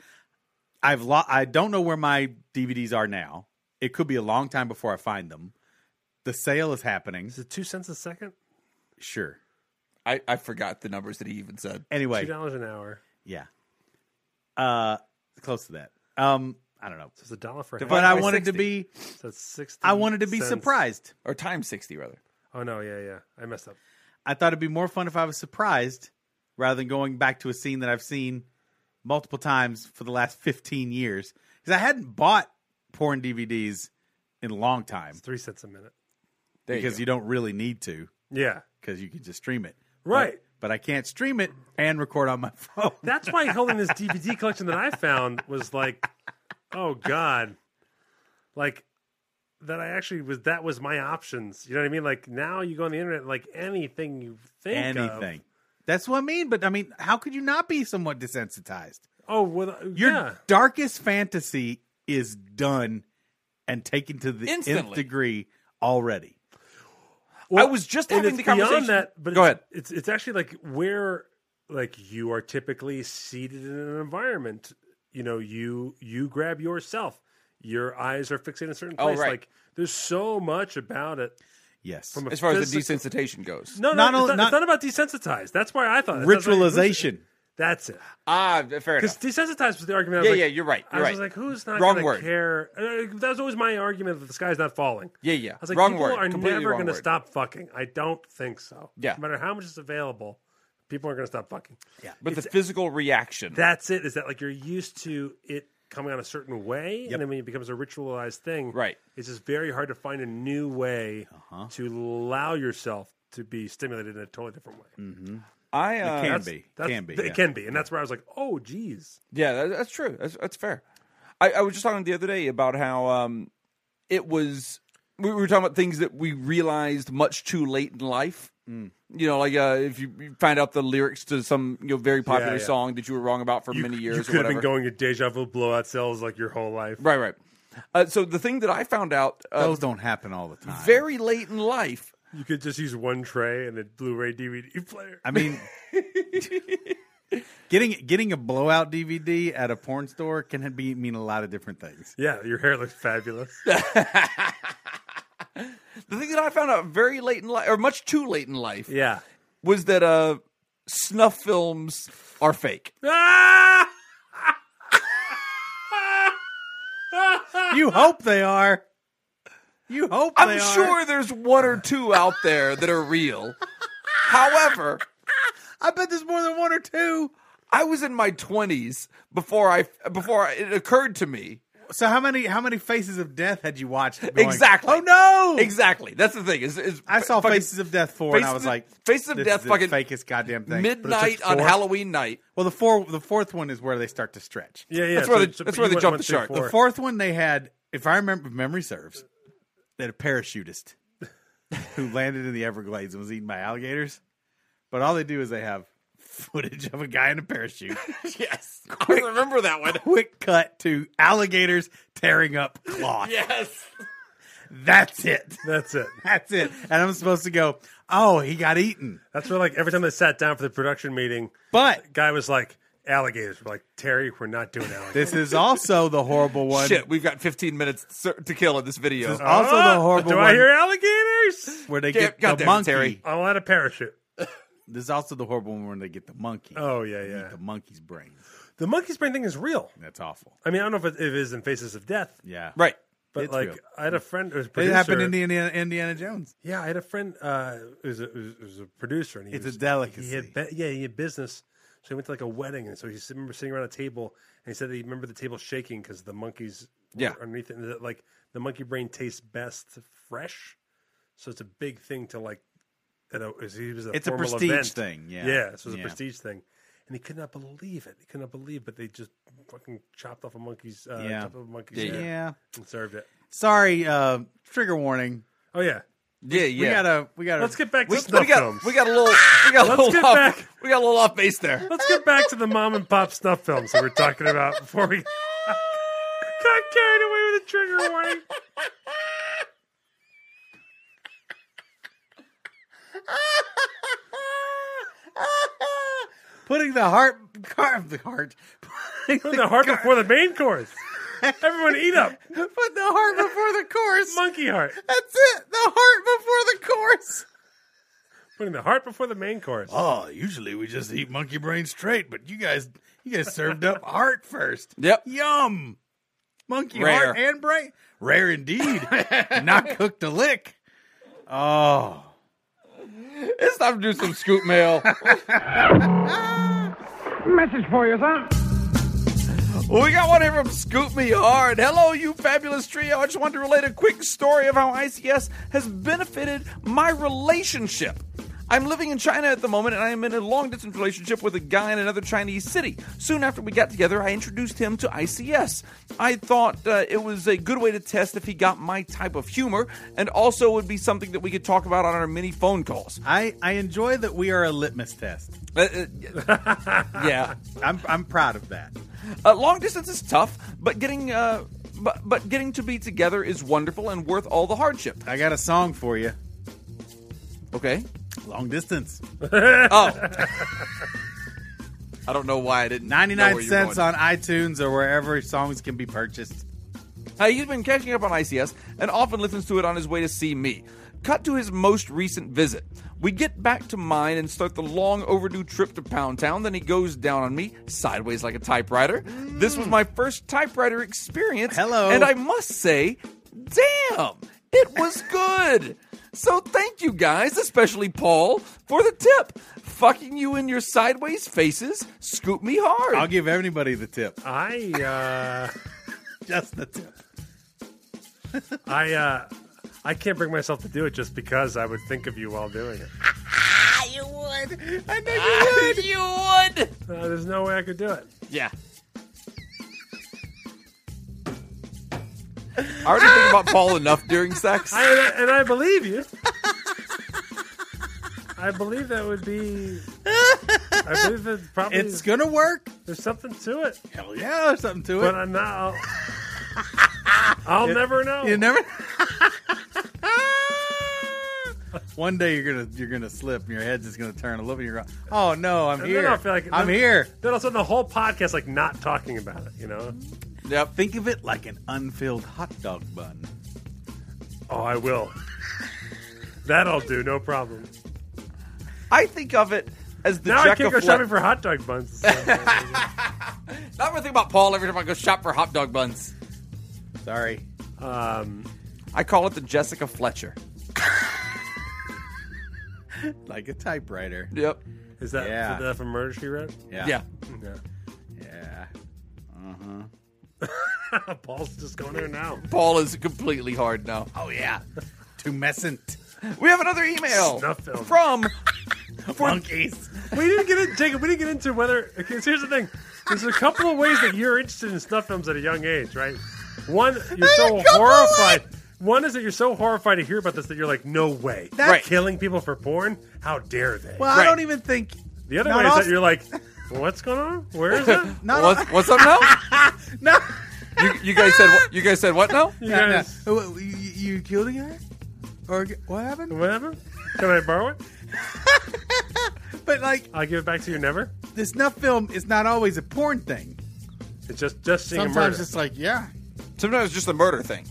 [SPEAKER 2] I've lo- I don't know where my DVDs are now. It could be a long time before I find them. The sale is happening.
[SPEAKER 1] Is it two cents a second?
[SPEAKER 2] Sure.
[SPEAKER 3] I, I forgot the numbers that he even said.
[SPEAKER 1] Two
[SPEAKER 2] Anyway,
[SPEAKER 1] dollars an hour.
[SPEAKER 2] yeah. Uh close to that. Um I don't know.
[SPEAKER 1] So it's a dollar for.
[SPEAKER 3] Divide-
[SPEAKER 2] But
[SPEAKER 1] half.
[SPEAKER 2] I
[SPEAKER 3] by
[SPEAKER 2] wanted to
[SPEAKER 3] 60.
[SPEAKER 2] be
[SPEAKER 1] So it's sixty.
[SPEAKER 2] I wanted to be
[SPEAKER 1] cents.
[SPEAKER 2] surprised.
[SPEAKER 3] Or times 60, rather.
[SPEAKER 1] Oh no! Yeah, yeah. I messed up.
[SPEAKER 2] I thought it'd be more fun if I was surprised rather than going back to a scene that I've seen multiple times for the last 15 years cuz I hadn't bought porn DVDs in a long time
[SPEAKER 1] It's three cents a minute.
[SPEAKER 3] There
[SPEAKER 2] because
[SPEAKER 3] you,
[SPEAKER 2] you don't really need to.
[SPEAKER 1] Yeah.
[SPEAKER 2] because you could just stream it.
[SPEAKER 1] Right.
[SPEAKER 2] But, but I can't stream it and record on my *laughs* phone.
[SPEAKER 1] That's why holding this DVD collection that I found was like, oh god, like that. I actually was that was my options. You know what I mean? Like now you go on the internet, like anything you think of-
[SPEAKER 2] Anything. That's what I mean. But I mean, how could you not be somewhat desensitized?
[SPEAKER 1] Oh, well,
[SPEAKER 2] Your
[SPEAKER 1] yeah.
[SPEAKER 2] darkest fantasy is done and taken to the nth
[SPEAKER 3] Instantly.
[SPEAKER 2] degree already.
[SPEAKER 3] I was just
[SPEAKER 1] and
[SPEAKER 3] having
[SPEAKER 1] it's
[SPEAKER 3] the conversation-
[SPEAKER 1] Beyond that, but
[SPEAKER 3] Go
[SPEAKER 1] it's,
[SPEAKER 3] ahead.
[SPEAKER 1] It's it's actually like where like you are typically seated in an environment. You know, you you grab yourself. Your eyes are fixated in a certain
[SPEAKER 3] Oh,
[SPEAKER 1] place.
[SPEAKER 3] right.
[SPEAKER 1] Like there's so much about it.
[SPEAKER 2] Yes.
[SPEAKER 1] From a
[SPEAKER 3] As far as the
[SPEAKER 1] physical-
[SPEAKER 3] desensitization goes.
[SPEAKER 1] no, no,
[SPEAKER 2] Not
[SPEAKER 1] it's
[SPEAKER 2] only-
[SPEAKER 1] not, it's
[SPEAKER 2] not-
[SPEAKER 1] not about desensitized. That's why I thought it. That's why-
[SPEAKER 2] Ritualization.
[SPEAKER 1] That's it.
[SPEAKER 3] Ah, fair
[SPEAKER 1] Because
[SPEAKER 3] enough.
[SPEAKER 1] desensitized was the argument. I was
[SPEAKER 3] Yeah,
[SPEAKER 1] like-
[SPEAKER 3] yeah, you're right.
[SPEAKER 1] I
[SPEAKER 3] You're
[SPEAKER 1] was
[SPEAKER 3] right.
[SPEAKER 1] like, who's not
[SPEAKER 3] Wrong
[SPEAKER 1] gonna
[SPEAKER 3] word.
[SPEAKER 1] care? Uh, that was always my argument that the sky's not falling.
[SPEAKER 3] Yeah, yeah.
[SPEAKER 1] I was like,
[SPEAKER 3] Wrong
[SPEAKER 1] people
[SPEAKER 3] word.
[SPEAKER 1] are
[SPEAKER 3] Completely
[SPEAKER 1] never
[SPEAKER 3] wrong
[SPEAKER 1] going to
[SPEAKER 3] word.
[SPEAKER 1] stop fucking. I don't think so.
[SPEAKER 3] Yeah.
[SPEAKER 1] No matter how much is available, people aren't going to stop fucking. Yeah.
[SPEAKER 3] But the physical reaction.
[SPEAKER 1] That's it. Is that like you're used to it coming out a certain way, and then when it becomes a ritualized thing,
[SPEAKER 3] Right. Uh-huh.
[SPEAKER 1] It's just very hard to find a new way to allow yourself to be stimulated in a totally different way.
[SPEAKER 3] Mm, I uh,
[SPEAKER 2] Can
[SPEAKER 3] that's-
[SPEAKER 2] be.
[SPEAKER 1] That's-
[SPEAKER 2] Can be.
[SPEAKER 1] It
[SPEAKER 2] yeah.
[SPEAKER 1] can be, and that's where I was like, oh, geez.
[SPEAKER 3] Yeah, that, that's true. That's, that's fair. I, I was just talking the other day about how um, it was. We were talking about things that we realized much too late in life.
[SPEAKER 1] Mm.
[SPEAKER 3] You know, like uh, if you, you find out the lyrics to some you know very popular
[SPEAKER 1] yeah.
[SPEAKER 3] song that you were wrong about for
[SPEAKER 1] You-
[SPEAKER 3] many years.
[SPEAKER 1] You
[SPEAKER 3] or
[SPEAKER 1] could have
[SPEAKER 3] whatever.
[SPEAKER 1] been going to deja vu blowout cells like your whole life.
[SPEAKER 3] right, right. Uh, so the thing that I found out uh,
[SPEAKER 2] Those don't happen all the time.
[SPEAKER 3] very late in life.
[SPEAKER 1] You could just use one tray and a Blu-ray DVD player.
[SPEAKER 2] I mean, *laughs* getting getting a blowout DVD at a porn store can be mean a lot of different
[SPEAKER 1] *laughs*
[SPEAKER 2] things.
[SPEAKER 1] Yeah, your hair looks fabulous.
[SPEAKER 3] *laughs* The thing that I found out very late in life, or much too late in life,
[SPEAKER 1] yeah.
[SPEAKER 3] was that uh, snuff films are
[SPEAKER 1] *laughs*
[SPEAKER 3] fake.
[SPEAKER 1] Ah!
[SPEAKER 2] You hope they are. You hope
[SPEAKER 3] I'm
[SPEAKER 2] they are.
[SPEAKER 3] sure there's one or two out there that
[SPEAKER 2] *laughs*
[SPEAKER 3] are real. However,
[SPEAKER 2] I bet there's more than one or two.
[SPEAKER 3] I was in my 20s before I before it occurred to me.
[SPEAKER 2] So how many how many faces of death had you watched? going,
[SPEAKER 3] Exactly.
[SPEAKER 2] Oh no.
[SPEAKER 3] Exactly. That's the thing. Is, is
[SPEAKER 2] I saw
[SPEAKER 3] fucking
[SPEAKER 2] Faces of Death four, and I
[SPEAKER 3] Faces
[SPEAKER 2] was
[SPEAKER 3] of-
[SPEAKER 2] like,
[SPEAKER 3] Faces of
[SPEAKER 2] this
[SPEAKER 3] Death
[SPEAKER 2] is the
[SPEAKER 3] fucking
[SPEAKER 2] fakest goddamn thing." But it's
[SPEAKER 3] midnight
[SPEAKER 2] just
[SPEAKER 3] on
[SPEAKER 2] four.
[SPEAKER 3] Halloween
[SPEAKER 2] *laughs*
[SPEAKER 3] night.
[SPEAKER 2] Well, the four the fourth one is where they start to stretch.
[SPEAKER 1] Yeah, yeah.
[SPEAKER 3] That's where
[SPEAKER 1] so-
[SPEAKER 3] they-
[SPEAKER 1] so
[SPEAKER 3] that's
[SPEAKER 1] you
[SPEAKER 3] where they
[SPEAKER 1] went
[SPEAKER 3] jumped
[SPEAKER 1] one
[SPEAKER 3] the
[SPEAKER 1] through
[SPEAKER 3] shark. The
[SPEAKER 1] four.
[SPEAKER 2] The fourth one they had, if I remember, if memory serves, they had a
[SPEAKER 3] *laughs*
[SPEAKER 2] parachutist who landed in the Everglades and was eaten by alligators. But all they do is they have footage of a guy in a
[SPEAKER 3] *laughs*
[SPEAKER 2] parachute.
[SPEAKER 3] Yes. I remember that one.
[SPEAKER 2] Quick cut to alligators tearing up cloth.
[SPEAKER 3] *laughs* Yes.
[SPEAKER 2] That's it. *laughs*
[SPEAKER 1] That's it.
[SPEAKER 2] That's it. And I'm supposed to go, oh, he got eaten.
[SPEAKER 1] That's where, like, every time they sat down for the production meeting,
[SPEAKER 2] But
[SPEAKER 1] guy was like, alligators. We're like, Terry, we're not doing alligators.
[SPEAKER 2] this is also the horrible one.
[SPEAKER 3] Shit, we've got 15 minutes sir, to kill in this video. Uh,
[SPEAKER 2] This is also the horrible
[SPEAKER 1] Oh, Do
[SPEAKER 2] one
[SPEAKER 1] I hear alligators?
[SPEAKER 2] where they
[SPEAKER 3] Yeah,
[SPEAKER 2] get the
[SPEAKER 3] goddamn it,
[SPEAKER 2] monkey.
[SPEAKER 3] Terry.
[SPEAKER 1] I want a parachute.
[SPEAKER 2] This is also the horrible one where they get the monkey.
[SPEAKER 1] Oh, yeah,
[SPEAKER 2] They
[SPEAKER 1] yeah.
[SPEAKER 2] eat the monkey's brains.
[SPEAKER 1] The monkey's brain thing is real.
[SPEAKER 2] That's awful.
[SPEAKER 1] I mean, I don't know if it, if it is in Faces of Death,
[SPEAKER 2] Yeah.
[SPEAKER 3] right.
[SPEAKER 1] but
[SPEAKER 2] It's
[SPEAKER 1] like,
[SPEAKER 2] real.
[SPEAKER 1] I had a friend who was a
[SPEAKER 2] It
[SPEAKER 1] producer.
[SPEAKER 2] happened in Indiana, Indiana Jones.
[SPEAKER 1] Yeah, I had a friend uh, who was a, who was a producer, and he
[SPEAKER 2] It's a
[SPEAKER 1] was,
[SPEAKER 2] delicacy.
[SPEAKER 1] He had be- yeah, he had business, so he went to like a wedding, and so he s- remember sitting around a table, and he said that he remembered the table shaking because the monkeys were
[SPEAKER 3] Yeah.
[SPEAKER 1] underneath it, and that, like the monkey brain tastes best fresh, so it's a big thing to like. At a, it was- he was at
[SPEAKER 2] It's a
[SPEAKER 1] formal
[SPEAKER 2] prestige
[SPEAKER 1] event.
[SPEAKER 2] thing, yeah.
[SPEAKER 1] yeah, this was
[SPEAKER 2] Yeah.
[SPEAKER 1] a prestige thing, and he could not believe it. He could not believe, but they just fucking chopped off a monkey's uh,
[SPEAKER 2] Yeah.
[SPEAKER 1] chopped off a monkey's
[SPEAKER 3] Yeah,
[SPEAKER 1] head
[SPEAKER 2] Yeah.
[SPEAKER 1] and served it.
[SPEAKER 2] Sorry. Uh, trigger warning.
[SPEAKER 1] Oh yeah,
[SPEAKER 3] Yeah, yeah.
[SPEAKER 2] We gotta. We gotta.
[SPEAKER 1] let's get back to
[SPEAKER 3] we,
[SPEAKER 1] snuff
[SPEAKER 3] we got
[SPEAKER 1] films.
[SPEAKER 3] we got a little we got a
[SPEAKER 1] Let's
[SPEAKER 3] little
[SPEAKER 1] get
[SPEAKER 3] off,
[SPEAKER 1] back.
[SPEAKER 3] we got a little off base there.
[SPEAKER 1] Let's get back to the mom and pop snuff films that we're talking about before we *laughs* got carried away with a trigger warning.
[SPEAKER 2] putting the heart. Car, the heart. *laughs* Putting
[SPEAKER 1] Put the heart before the main course. Everyone eat up.
[SPEAKER 2] Put the heart before the course.
[SPEAKER 1] Monkey heart.
[SPEAKER 2] That's it. The heart before the course.
[SPEAKER 1] Putting the heart before the main course.
[SPEAKER 2] Oh, usually we just eat monkey brain straight, but you guys, you guys served up heart first.
[SPEAKER 3] Yep.
[SPEAKER 2] Yum. Monkey
[SPEAKER 3] Rare.
[SPEAKER 2] heart and brain. Rare
[SPEAKER 3] *laughs*
[SPEAKER 2] indeed. Not cooked a lick. Oh.
[SPEAKER 3] It's time to do some scoop mail.
[SPEAKER 5] Message for you, son.
[SPEAKER 3] Well, we got one here from Scoop Me Hard. Hello, you fabulous trio. I just wanted to relate a quick story of how ICS has benefited my relationship. I'm living in China at the moment, and I am in a long distance relationship with a guy in another Chinese city. Soon after we got together, I introduced him to ICS. I thought uh, it was a good way to test if he got my type of humor, and also would be something that we could talk about on our mini phone calls.
[SPEAKER 2] I, I enjoy that we are a litmus test.
[SPEAKER 3] Uh, uh, yeah.
[SPEAKER 2] I'm I'm proud of that.
[SPEAKER 3] Uh, long distance is tough, but getting uh, but but getting to be together is wonderful and worth all the hardship.
[SPEAKER 2] I got a song for you.
[SPEAKER 3] Okay.
[SPEAKER 2] Long distance.
[SPEAKER 3] Oh. I don't know why I didn't. know
[SPEAKER 2] 99
[SPEAKER 3] where you were
[SPEAKER 2] cents
[SPEAKER 3] going.
[SPEAKER 2] on iTunes or wherever songs can be purchased.
[SPEAKER 3] Uh, he's been catching up on ICS and often listens to it on his way to see me. Cut to his most recent visit. We get back to mine and start the long overdue trip to Pound Town. Then he goes down on me, sideways like a typewriter. This was my first typewriter experience.
[SPEAKER 2] Hello.
[SPEAKER 3] And I must say, damn, it was good. So thank you guys, especially Paul, for the tip. Fucking you in your sideways faces, scoop me hard.
[SPEAKER 2] I'll give everybody the tip. *laughs*
[SPEAKER 1] I
[SPEAKER 2] Just the tip.
[SPEAKER 1] uh, I uh, I can't bring myself to do it just because I would think of you while doing it.
[SPEAKER 6] you would.
[SPEAKER 2] I know you would.
[SPEAKER 3] *laughs* you would.
[SPEAKER 1] Uh, there's no way I could do it.
[SPEAKER 3] Yeah. I already think about Paul enough during sex.
[SPEAKER 1] I, and I- and I believe you. I believe that would be. I believe that probably
[SPEAKER 2] It's gonna work.
[SPEAKER 1] there's something to it,
[SPEAKER 2] Hell yeah, there's something to it.
[SPEAKER 1] but I'm not. I'll, I'll never know.
[SPEAKER 2] You never. *laughs* One day you're gonna you're gonna slip and your head's just gonna turn a little bit. You're gonna, oh no, I'm
[SPEAKER 1] And
[SPEAKER 2] here.
[SPEAKER 1] Then I'll feel like
[SPEAKER 2] I'm
[SPEAKER 1] then-
[SPEAKER 2] here.
[SPEAKER 1] Then all of a sudden, the whole podcast like not talking about it. You know?
[SPEAKER 3] Yep.
[SPEAKER 2] Think of it like an unfilled hot dog bun.
[SPEAKER 1] Oh, I will. That'll do. No problem.
[SPEAKER 3] I think of it as the
[SPEAKER 1] now I
[SPEAKER 3] Jack
[SPEAKER 1] can't go
[SPEAKER 3] of
[SPEAKER 1] shopping
[SPEAKER 3] Fleck.
[SPEAKER 1] for hot dog
[SPEAKER 2] *laughs*
[SPEAKER 1] buns.
[SPEAKER 3] Not really think about Paul every time I go shop for hot dog buns.
[SPEAKER 2] Sorry.
[SPEAKER 1] um,
[SPEAKER 3] I call it the Jessica Fletcher.
[SPEAKER 2] Like a typewriter.
[SPEAKER 3] Yep.
[SPEAKER 1] is that
[SPEAKER 2] Yeah.
[SPEAKER 1] is that from Murder She Wrote?
[SPEAKER 2] Yeah.
[SPEAKER 3] Yeah.
[SPEAKER 1] Yeah.
[SPEAKER 2] Yeah.
[SPEAKER 1] *laughs* Paul's just going there now.
[SPEAKER 3] Paul is completely hard now.
[SPEAKER 2] Oh
[SPEAKER 1] *laughs*
[SPEAKER 2] yeah. Tumescent
[SPEAKER 3] We have another email
[SPEAKER 1] Snuff film.
[SPEAKER 3] from
[SPEAKER 2] monkeys.
[SPEAKER 1] We didn't get in, Jacob. We didn't get into whether. Because here's the thing: there's a couple of ways that you're interested in snuff films at a young age, right? One, you're so horrified. One is that you're so horrified to hear about this that you're like, no way,
[SPEAKER 2] That-
[SPEAKER 3] Right.
[SPEAKER 1] killing people for porn? How dare they?
[SPEAKER 2] Well,
[SPEAKER 3] Right.
[SPEAKER 2] I don't even think.
[SPEAKER 1] the other
[SPEAKER 2] not
[SPEAKER 1] way is
[SPEAKER 2] all-
[SPEAKER 1] that you're like, what's going on? Where
[SPEAKER 2] *laughs*
[SPEAKER 1] is it?
[SPEAKER 2] Not all-
[SPEAKER 3] what's, what's up now? *laughs*
[SPEAKER 2] no.
[SPEAKER 3] You, you guys said what? You guys said what now?
[SPEAKER 1] You
[SPEAKER 2] no, no.
[SPEAKER 1] guys,
[SPEAKER 2] Oh, You, you killed a guy? Or what happened?
[SPEAKER 1] whatever. Can I borrow it?
[SPEAKER 2] But like
[SPEAKER 1] I'll give it back to you. Never.
[SPEAKER 2] the snuff film is not always a porn thing.
[SPEAKER 1] It's just just seeing a
[SPEAKER 2] Sometimes
[SPEAKER 1] murder.
[SPEAKER 2] it's like yeah.
[SPEAKER 3] Sometimes it's just a murder thing.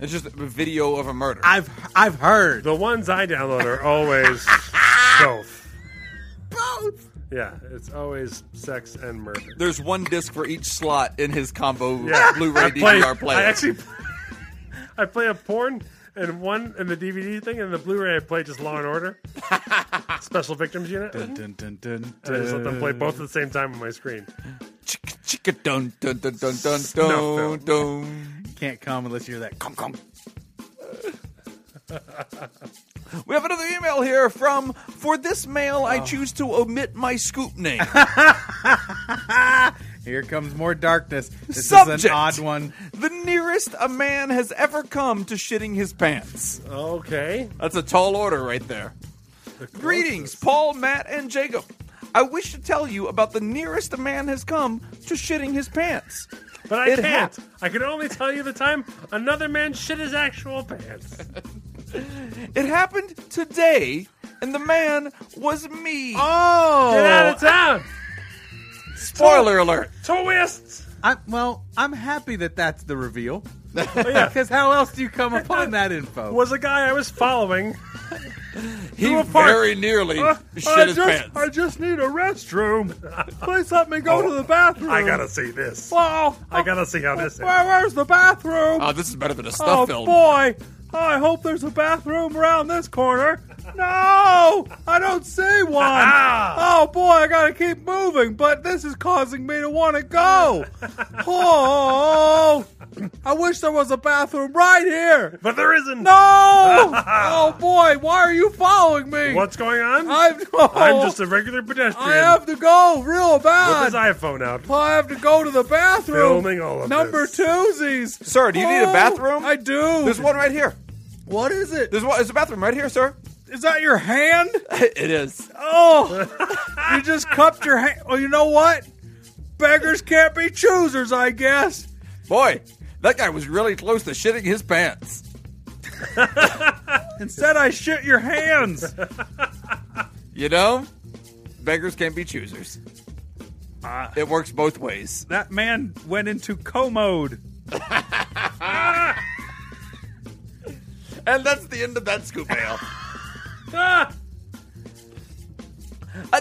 [SPEAKER 3] It's just a video of a murder.
[SPEAKER 2] I've I've heard.
[SPEAKER 1] The ones I download are
[SPEAKER 2] *laughs*
[SPEAKER 1] always both.
[SPEAKER 2] Both.
[SPEAKER 1] Yeah, it's always sex and murder.
[SPEAKER 3] There's one disc for each slot in his combo
[SPEAKER 1] Yeah,
[SPEAKER 3] *laughs* Blu-ray
[SPEAKER 1] I play-
[SPEAKER 3] DVR player.
[SPEAKER 1] I actually, *laughs* I play a porn and one in the DVD thing, and the Blu-ray I play just Law and
[SPEAKER 3] *laughs*
[SPEAKER 1] Order, Special Victims Unit. And
[SPEAKER 2] Dun, dun, dun,
[SPEAKER 1] I just let them play both at the same time on my screen.
[SPEAKER 3] Chicka, chicka, dun, dun, dun, dun, dun, dun,
[SPEAKER 1] Snuff film.
[SPEAKER 3] dun.
[SPEAKER 2] Can't come unless you hear that. Come come.
[SPEAKER 3] We have another email here from for this mail
[SPEAKER 1] Oh.
[SPEAKER 3] I choose to omit my
[SPEAKER 1] *laughs*
[SPEAKER 3] scoop name.
[SPEAKER 2] Here comes more darkness. This is
[SPEAKER 3] Subject.
[SPEAKER 2] an odd one.
[SPEAKER 3] the nearest a man has ever come to shitting his pants.
[SPEAKER 1] Okay,
[SPEAKER 3] That's a tall order right there. Greetings, Paul, Matt, and Jacob. I wish to tell you about the nearest a man has come to shitting his pants.
[SPEAKER 1] but I
[SPEAKER 3] It
[SPEAKER 1] can't.
[SPEAKER 3] happened.
[SPEAKER 1] I can only tell you the time another man shit his actual pants.
[SPEAKER 3] It happened today, and the man was me.
[SPEAKER 1] Get out
[SPEAKER 2] Oh,
[SPEAKER 1] of town.
[SPEAKER 3] Spoiler alert.
[SPEAKER 1] Twist.
[SPEAKER 2] I, well, I'm happy that that's the reveal.
[SPEAKER 3] *laughs*
[SPEAKER 2] Because how else do you come upon that info?
[SPEAKER 1] Oh, Was a guy I was following.
[SPEAKER 3] He
[SPEAKER 1] a part.
[SPEAKER 3] very nearly
[SPEAKER 1] *laughs*
[SPEAKER 3] shit his pants.
[SPEAKER 1] just need a *laughs* restroom.
[SPEAKER 2] Please let me go
[SPEAKER 1] to the
[SPEAKER 2] bathroom.
[SPEAKER 1] Oh, I gotta see this.
[SPEAKER 2] Wow.
[SPEAKER 1] I gotta see how this ends.
[SPEAKER 2] where's the bathroom?
[SPEAKER 3] Oh, this is better than a stuff film.
[SPEAKER 2] boy. I hope there's a bathroom around this corner. No, I don't
[SPEAKER 1] *laughs*
[SPEAKER 2] see one.
[SPEAKER 1] Ah,
[SPEAKER 2] oh boy, I gotta keep moving, but this is causing me to want to *laughs* go. Oh, I wish there was a bathroom right here.
[SPEAKER 1] But there isn't.
[SPEAKER 2] No. *laughs* Oh boy, why are you following me?
[SPEAKER 1] What's going on?
[SPEAKER 2] *laughs* I've,
[SPEAKER 1] I'm just a regular pedestrian.
[SPEAKER 2] I have to go real
[SPEAKER 1] with
[SPEAKER 2] bad.
[SPEAKER 1] his iPhone out.
[SPEAKER 2] I have to go to the bathroom.
[SPEAKER 1] Filming all of
[SPEAKER 2] Number
[SPEAKER 1] this.
[SPEAKER 2] twosies.
[SPEAKER 3] Sir, do you need a
[SPEAKER 2] Oh,
[SPEAKER 3] bathroom?
[SPEAKER 2] I do.
[SPEAKER 3] There's one right here.
[SPEAKER 2] What is it?
[SPEAKER 3] There's one. There's a bathroom right here, sir.
[SPEAKER 2] Is that your hand?
[SPEAKER 3] It is.
[SPEAKER 2] Oh, you just cupped your hand. Well, you know what? Beggars can't be choosers, I guess.
[SPEAKER 3] Boy, that guy was really close to shitting his pants.
[SPEAKER 2] *laughs* Instead, I shit your hands.
[SPEAKER 3] You know, beggars can't be choosers. it works both ways.
[SPEAKER 2] Ah. That man went into co mode.
[SPEAKER 3] *laughs* And that's the end of that scoop mail. Uh,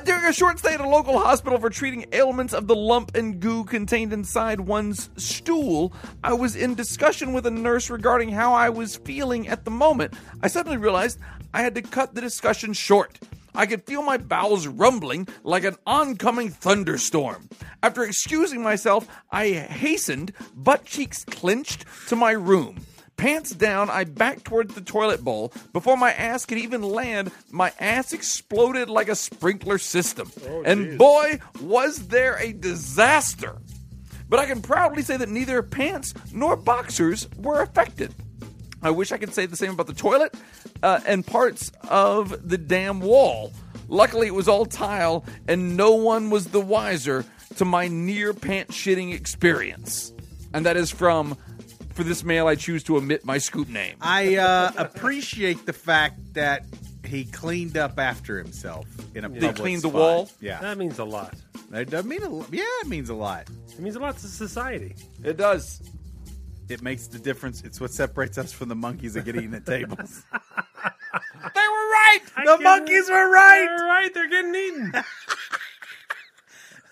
[SPEAKER 3] during a short stay at a local hospital for treating ailments of the lump and goo contained inside one's stool, I was in discussion with a nurse regarding how I was feeling at the moment. I suddenly realized I had to cut the discussion short. I could feel my bowels rumbling like an oncoming thunderstorm. After excusing myself, I hastened, butt cheeks clenched, to my room. Pants down, I backed towards the toilet bowl. Before my ass could even land, my ass exploded like a sprinkler system. and boy, was there a disaster! But I can proudly say that neither pants nor boxers were affected. I wish I could say the same about the toilet uh, and parts of the damn wall. Luckily, it was all tile, and no one was the wiser to my near pant shitting experience. And that is from for this mail, I choose to omit my scoop name.
[SPEAKER 2] I uh, appreciate the fact that he cleaned up after himself in a public
[SPEAKER 3] cleaned the
[SPEAKER 2] spot.
[SPEAKER 3] wall?
[SPEAKER 2] Yeah,
[SPEAKER 1] That means a lot.
[SPEAKER 2] that does mean a lo- yeah, it means a lot.
[SPEAKER 1] It means a lot to society.
[SPEAKER 3] It does.
[SPEAKER 2] It makes the difference. It's what separates us from the monkeys that get eaten at tables.
[SPEAKER 3] They were right.
[SPEAKER 1] I
[SPEAKER 2] the
[SPEAKER 1] get
[SPEAKER 2] monkeys
[SPEAKER 1] it.
[SPEAKER 2] were right.
[SPEAKER 1] They're right. They're getting eaten.
[SPEAKER 2] *laughs*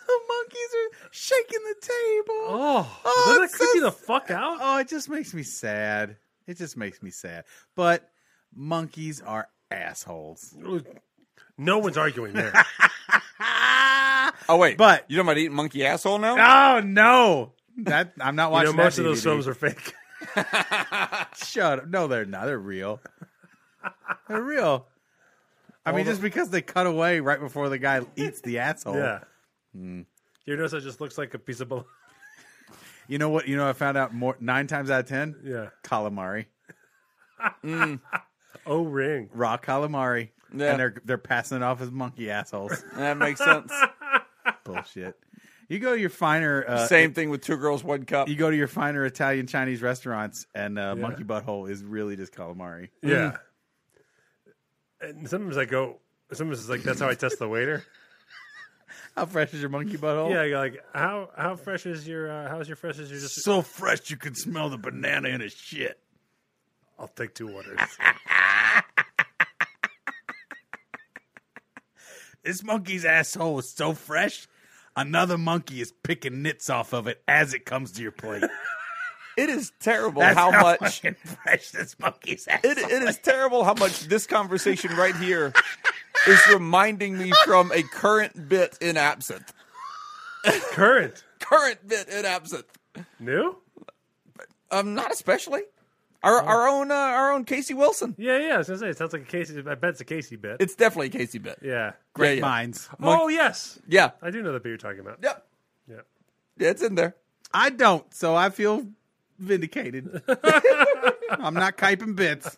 [SPEAKER 2] The monkeys are shaking the table.
[SPEAKER 1] Oh,
[SPEAKER 2] Oh,
[SPEAKER 1] doesn't that
[SPEAKER 2] it's
[SPEAKER 1] creep
[SPEAKER 2] so
[SPEAKER 1] you the fuck out?
[SPEAKER 2] Oh, it just makes me sad. It just makes me sad. But monkeys are assholes.
[SPEAKER 1] No one's arguing *laughs* there. Ah!
[SPEAKER 3] Oh wait,
[SPEAKER 2] But-
[SPEAKER 3] you know about eating monkey asshole now?
[SPEAKER 2] Oh no, that I'm not
[SPEAKER 1] you
[SPEAKER 2] watching.
[SPEAKER 1] know,
[SPEAKER 2] that
[SPEAKER 1] most of those
[SPEAKER 2] DVD.
[SPEAKER 1] films are fake. *laughs*
[SPEAKER 2] Shut up. No, they're not. They're real. They're real. I mean, just because they cut away right before the guy eats the asshole.
[SPEAKER 1] Yeah. Hmm. Your nose just looks like a piece of. bal-
[SPEAKER 2] You know what? You know, I found out more nine times out of ten.
[SPEAKER 1] *laughs* Yeah.
[SPEAKER 2] Calamari,
[SPEAKER 1] O ring.
[SPEAKER 2] raw calamari,
[SPEAKER 3] Yeah.
[SPEAKER 2] and they're they're passing it off as monkey
[SPEAKER 1] *laughs*
[SPEAKER 2] assholes.
[SPEAKER 3] That makes
[SPEAKER 2] *laughs*
[SPEAKER 3] sense.
[SPEAKER 2] Bullshit. You go to your finer uh,
[SPEAKER 3] Same thing with two girls, one cup.
[SPEAKER 2] you go to your finer Italian Chinese restaurants, and uh, monkey butthole is really just calamari.
[SPEAKER 1] Yeah. And sometimes I go. Sometimes it's like that's how I test the *laughs* waiter.
[SPEAKER 2] How fresh is your monkey butthole?
[SPEAKER 1] Yeah, you're like how how fresh is your uh, how's your fresh is your just?
[SPEAKER 2] so fresh you can smell the banana in his shit.
[SPEAKER 1] I'll take two orders.
[SPEAKER 2] This monkey's asshole is so fresh. Another monkey is picking nits off of it as it comes to your plate.
[SPEAKER 3] It is terrible
[SPEAKER 2] That's
[SPEAKER 3] how, much
[SPEAKER 2] fucking fresh this monkey's asshole.
[SPEAKER 3] it, it is terrible how much this conversation right here is reminding me from a current bit in absinthe.
[SPEAKER 1] *laughs* Current
[SPEAKER 3] Current bit in absinthe.
[SPEAKER 1] new?
[SPEAKER 3] Um, not especially. Our our own uh, our own Casey Wilson.
[SPEAKER 1] Yeah, yeah. I was gonna say it sounds like a Casey. I bet it's a Casey bit.
[SPEAKER 3] It's definitely a Casey bit.
[SPEAKER 1] yeah.
[SPEAKER 3] Great
[SPEAKER 2] Mines.
[SPEAKER 1] oh yes,
[SPEAKER 3] Yeah.
[SPEAKER 1] I do know the bit you're talking about.
[SPEAKER 3] Yep.
[SPEAKER 1] Yeah.
[SPEAKER 3] Yeah, it's in there.
[SPEAKER 2] I don't, so I feel *laughs* vindicated. I'm not kiping bits.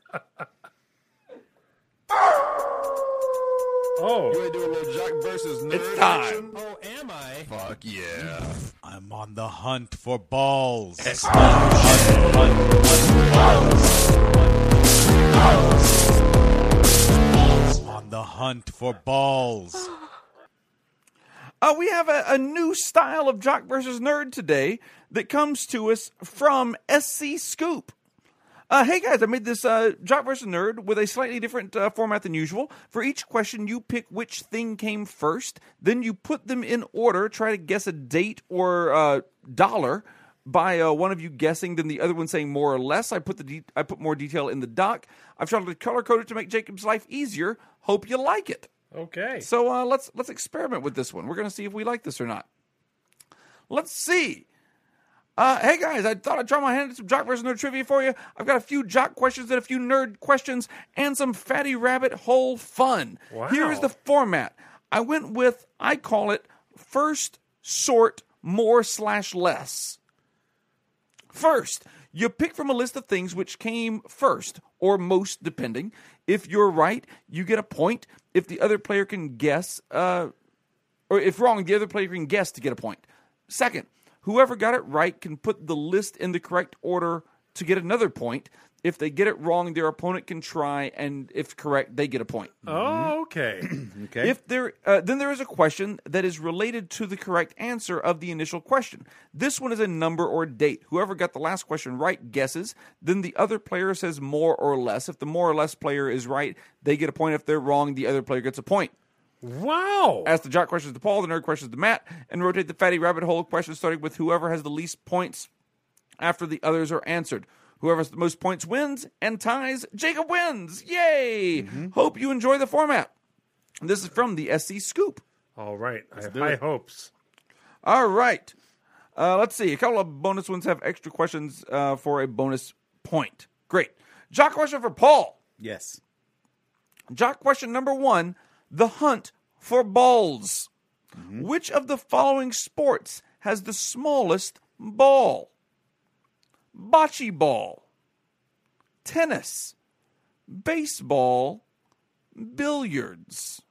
[SPEAKER 1] Oh,
[SPEAKER 4] do a little Jack versus nerd
[SPEAKER 3] It's time.
[SPEAKER 4] Oh, am I?
[SPEAKER 3] Fuck yeah.
[SPEAKER 2] I'm on the hunt for balls. On the hunt for balls.
[SPEAKER 3] *gasps* Uh, we have a, a new style of jock versus nerd today that comes to us from SC Scoop. Uh, hey guys, I made this uh, jock versus nerd with a slightly different uh, format than usual. For each question, you pick which thing came first, then you put them in order. Try to guess a date or uh, dollar by uh, one of you guessing, then the other one saying more or less. I put the de- I put more detail in the doc. I've tried to color code it to make Jacob's life easier. Hope you like it.
[SPEAKER 1] okay.
[SPEAKER 3] So uh, let's let's experiment with this one. We're gonna see if we like this or not. Let's see. Uh, hey guys, I thought I'd try my hand at some jock versus nerd trivia for you. I've got a few jock questions and a few nerd questions and some fatty rabbit hole fun. Here is
[SPEAKER 1] Wow.
[SPEAKER 3] the format. I went with I call it first sort more slash less. First, you pick from a list of things which came first or most, depending. If you're right, you get a point. If the other player can guess, uh, or if wrong, the other player can guess to get a point. Second, whoever got it right can put the list in the correct order to get another point. If they get it wrong, their opponent can try, and if correct, they get a point.
[SPEAKER 1] Oh, *clears throat* okay.
[SPEAKER 2] Okay.
[SPEAKER 3] If there, uh, then there is a question that is related to the correct answer of the initial question. This one is a number or date. Whoever got the last question right guesses. Then the other player says more or less. If the more or less player is right, they get a point. If they're wrong, the other player gets a point.
[SPEAKER 1] wow.
[SPEAKER 3] Ask the jock questions to Paul, the nerd questions to Matt, and rotate the fatty rabbit hole questions starting with whoever has the least points after the others are answered. Whoever has the most points wins and ties. Jacob wins. Yay! Hope you enjoy the format. This is from the SC Scoop.
[SPEAKER 1] All right. I have high hopes.
[SPEAKER 3] All right. Uh, let's see. A couple of bonus ones have extra questions uh, for a bonus point. Great. Jock question for Paul.
[SPEAKER 2] yes.
[SPEAKER 3] Jock question number one The hunt for balls.
[SPEAKER 2] Mm-hmm.
[SPEAKER 3] Which of the following sports has the smallest ball? Bocce ball, tennis, baseball, billiards.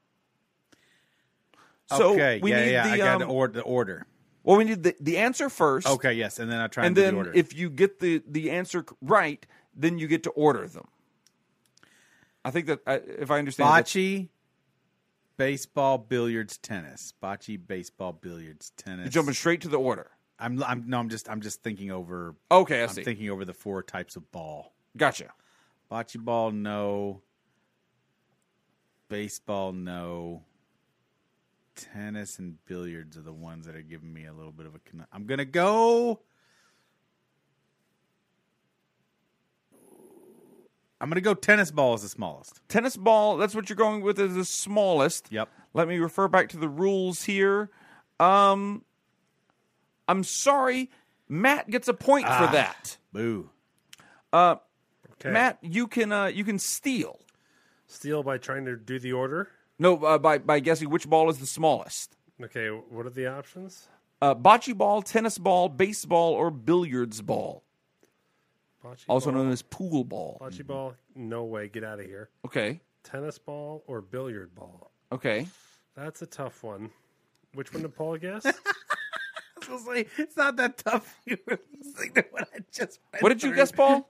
[SPEAKER 3] So
[SPEAKER 2] okay.
[SPEAKER 3] we
[SPEAKER 2] yeah,
[SPEAKER 3] need
[SPEAKER 2] yeah.
[SPEAKER 3] the
[SPEAKER 2] I got
[SPEAKER 3] um,
[SPEAKER 2] the order. The order.
[SPEAKER 3] well, we need the, the answer first.
[SPEAKER 2] Okay. Yes. And then I try
[SPEAKER 3] and
[SPEAKER 2] and, do the
[SPEAKER 3] then
[SPEAKER 2] order.
[SPEAKER 3] if you get the the answer c- right, then you get to order them. I think that I, if I understand, that-
[SPEAKER 2] bocce, baseball, billiards, tennis. Bocce, baseball, billiards, tennis.
[SPEAKER 3] you're jumping straight to the order.
[SPEAKER 2] I'm, I'm no. I'm just. I'm just thinking over.
[SPEAKER 3] Okay, I
[SPEAKER 2] I'm
[SPEAKER 3] see.
[SPEAKER 2] thinking over the four types of ball.
[SPEAKER 3] Gotcha.
[SPEAKER 2] Bocce ball, no. Baseball, no. Tennis and billiards are the ones that are giving me a little bit of a. Con- I'm gonna go. I'm gonna go. Tennis ball is the smallest.
[SPEAKER 3] Tennis ball. That's what you're going with is the smallest.
[SPEAKER 2] Yep.
[SPEAKER 3] Let me refer back to the rules here. Um, I'm sorry, Matt gets a point for that.
[SPEAKER 2] Boo.
[SPEAKER 1] Okay.
[SPEAKER 3] Matt, you can uh, you can steal.
[SPEAKER 1] Steal by trying to do the order.
[SPEAKER 3] No, uh, by by guessing which ball is the smallest.
[SPEAKER 1] Okay. What are the options?
[SPEAKER 3] Uh, bocce ball, tennis ball, baseball, or billiards ball.
[SPEAKER 1] Bocce
[SPEAKER 3] also
[SPEAKER 1] ball,
[SPEAKER 3] known as pool ball.
[SPEAKER 1] bocce ball. No way. Get out of here.
[SPEAKER 3] Okay,
[SPEAKER 1] Tennis ball or billiard ball.
[SPEAKER 3] okay.
[SPEAKER 1] That's a tough one. Which one did Paul
[SPEAKER 3] *laughs*
[SPEAKER 1] guess?
[SPEAKER 2] It's not that tough. *laughs* You were listening to what I just.
[SPEAKER 3] What did you guess, Paul?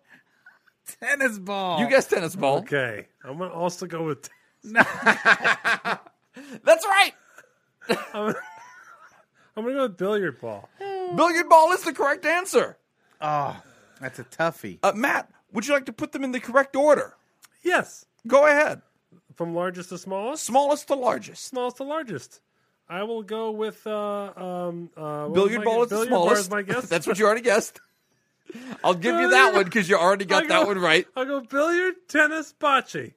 [SPEAKER 2] Tennis ball.
[SPEAKER 3] You guessed tennis ball.
[SPEAKER 1] okay. I'm gonna also go with.
[SPEAKER 3] That's right.
[SPEAKER 1] I'm gonna go with billiard ball.
[SPEAKER 3] Billiard ball is the correct answer.
[SPEAKER 2] Oh, that's a toughie.
[SPEAKER 3] Uh, Matt, would you like to put them in the correct order?
[SPEAKER 1] Yes.
[SPEAKER 3] Go ahead.
[SPEAKER 1] From largest to smallest.
[SPEAKER 3] Smallest to largest.
[SPEAKER 1] smallest to largest. I will go with uh, um, uh, what was
[SPEAKER 3] Billiard
[SPEAKER 1] my
[SPEAKER 3] ball
[SPEAKER 1] guess?
[SPEAKER 3] is the
[SPEAKER 1] Billiard bar is
[SPEAKER 3] smallest.
[SPEAKER 1] my guess.
[SPEAKER 3] *laughs* That's what you already guessed. I'll give you that one because you already
[SPEAKER 1] I'll
[SPEAKER 3] got that one right.
[SPEAKER 1] I'll go billiard, tennis, bocce.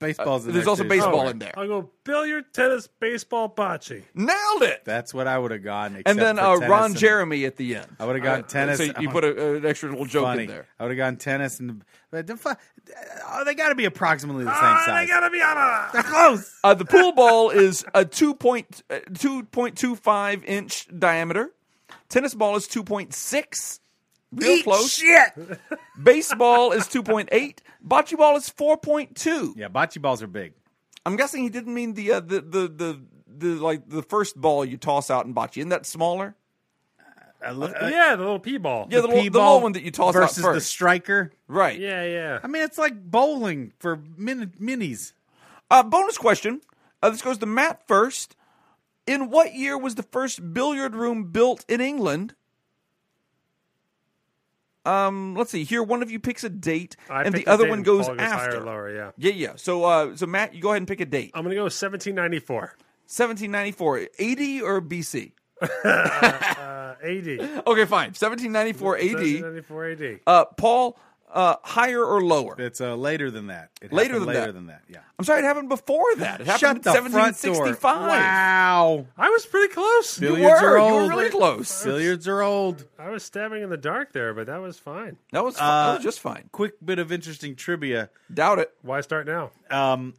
[SPEAKER 2] Baseball's. in
[SPEAKER 3] There's
[SPEAKER 2] there,
[SPEAKER 3] also
[SPEAKER 2] too.
[SPEAKER 3] baseball
[SPEAKER 2] Oh,
[SPEAKER 3] in there.
[SPEAKER 1] I'll go billiard, tennis, baseball, bocce.
[SPEAKER 3] Nailed it.
[SPEAKER 2] That's what I would have gotten.
[SPEAKER 3] And
[SPEAKER 2] except
[SPEAKER 3] then
[SPEAKER 2] for
[SPEAKER 3] uh,
[SPEAKER 2] tennis
[SPEAKER 3] Ron
[SPEAKER 2] and-
[SPEAKER 3] Jeremy at the end. Uh,
[SPEAKER 2] I would have gotten tennis.
[SPEAKER 3] So you put a, an extra little joke
[SPEAKER 2] funny.
[SPEAKER 3] in there.
[SPEAKER 2] I would have gone tennis and but the fu- oh, they got to be approximately the same
[SPEAKER 1] Ah, they
[SPEAKER 2] size.
[SPEAKER 1] gotta be
[SPEAKER 3] *laughs*
[SPEAKER 1] on a.
[SPEAKER 2] Close.
[SPEAKER 3] Uh, the pool ball is a 2.2 uh, 2.25 inch diameter. Tennis ball is 2.6. Real close. Shit. Baseball is 2.8. Bocce ball is 4.2.
[SPEAKER 2] Yeah, bocce balls are big.
[SPEAKER 3] I'm guessing he didn't mean the, uh, the the the the like the first ball you toss out in bocce. Isn't that smaller? Uh,
[SPEAKER 2] I lo-
[SPEAKER 1] Uh, Yeah, the little pea ball.
[SPEAKER 3] Yeah, the, little- the
[SPEAKER 2] P-ball
[SPEAKER 3] little one that you toss out
[SPEAKER 2] Uh, versus
[SPEAKER 3] first.
[SPEAKER 2] the striker.
[SPEAKER 3] right.
[SPEAKER 1] yeah, yeah.
[SPEAKER 2] I mean, it's like bowling for min- minis.
[SPEAKER 3] Uh, bonus question. Uh, this goes to Matt first. In what year was the first billiard room built in England? Um, let's see. Here, one of you picks a date,
[SPEAKER 1] I
[SPEAKER 3] and the
[SPEAKER 1] picked
[SPEAKER 3] other
[SPEAKER 1] date
[SPEAKER 3] one
[SPEAKER 1] and
[SPEAKER 3] goes
[SPEAKER 1] Paul
[SPEAKER 3] after.
[SPEAKER 1] Higher, or lower, Oh. yeah.
[SPEAKER 3] Yeah, yeah. So, uh, so Matt, you go ahead and pick a date.
[SPEAKER 1] I'm gonna go 1794,
[SPEAKER 3] 1794, 80 or BC?
[SPEAKER 1] uh, AD,
[SPEAKER 3] Okay, fine. 1794 AD.
[SPEAKER 1] 1794 AD.
[SPEAKER 3] Uh, Paul, uh, higher or lower?
[SPEAKER 2] It's uh, later than that. It
[SPEAKER 3] Later
[SPEAKER 2] happened
[SPEAKER 3] than
[SPEAKER 2] later
[SPEAKER 3] that.
[SPEAKER 2] than that. Yeah.
[SPEAKER 3] I'm sorry, it happened before that. It happened
[SPEAKER 2] Shut the
[SPEAKER 3] in
[SPEAKER 2] front door.
[SPEAKER 3] 1765.
[SPEAKER 2] Wow.
[SPEAKER 1] I was pretty close.
[SPEAKER 3] You
[SPEAKER 2] Billiards
[SPEAKER 3] were.
[SPEAKER 2] are
[SPEAKER 3] You were
[SPEAKER 2] old.
[SPEAKER 3] really close.
[SPEAKER 2] Billiards are old.
[SPEAKER 1] I was stabbing in the dark there, but that was fine.
[SPEAKER 3] That was, fi- that
[SPEAKER 2] Uh,
[SPEAKER 3] was just fine.
[SPEAKER 2] Quick bit of interesting trivia.
[SPEAKER 3] Doubt it.
[SPEAKER 1] Why start now?
[SPEAKER 2] Um,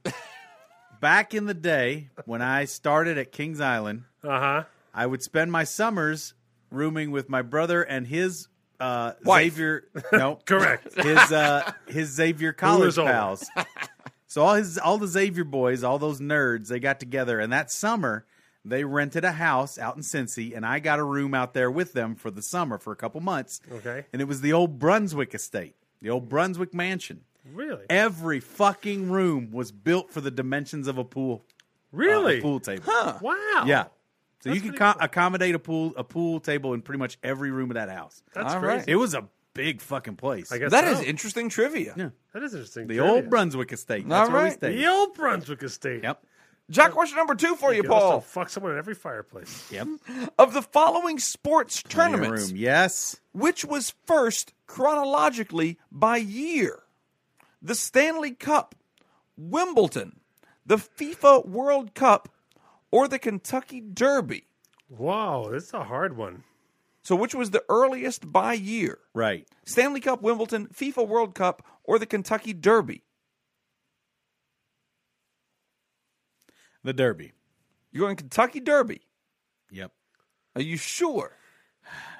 [SPEAKER 2] back in the day when I started at Kings Island,
[SPEAKER 1] Uh huh.
[SPEAKER 2] I would spend my summers rooming with my brother and his uh,
[SPEAKER 3] Wife.
[SPEAKER 2] Xavier. No,
[SPEAKER 3] *laughs*
[SPEAKER 1] Correct.
[SPEAKER 2] His uh, his Xavier college
[SPEAKER 1] older?
[SPEAKER 2] pals. so all his all the Xavier boys, all those nerds, they got together, and that summer they rented a house out in Cincy, and I got a room out there with them for the summer for a couple months.
[SPEAKER 1] Okay.
[SPEAKER 2] and it was the old Brunswick estate. the old Brunswick mansion.
[SPEAKER 1] Really?
[SPEAKER 3] uh,
[SPEAKER 2] Every fucking room was built for the dimensions of a pool, Uh, a
[SPEAKER 1] really?
[SPEAKER 2] pool table.
[SPEAKER 1] Wow.
[SPEAKER 2] Yeah. So
[SPEAKER 1] That's
[SPEAKER 2] you can
[SPEAKER 1] pretty
[SPEAKER 2] co-
[SPEAKER 1] cool.
[SPEAKER 2] accommodate a pool a pool table in pretty much every room of that house.
[SPEAKER 1] That's
[SPEAKER 3] All
[SPEAKER 1] crazy.
[SPEAKER 3] right.
[SPEAKER 2] It was a big fucking place.
[SPEAKER 1] I guess
[SPEAKER 3] That is
[SPEAKER 1] so.
[SPEAKER 3] interesting trivia.
[SPEAKER 2] Yeah.
[SPEAKER 1] that is interesting.
[SPEAKER 2] the
[SPEAKER 1] trivia.
[SPEAKER 2] old Brunswick estate. That's
[SPEAKER 3] All
[SPEAKER 2] where we
[SPEAKER 3] right.
[SPEAKER 2] stayed.
[SPEAKER 1] The old Brunswick estate.
[SPEAKER 2] Yep.
[SPEAKER 3] Jack, question number two for you,
[SPEAKER 1] You also
[SPEAKER 3] Paul.
[SPEAKER 1] fuck someone at every fireplace.
[SPEAKER 2] Yep.
[SPEAKER 3] Of the following sports
[SPEAKER 2] Your
[SPEAKER 3] tournaments,
[SPEAKER 2] room. Yes.
[SPEAKER 3] which was first chronologically by year? The Stanley Cup, Wimbledon, the FIFA World Cup, or the Kentucky Derby?
[SPEAKER 1] Wow, this is a hard one.
[SPEAKER 3] So, which was the earliest by year?
[SPEAKER 2] Right.
[SPEAKER 3] Stanley Cup, Wimbledon, FIFA World Cup, or the Kentucky Derby?
[SPEAKER 2] The Derby.
[SPEAKER 3] You're going Kentucky Derby.
[SPEAKER 2] Yep.
[SPEAKER 3] Are you sure?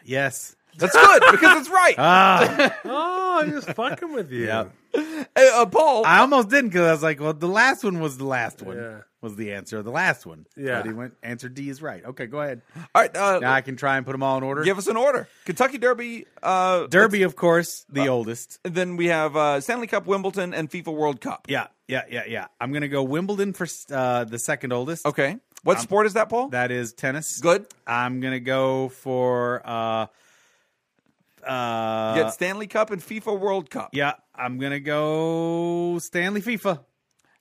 [SPEAKER 2] Yes.
[SPEAKER 3] That's
[SPEAKER 2] *laughs*
[SPEAKER 3] good because it's right. Uh,
[SPEAKER 1] Oh, he was fucking with you.
[SPEAKER 2] Yep.
[SPEAKER 3] uh, Paul,
[SPEAKER 2] I almost didn't because I was like, well, the last one was the last one.
[SPEAKER 1] Yeah.
[SPEAKER 2] Was the answer the last one?
[SPEAKER 1] Yeah.
[SPEAKER 2] But he went. Answer D is right. Okay, go
[SPEAKER 1] *laughs*
[SPEAKER 2] ahead.
[SPEAKER 3] all right, uh,
[SPEAKER 2] Now I can try and put them all in order.
[SPEAKER 3] give us an order. Kentucky Derby, uh,
[SPEAKER 2] Derby, of course,
[SPEAKER 1] Uh,
[SPEAKER 2] the oldest.
[SPEAKER 3] and then we have uh, Stanley Cup, Wimbledon, and FIFA World Cup.
[SPEAKER 2] Yeah, yeah, yeah, yeah. I'm gonna go Wimbledon for uh, the second oldest.
[SPEAKER 3] Okay. What sport is that, Paul?
[SPEAKER 2] Um, That is tennis.
[SPEAKER 3] Good.
[SPEAKER 2] I'm gonna go for uh uh
[SPEAKER 3] You got Stanley Cup and FIFA World Cup.
[SPEAKER 2] yeah, I'm gonna go Stanley FIFA.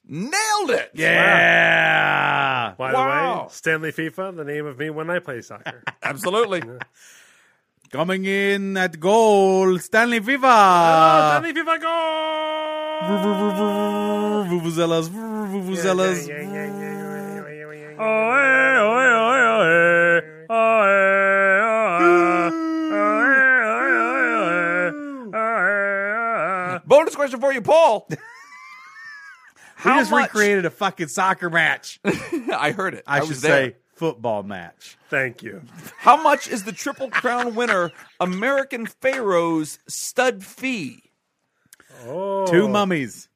[SPEAKER 3] Nailed it.
[SPEAKER 2] Yeah.
[SPEAKER 1] By the
[SPEAKER 3] Wow.
[SPEAKER 1] way, Stanley FIFA, the name of me when I play *laughs* soccer.
[SPEAKER 2] *laughs*
[SPEAKER 3] Absolutely.
[SPEAKER 2] Coming in at goal, Stanley FIFA.
[SPEAKER 1] oh, Stanley FIFA goal!
[SPEAKER 2] Vuvuzelas, vuvuzelas.
[SPEAKER 1] Yeah, yeah, yeah, yeah, yeah, yeah, yeah. Oy, oy, oy, oy. Oy, oy, oy. Oy, oy, oy, oy. Oy, oy, oy.
[SPEAKER 3] Bonus question for you, Paul. *laughs*
[SPEAKER 2] We
[SPEAKER 3] How
[SPEAKER 2] just
[SPEAKER 3] much-
[SPEAKER 2] recreated a fucking soccer match. *laughs* I,
[SPEAKER 3] I heard it. I,
[SPEAKER 2] should
[SPEAKER 3] was there.
[SPEAKER 2] say football match.
[SPEAKER 1] *laughs* Thank you.
[SPEAKER 3] How much is the Triple Crown winner American Pharaoh's stud fee?
[SPEAKER 1] Oh,
[SPEAKER 2] Two *laughs* mummies.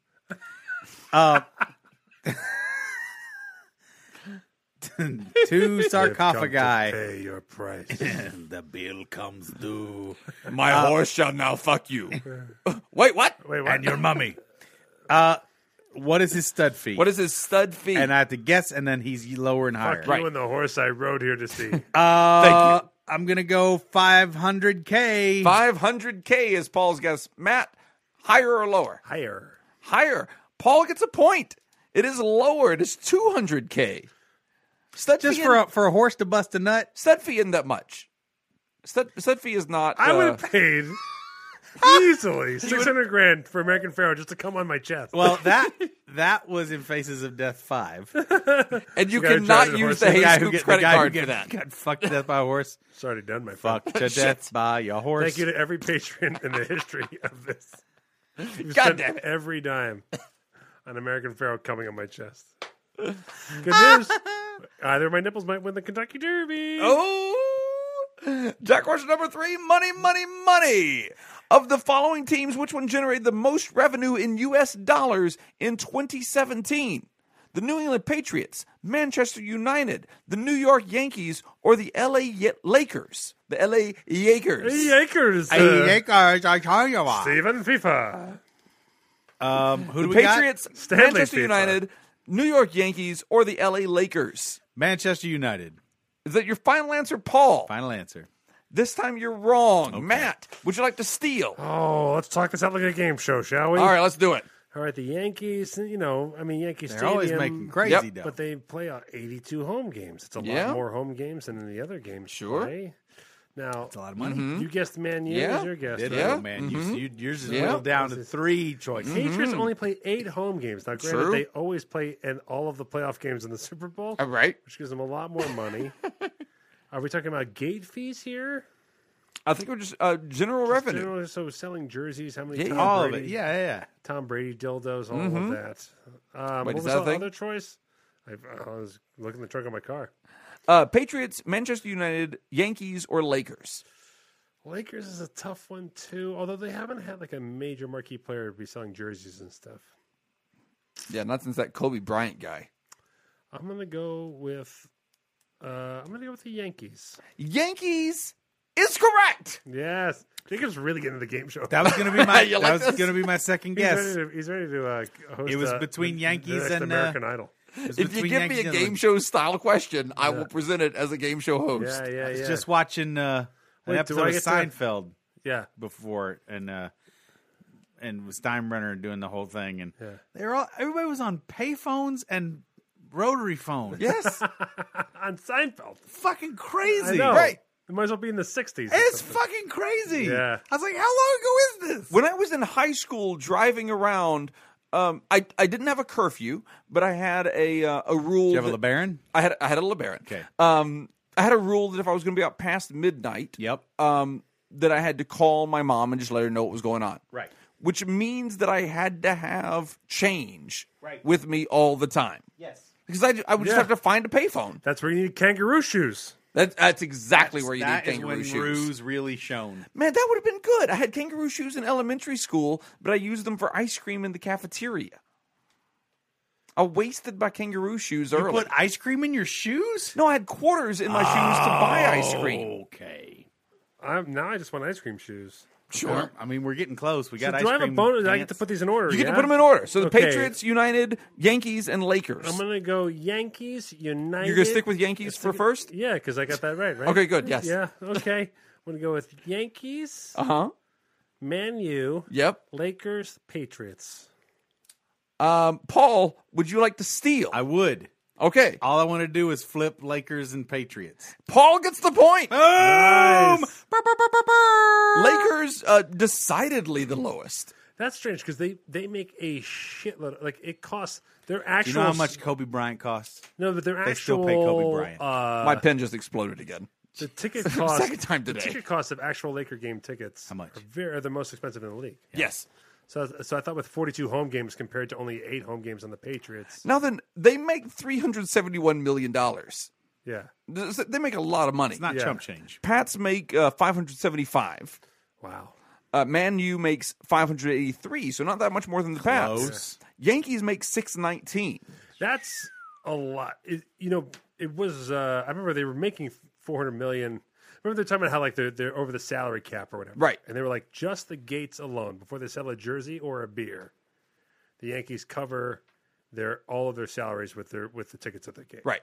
[SPEAKER 2] Uh, *laughs* two
[SPEAKER 1] you've come to
[SPEAKER 2] sarcophagi.
[SPEAKER 1] Pay your *laughs* price.
[SPEAKER 2] The bill comes due.
[SPEAKER 3] My horse shall now fuck you. *laughs* Wait, what?
[SPEAKER 1] Wait, what?
[SPEAKER 2] And your mummy. Uh, what is his stud fee?
[SPEAKER 3] What is his stud fee?
[SPEAKER 2] and I have to guess, and then he's lower and higher.
[SPEAKER 1] Fuck you and the horse I rode here to see.
[SPEAKER 2] Uh,
[SPEAKER 3] Thank
[SPEAKER 2] I'm gonna go 500k.
[SPEAKER 3] 500K is Paul's guess. Matt, higher or lower?
[SPEAKER 1] Higher.
[SPEAKER 3] Higher. Paul gets a point. It is lower. It is 200K. Stud
[SPEAKER 2] Just
[SPEAKER 3] fee
[SPEAKER 2] for
[SPEAKER 3] in-
[SPEAKER 2] a, for a horse to bust a nut.
[SPEAKER 3] stud fee isn't that much. Stud, stud fee is not.
[SPEAKER 1] I
[SPEAKER 3] uh,
[SPEAKER 1] would have paid
[SPEAKER 3] *laughs*
[SPEAKER 1] easily six hundred grand for American Pharaoh just to come on my chest.
[SPEAKER 2] Well,
[SPEAKER 3] *laughs*
[SPEAKER 2] that that was in Faces of Death Five.
[SPEAKER 3] and you
[SPEAKER 1] gotta
[SPEAKER 3] cannot
[SPEAKER 1] drive it horse.
[SPEAKER 3] use the
[SPEAKER 1] The
[SPEAKER 3] Hayes
[SPEAKER 2] guy who
[SPEAKER 3] Group
[SPEAKER 2] get- the
[SPEAKER 3] credit
[SPEAKER 2] guy who
[SPEAKER 3] card for
[SPEAKER 2] get-
[SPEAKER 3] that.
[SPEAKER 2] Got fucked to death by a
[SPEAKER 3] *laughs*
[SPEAKER 2] horse.
[SPEAKER 1] it's already done, my friend.
[SPEAKER 2] Fucked to death by a horse.
[SPEAKER 1] Thank you to every patron in the history of this. You've
[SPEAKER 3] *laughs* God
[SPEAKER 1] spent
[SPEAKER 3] damn it.
[SPEAKER 1] Every dime on American Pharaoh coming on my chest.
[SPEAKER 3] *laughs*
[SPEAKER 1] Good news. Either of my nipples might win the Kentucky Derby.
[SPEAKER 3] Oh, Jack question number three: money, money, money. Of the following teams, which one generated the most revenue in U.S. dollars in 2017? The New England Patriots, Manchester United, the New York Yankees, or the L.A. Ye- Lakers? The L.A. Yakers.
[SPEAKER 1] Hey, Acres. uh, Steven FIFA.
[SPEAKER 2] Um, who do we got?
[SPEAKER 3] Patriots,
[SPEAKER 1] Stanley
[SPEAKER 3] Manchester
[SPEAKER 1] FIFA.
[SPEAKER 3] United, New York Yankees, or the L.A. Lakers?
[SPEAKER 2] Manchester United.
[SPEAKER 3] Is that your final answer, Paul?
[SPEAKER 2] Final answer.
[SPEAKER 3] This time you're wrong. Matt, would you like to steal?
[SPEAKER 1] Oh, let's talk this out like a game show, shall we?
[SPEAKER 3] All right, let's do it.
[SPEAKER 1] All right, the Yankees, you know, I mean, Yankees
[SPEAKER 2] They're always making crazy
[SPEAKER 3] Yep.
[SPEAKER 2] dough.
[SPEAKER 1] But they play uh, 82 home games. It's a
[SPEAKER 3] Yeah.
[SPEAKER 1] lot more home games than in the other games.
[SPEAKER 3] Sure.
[SPEAKER 1] play. Now,
[SPEAKER 2] It's a lot of money.
[SPEAKER 1] you guessed Man U
[SPEAKER 3] Yeah.
[SPEAKER 1] as your guess.
[SPEAKER 2] Did
[SPEAKER 1] right?
[SPEAKER 2] it,
[SPEAKER 3] Mm-hmm. Yeah. Mm-hmm.
[SPEAKER 2] oh, man. You, you, yours is
[SPEAKER 3] Yeah.
[SPEAKER 2] whittled down to
[SPEAKER 1] *laughs*
[SPEAKER 2] three
[SPEAKER 1] Mm-hmm.
[SPEAKER 2] choices.
[SPEAKER 1] Patriots only play eight home games. Now, granted,
[SPEAKER 3] Mm-hmm. True.
[SPEAKER 1] they always play in all of the playoff games in the Super Bowl,
[SPEAKER 3] All right.
[SPEAKER 1] which gives them a lot more
[SPEAKER 3] *laughs*
[SPEAKER 1] money. Are we talking about gate fees here?
[SPEAKER 3] I think we're just uh, general revenue.
[SPEAKER 1] Generally, so selling jerseys, how many
[SPEAKER 3] Yeah,
[SPEAKER 1] Tom
[SPEAKER 3] yeah. Mm-hmm.
[SPEAKER 2] All of
[SPEAKER 1] Brady,
[SPEAKER 2] it. Yeah, yeah, yeah.
[SPEAKER 1] Tom Brady dildos, all of that. Um,
[SPEAKER 3] Wait,
[SPEAKER 1] what
[SPEAKER 3] is
[SPEAKER 1] was
[SPEAKER 3] that a
[SPEAKER 1] the
[SPEAKER 3] thing?
[SPEAKER 1] other choice? I, I was looking in the trunk of my car.
[SPEAKER 3] Uh, Patriots, Manchester United, Yankees, or Lakers?
[SPEAKER 1] Lakers is a tough one too, although they haven't had like a major marquee player be selling jerseys and stuff.
[SPEAKER 3] Yeah, not since that Kobe Bryant guy.
[SPEAKER 1] I'm gonna go with uh, I'm gonna go with the Yankees.
[SPEAKER 3] Yankees is correct.
[SPEAKER 1] Yes. Jacob's really getting into the game show.
[SPEAKER 2] That was
[SPEAKER 3] *laughs*
[SPEAKER 2] gonna be my.
[SPEAKER 3] You
[SPEAKER 2] that
[SPEAKER 3] like
[SPEAKER 2] was
[SPEAKER 3] this?
[SPEAKER 2] gonna be my
[SPEAKER 1] *laughs*
[SPEAKER 2] second
[SPEAKER 1] he's
[SPEAKER 2] guess.
[SPEAKER 1] Ready to, he's ready to uh, host
[SPEAKER 2] It was
[SPEAKER 1] uh,
[SPEAKER 2] between
[SPEAKER 1] the-
[SPEAKER 2] Yankees
[SPEAKER 1] the next
[SPEAKER 2] and, uh,
[SPEAKER 1] American Idol.
[SPEAKER 2] It was
[SPEAKER 3] If you
[SPEAKER 2] between
[SPEAKER 3] give me
[SPEAKER 2] Yankees
[SPEAKER 3] a
[SPEAKER 2] and
[SPEAKER 3] game
[SPEAKER 2] Atlanta.
[SPEAKER 3] show style question, I will present it as a game show host.
[SPEAKER 1] Yeah, yeah,
[SPEAKER 2] I was
[SPEAKER 1] yeah.
[SPEAKER 2] just watching uh, an
[SPEAKER 1] Wait, do
[SPEAKER 2] episode
[SPEAKER 1] I
[SPEAKER 2] of
[SPEAKER 1] get to-
[SPEAKER 2] Seinfeld
[SPEAKER 1] yeah.
[SPEAKER 2] before, and uh, and was Steinbrenner and doing the whole thing, and
[SPEAKER 1] Yeah.
[SPEAKER 2] they were all everybody was on payphones and rotary phones. *laughs*
[SPEAKER 3] Yes,
[SPEAKER 1] On Seinfeld.
[SPEAKER 2] fucking
[SPEAKER 1] I
[SPEAKER 2] crazy.
[SPEAKER 1] know.
[SPEAKER 3] Right.
[SPEAKER 1] It might as well be in the 60s. or
[SPEAKER 2] It's
[SPEAKER 1] something.
[SPEAKER 2] fucking crazy.
[SPEAKER 1] Yeah.
[SPEAKER 2] I was like, how long ago is this?
[SPEAKER 3] when I was in high school driving around, um, I I didn't have a curfew, but I had a uh, a rule.
[SPEAKER 2] you have a
[SPEAKER 3] that-
[SPEAKER 2] LeBaron?
[SPEAKER 3] I had I had a LeBaron.
[SPEAKER 2] Okay.
[SPEAKER 3] Um, I had a rule that if I was going to be out past midnight,
[SPEAKER 2] Yep.
[SPEAKER 3] um, that I had to call my mom and just let her know what was going on.
[SPEAKER 2] Right.
[SPEAKER 3] Which means that I had to have change right. with me all the time.
[SPEAKER 2] Yes.
[SPEAKER 3] Because I, ju- I would just
[SPEAKER 1] Yeah.
[SPEAKER 3] have to find a payphone.
[SPEAKER 1] That's where you need kangaroo shoes.
[SPEAKER 3] That, that's exactly where you need
[SPEAKER 2] That is
[SPEAKER 3] kangaroo
[SPEAKER 2] when
[SPEAKER 3] shoes.
[SPEAKER 2] ruse really shone.
[SPEAKER 3] Man, that would have been good. I had kangaroo shoes in elementary school, but I used them for ice cream in the cafeteria. I wasted my kangaroo shoes
[SPEAKER 2] You
[SPEAKER 3] early.
[SPEAKER 2] put ice cream in your shoes?
[SPEAKER 3] no, I had quarters in my shoes to buy ice cream.
[SPEAKER 2] Oh, Okay.
[SPEAKER 1] I'm, now I just want ice cream shoes.
[SPEAKER 2] Sure. I mean, we're getting close. We got ice
[SPEAKER 1] Do I have a
[SPEAKER 2] cream.
[SPEAKER 1] bonus? I get
[SPEAKER 2] pants.
[SPEAKER 1] to put these in order.
[SPEAKER 3] You get
[SPEAKER 1] yeah?
[SPEAKER 3] to put them in order. So the
[SPEAKER 1] Okay.
[SPEAKER 3] Patriots, United, Yankees, and Lakers.
[SPEAKER 1] I'm going to go Yankees, United.
[SPEAKER 3] You're gonna stick with Yankees for first.
[SPEAKER 1] Yeah, because I got that right, right?
[SPEAKER 3] Okay, good. Yes.
[SPEAKER 1] Yeah, okay. *laughs* I'm going to go with Yankees,
[SPEAKER 3] Uh huh.
[SPEAKER 1] Man U,
[SPEAKER 3] Yep.
[SPEAKER 1] Lakers, Patriots.
[SPEAKER 3] Um, Paul, would you like to steal?
[SPEAKER 2] I would.
[SPEAKER 3] Okay.
[SPEAKER 2] All I want to do is flip Lakers and Patriots.
[SPEAKER 3] Paul gets the point.
[SPEAKER 2] Boom!
[SPEAKER 1] Nice.
[SPEAKER 2] Brr, brr, brr, brr, brr.
[SPEAKER 3] Lakers uh, decidedly the lowest.
[SPEAKER 1] That's strange because they, they make a shitload. Like, it costs. Their actual.
[SPEAKER 2] You know how much Kobe Bryant costs?
[SPEAKER 1] No, but their
[SPEAKER 2] they
[SPEAKER 1] actual.
[SPEAKER 2] still pay Kobe Bryant.
[SPEAKER 1] Uh,
[SPEAKER 3] My pen just exploded again.
[SPEAKER 2] *laughs*
[SPEAKER 1] the ticket cost.
[SPEAKER 3] Second time
[SPEAKER 1] The
[SPEAKER 3] today.
[SPEAKER 1] ticket cost of actual Laker game tickets. How
[SPEAKER 2] much?
[SPEAKER 1] Are, very, are the most expensive in the league.
[SPEAKER 3] Yes.
[SPEAKER 1] So, so I thought with 42 home games compared to only eight home games on the Patriots.
[SPEAKER 3] Now then, they make three hundred seventy-one million dollars.
[SPEAKER 1] Yeah.
[SPEAKER 3] They make a lot of money.
[SPEAKER 2] It's not
[SPEAKER 1] Yeah.
[SPEAKER 2] chump change.
[SPEAKER 3] Pats make uh, five hundred seventy-five.
[SPEAKER 1] Wow.
[SPEAKER 3] Uh, Man U makes five hundred eighty-three. So not that much more than the Pats.
[SPEAKER 2] Close.
[SPEAKER 3] Yankees make six nineteen.
[SPEAKER 1] That's a lot. It, you know, it was. Uh, I remember they were making 400 million. Remember they're talking about how like they're they're over the salary cap or whatever,
[SPEAKER 3] Right.
[SPEAKER 1] And they were like just the gates alone before they sell a jersey or a beer, the Yankees cover their all of their salaries with their with the tickets that they get.
[SPEAKER 3] Right.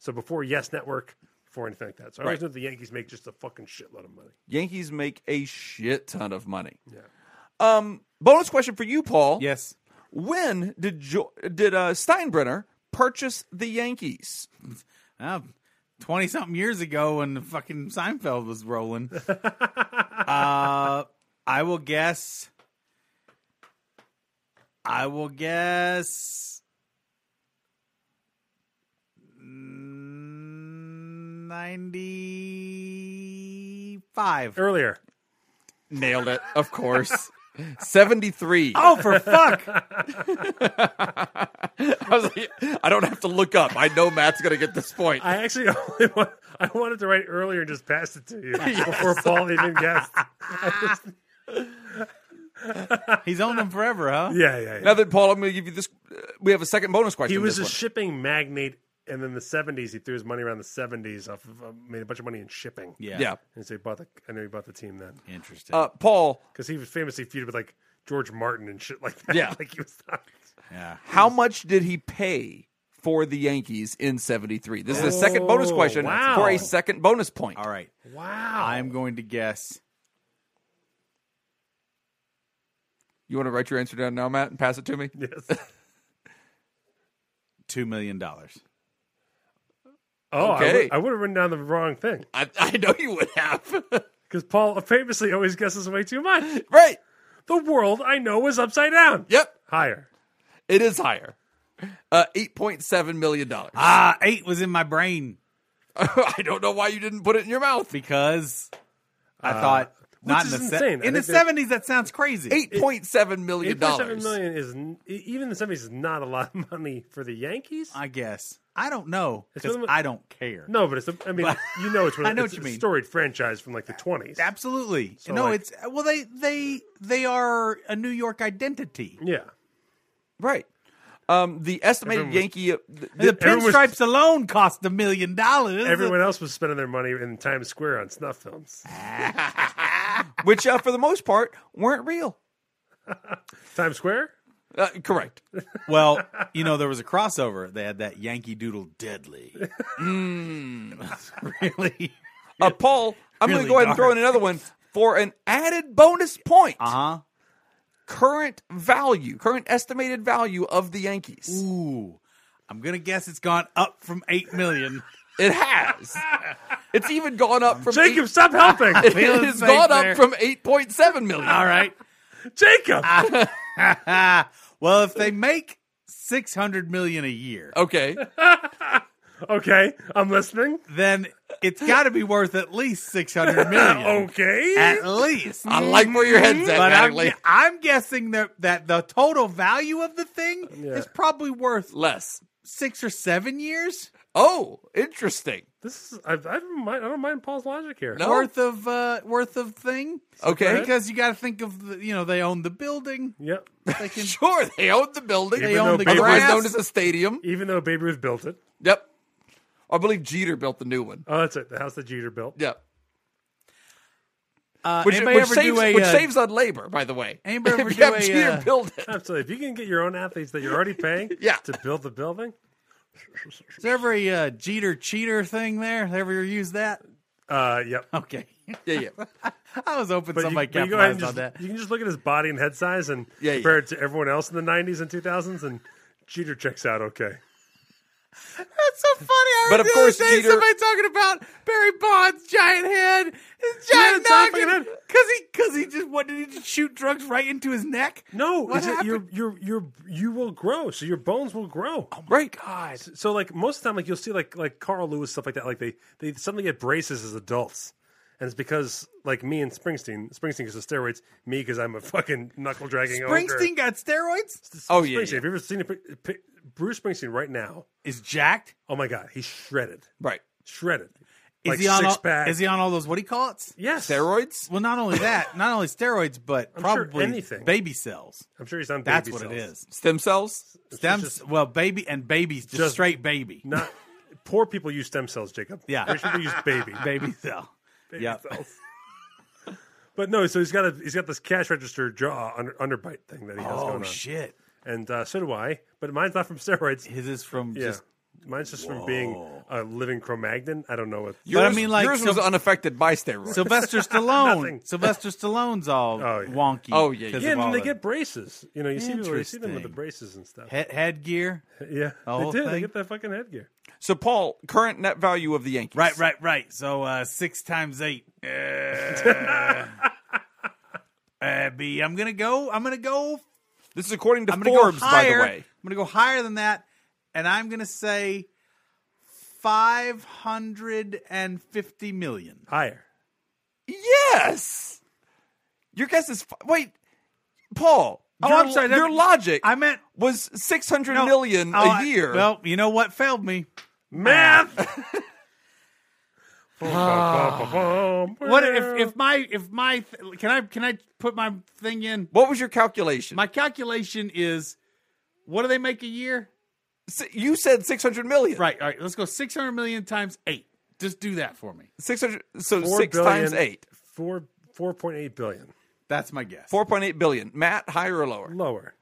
[SPEAKER 1] So before Yes Network, before anything like that. So I always
[SPEAKER 3] Right.
[SPEAKER 1] know the Yankees make just a fucking shitload of money.
[SPEAKER 3] Yankees make a shit ton of money. Um, bonus question for you, Paul.
[SPEAKER 2] Yes.
[SPEAKER 3] When did jo- did uh, Steinbrenner purchase the Yankees?
[SPEAKER 2] Twenty something Ah, years ago, when the fucking Seinfeld was rolling, uh, I will guess. I will guess. Ninety-five.
[SPEAKER 1] Earlier,
[SPEAKER 3] Nailed it, of course. *laughs* Seventy three.
[SPEAKER 2] Oh, for fuck!
[SPEAKER 3] *laughs* I, was like, I don't have to look up. I know Matt's gonna get this point.
[SPEAKER 1] I actually *laughs* only want, I wanted to write earlier and just pass it to
[SPEAKER 3] *laughs*
[SPEAKER 1] you before Paul even guessed.
[SPEAKER 2] *laughs* He's owned them forever, huh?
[SPEAKER 1] Yeah, yeah. yeah.
[SPEAKER 3] now that Paul, I'm gonna give you this. Uh, we have a second bonus question.
[SPEAKER 1] He was a
[SPEAKER 3] this
[SPEAKER 1] shipping magnate, and then the '70s he threw his money around the '70s off of uh, made a bunch of money in shipping.
[SPEAKER 3] one. yeah.
[SPEAKER 1] and so he bought the. I know he bought the team then
[SPEAKER 2] Interesting.
[SPEAKER 3] Uh, Paul,
[SPEAKER 1] because he was famously feuded with like George Martin and shit like that.
[SPEAKER 3] Yeah.
[SPEAKER 1] *laughs* like he was. Not,
[SPEAKER 2] yeah.
[SPEAKER 3] how much did he pay for the Yankees in '73? This is the second bonus
[SPEAKER 1] Oh,
[SPEAKER 3] question
[SPEAKER 1] wow.
[SPEAKER 3] for a second bonus point.
[SPEAKER 2] All right.
[SPEAKER 1] wow,
[SPEAKER 2] I'm going to guess.
[SPEAKER 3] You want to write your answer down now, Matt, and pass it to me?
[SPEAKER 1] yes.
[SPEAKER 2] two million dollars.
[SPEAKER 1] Oh, I
[SPEAKER 3] Okay.
[SPEAKER 1] would- I would have written down the wrong thing
[SPEAKER 3] I, I know you would have. *laughs*
[SPEAKER 1] because Paul famously always guesses way too much.
[SPEAKER 3] right.
[SPEAKER 1] The world I know was upside down.
[SPEAKER 3] Yep.
[SPEAKER 1] Higher.
[SPEAKER 3] It is higher. Uh, $8.7 million. dollars. *laughs*
[SPEAKER 2] Ah, eight was in my brain
[SPEAKER 3] I don't know why you didn't put it in your mouth.
[SPEAKER 2] because I thought not in
[SPEAKER 1] Uh,
[SPEAKER 2] the
[SPEAKER 1] is
[SPEAKER 2] se-
[SPEAKER 1] insane. I
[SPEAKER 2] in the
[SPEAKER 1] think that-
[SPEAKER 2] seventies. That sounds crazy.
[SPEAKER 3] $8.7 million.
[SPEAKER 1] Eight point seven
[SPEAKER 3] dollars.
[SPEAKER 1] million is n- e- even in the '70s is not a lot of money for the Yankees.
[SPEAKER 2] I guess I don't know
[SPEAKER 1] It's
[SPEAKER 2] because
[SPEAKER 1] one of the-
[SPEAKER 2] I don't care.
[SPEAKER 1] no, but it's. A, I mean, you know, it's. One,
[SPEAKER 2] I know
[SPEAKER 1] it's
[SPEAKER 2] what you
[SPEAKER 1] a
[SPEAKER 2] mean.
[SPEAKER 1] Storied franchise from like the '20s.
[SPEAKER 2] absolutely. no,
[SPEAKER 1] like-
[SPEAKER 2] it's well they they they are a New York identity.
[SPEAKER 1] Yeah.
[SPEAKER 3] Right. Um, the estimated
[SPEAKER 1] Everyone-
[SPEAKER 3] Yankee. uh, the-
[SPEAKER 2] The
[SPEAKER 1] Everyone was-
[SPEAKER 2] pinstripes alone cost a million dollars.
[SPEAKER 1] Everyone else was spending their money in Times Square on snuff films.
[SPEAKER 3] which uh, for the most part weren't real.
[SPEAKER 1] Times Square?
[SPEAKER 3] Uh,
[SPEAKER 1] *laughs*
[SPEAKER 3] correct.
[SPEAKER 2] *laughs* Well, you know, there was a crossover. They had that Yankee Doodle
[SPEAKER 1] *laughs*
[SPEAKER 2] Deadly. Mm. *laughs* really?
[SPEAKER 3] Uh, Paul, I'm going
[SPEAKER 2] Really
[SPEAKER 3] to go ahead and throw in another one for an added bonus point.
[SPEAKER 1] Uh-huh.
[SPEAKER 2] Uh
[SPEAKER 3] Current value, current estimated value of the Yankees.
[SPEAKER 2] huh. Ooh. I'm going to guess it's gone up from 8 million.
[SPEAKER 3] It has. it's even
[SPEAKER 1] *laughs*
[SPEAKER 3] gone up from.
[SPEAKER 1] Jacob, stop
[SPEAKER 3] *laughs*
[SPEAKER 1] helping!
[SPEAKER 3] eight,
[SPEAKER 2] feeling
[SPEAKER 3] it's
[SPEAKER 2] safe
[SPEAKER 3] gone
[SPEAKER 2] there.
[SPEAKER 3] up from 8.7 million.
[SPEAKER 2] All right.
[SPEAKER 1] Jacob!
[SPEAKER 2] Ah, *laughs* well, if they make 600 million a year,
[SPEAKER 3] Okay.
[SPEAKER 1] Okay, I'm listening.
[SPEAKER 2] then it's got to be worth at least 600 million.
[SPEAKER 1] Okay.
[SPEAKER 2] At
[SPEAKER 3] *laughs*
[SPEAKER 2] least.
[SPEAKER 3] I like where your head's
[SPEAKER 2] Mm-hmm.
[SPEAKER 3] at,
[SPEAKER 2] But I'm,
[SPEAKER 3] Natalie.
[SPEAKER 2] I'm guessing that, that the total value of the thing is probably worth
[SPEAKER 3] Less.
[SPEAKER 2] six or seven years
[SPEAKER 3] Oh, interesting.
[SPEAKER 1] This is, I, I, don't mind, I don't mind Paul's logic here.
[SPEAKER 3] No.
[SPEAKER 2] worth of uh, worth of thing.
[SPEAKER 3] Okay.
[SPEAKER 2] because you got to think of the, you know they own the building.
[SPEAKER 1] Yep.
[SPEAKER 2] They can
[SPEAKER 3] *laughs* Sure, they own the building.
[SPEAKER 2] they
[SPEAKER 1] Even
[SPEAKER 2] own
[SPEAKER 1] though
[SPEAKER 2] the
[SPEAKER 1] Babe Ruth-
[SPEAKER 3] otherwise
[SPEAKER 2] grass.
[SPEAKER 3] known as a stadium.
[SPEAKER 1] Even though Babe Ruth built it.
[SPEAKER 3] Yep. I believe Jeter built the new one.
[SPEAKER 1] Oh, that's it. The house that Jeter built.
[SPEAKER 3] Yep.
[SPEAKER 2] uh,
[SPEAKER 3] Which,
[SPEAKER 2] anybody
[SPEAKER 3] which
[SPEAKER 2] ever
[SPEAKER 3] saves,
[SPEAKER 2] do a,
[SPEAKER 3] which
[SPEAKER 2] uh,
[SPEAKER 3] saves on labor, by the way. *laughs*
[SPEAKER 2] anybody ever
[SPEAKER 3] if
[SPEAKER 2] do
[SPEAKER 3] you have
[SPEAKER 2] a,
[SPEAKER 3] Jeter
[SPEAKER 2] uh,
[SPEAKER 3] build it.
[SPEAKER 1] Absolutely. If you can get your own athletes that you're already paying
[SPEAKER 3] Yeah.
[SPEAKER 1] to build the building,
[SPEAKER 2] Is there ever a uh, Jeter cheater thing there? Ever use that?
[SPEAKER 1] uh, yep.
[SPEAKER 2] Okay, *laughs*
[SPEAKER 3] Yeah, yeah.
[SPEAKER 2] I was hoping
[SPEAKER 1] But you,
[SPEAKER 2] somebody
[SPEAKER 1] but you go
[SPEAKER 2] capitalized
[SPEAKER 1] ahead and just,
[SPEAKER 2] on that.
[SPEAKER 1] you can just look at his body and head size and
[SPEAKER 3] Yeah, yeah.
[SPEAKER 1] compare it to everyone else in the 90s and 2000s, and Jeter checks out okay.
[SPEAKER 2] That's so funny. I
[SPEAKER 3] But
[SPEAKER 2] heard
[SPEAKER 3] of
[SPEAKER 2] the
[SPEAKER 3] course,
[SPEAKER 2] other day
[SPEAKER 3] Jeter-
[SPEAKER 2] somebody talking about Barry Bonds' giant head, his giant
[SPEAKER 1] it's not fucking
[SPEAKER 2] noggin,
[SPEAKER 1] head.
[SPEAKER 2] because he because he just what did he just shoot drugs right into his neck?
[SPEAKER 1] No,
[SPEAKER 2] What
[SPEAKER 1] is it, you're,
[SPEAKER 2] happened?
[SPEAKER 1] you're, you're, you will grow. So your bones will grow.
[SPEAKER 3] Right. God.
[SPEAKER 1] Oh. So like most of the time, like you'll see like like Carl Lewis stuff like that. Like they they suddenly get braces as adults, and it's because like me and Springsteen, Springsteen is the steroids. Me because I'm a fucking knuckle dragging.
[SPEAKER 2] Springsteen got steroids.
[SPEAKER 1] Oh
[SPEAKER 3] Oh,
[SPEAKER 1] yeah.
[SPEAKER 3] yeah,
[SPEAKER 1] Springsteen.
[SPEAKER 3] yeah.
[SPEAKER 1] Have you ever seen a, pic- pic- Bruce Springsteen right now?
[SPEAKER 2] Is jacked.
[SPEAKER 1] Oh my god, he's shredded,
[SPEAKER 3] Right.
[SPEAKER 1] shredded.
[SPEAKER 2] Is
[SPEAKER 1] like
[SPEAKER 2] he on
[SPEAKER 1] six
[SPEAKER 2] all,
[SPEAKER 1] pack.
[SPEAKER 2] Is he on all those what do you call it?
[SPEAKER 1] Yes,
[SPEAKER 3] Steroids?
[SPEAKER 2] Well, not only that, *laughs* not only steroids, but
[SPEAKER 1] I'm sure
[SPEAKER 2] probably
[SPEAKER 1] anything.
[SPEAKER 2] baby cells.
[SPEAKER 1] I'm sure he's on.
[SPEAKER 2] That's
[SPEAKER 1] baby
[SPEAKER 2] what it
[SPEAKER 1] cells.
[SPEAKER 2] is.
[SPEAKER 3] Stem cells?
[SPEAKER 2] Stem well, baby and babies, just,
[SPEAKER 1] Just-
[SPEAKER 2] straight baby, *laughs*
[SPEAKER 1] Not poor people use stem cells, Jacob.
[SPEAKER 2] Yeah.
[SPEAKER 1] rich people use baby.
[SPEAKER 2] baby cell. *laughs*
[SPEAKER 1] baby
[SPEAKER 2] yep.
[SPEAKER 1] cells. *laughs* But no, so he's got a he's got this cash register jaw under, underbite thing that he has going
[SPEAKER 2] Oh
[SPEAKER 1] on.
[SPEAKER 2] shit!
[SPEAKER 1] and uh, so do I. But mine's not from steroids.
[SPEAKER 2] His is from
[SPEAKER 1] yeah,
[SPEAKER 2] just.
[SPEAKER 1] mine's just from being a living Cro-Magnon. I don't know what.
[SPEAKER 2] But I mean, like
[SPEAKER 3] Yours
[SPEAKER 2] Syl-
[SPEAKER 3] was unaffected by steroids.
[SPEAKER 2] Sylvester
[SPEAKER 1] *laughs* Nothing.
[SPEAKER 2] Stallone. Sylvester Stallone's all
[SPEAKER 1] Oh, yeah.
[SPEAKER 2] wonky.
[SPEAKER 3] Oh, yeah, yeah.
[SPEAKER 2] 'cause
[SPEAKER 1] yeah,
[SPEAKER 2] of
[SPEAKER 1] and then
[SPEAKER 2] all
[SPEAKER 1] they
[SPEAKER 2] the
[SPEAKER 1] get braces. You know, you see people, you see them with the
[SPEAKER 2] Interesting.
[SPEAKER 1] braces and stuff.
[SPEAKER 2] head, headgear.
[SPEAKER 1] yeah,
[SPEAKER 2] whole
[SPEAKER 1] they do. They
[SPEAKER 2] thing?
[SPEAKER 1] get that fucking headgear.
[SPEAKER 3] so, Paul, current net value of the Yankees.
[SPEAKER 2] Right, right, right. So uh, six times eight.
[SPEAKER 1] *laughs*
[SPEAKER 2] Uh, uh, B. I'm gonna go. I'm gonna go
[SPEAKER 3] This is according to
[SPEAKER 2] I'm gonna
[SPEAKER 3] Forbes,
[SPEAKER 2] go higher.
[SPEAKER 3] by the way.
[SPEAKER 2] I'm gonna go higher than that, and I'm gonna say five hundred and fifty million.
[SPEAKER 1] Higher.
[SPEAKER 3] Yes. Your guess is. Fi- Wait, Paul.
[SPEAKER 2] Oh,
[SPEAKER 3] your,
[SPEAKER 2] I'm sorry, that-
[SPEAKER 3] Your logic
[SPEAKER 2] I meant
[SPEAKER 3] was six hundred
[SPEAKER 2] no,
[SPEAKER 3] million
[SPEAKER 2] oh,
[SPEAKER 3] a
[SPEAKER 2] I-
[SPEAKER 3] year.
[SPEAKER 2] well, you know what failed me.
[SPEAKER 1] Math. *laughs*
[SPEAKER 2] What
[SPEAKER 1] what
[SPEAKER 2] if, if my if my th- can I can I put my thing in?
[SPEAKER 3] what was your calculation?
[SPEAKER 2] My calculation is what do they make a year?
[SPEAKER 3] S- you said six hundred million.
[SPEAKER 2] Right, all right. Let's go six hundred million times eight. Just do that for me.
[SPEAKER 3] Six hundred. So
[SPEAKER 1] Four
[SPEAKER 3] six
[SPEAKER 1] billion-
[SPEAKER 3] times eight.
[SPEAKER 1] Four four point eight billion
[SPEAKER 2] That's my guess.
[SPEAKER 3] Four point eight billion. Matt, higher or lower?
[SPEAKER 1] lower.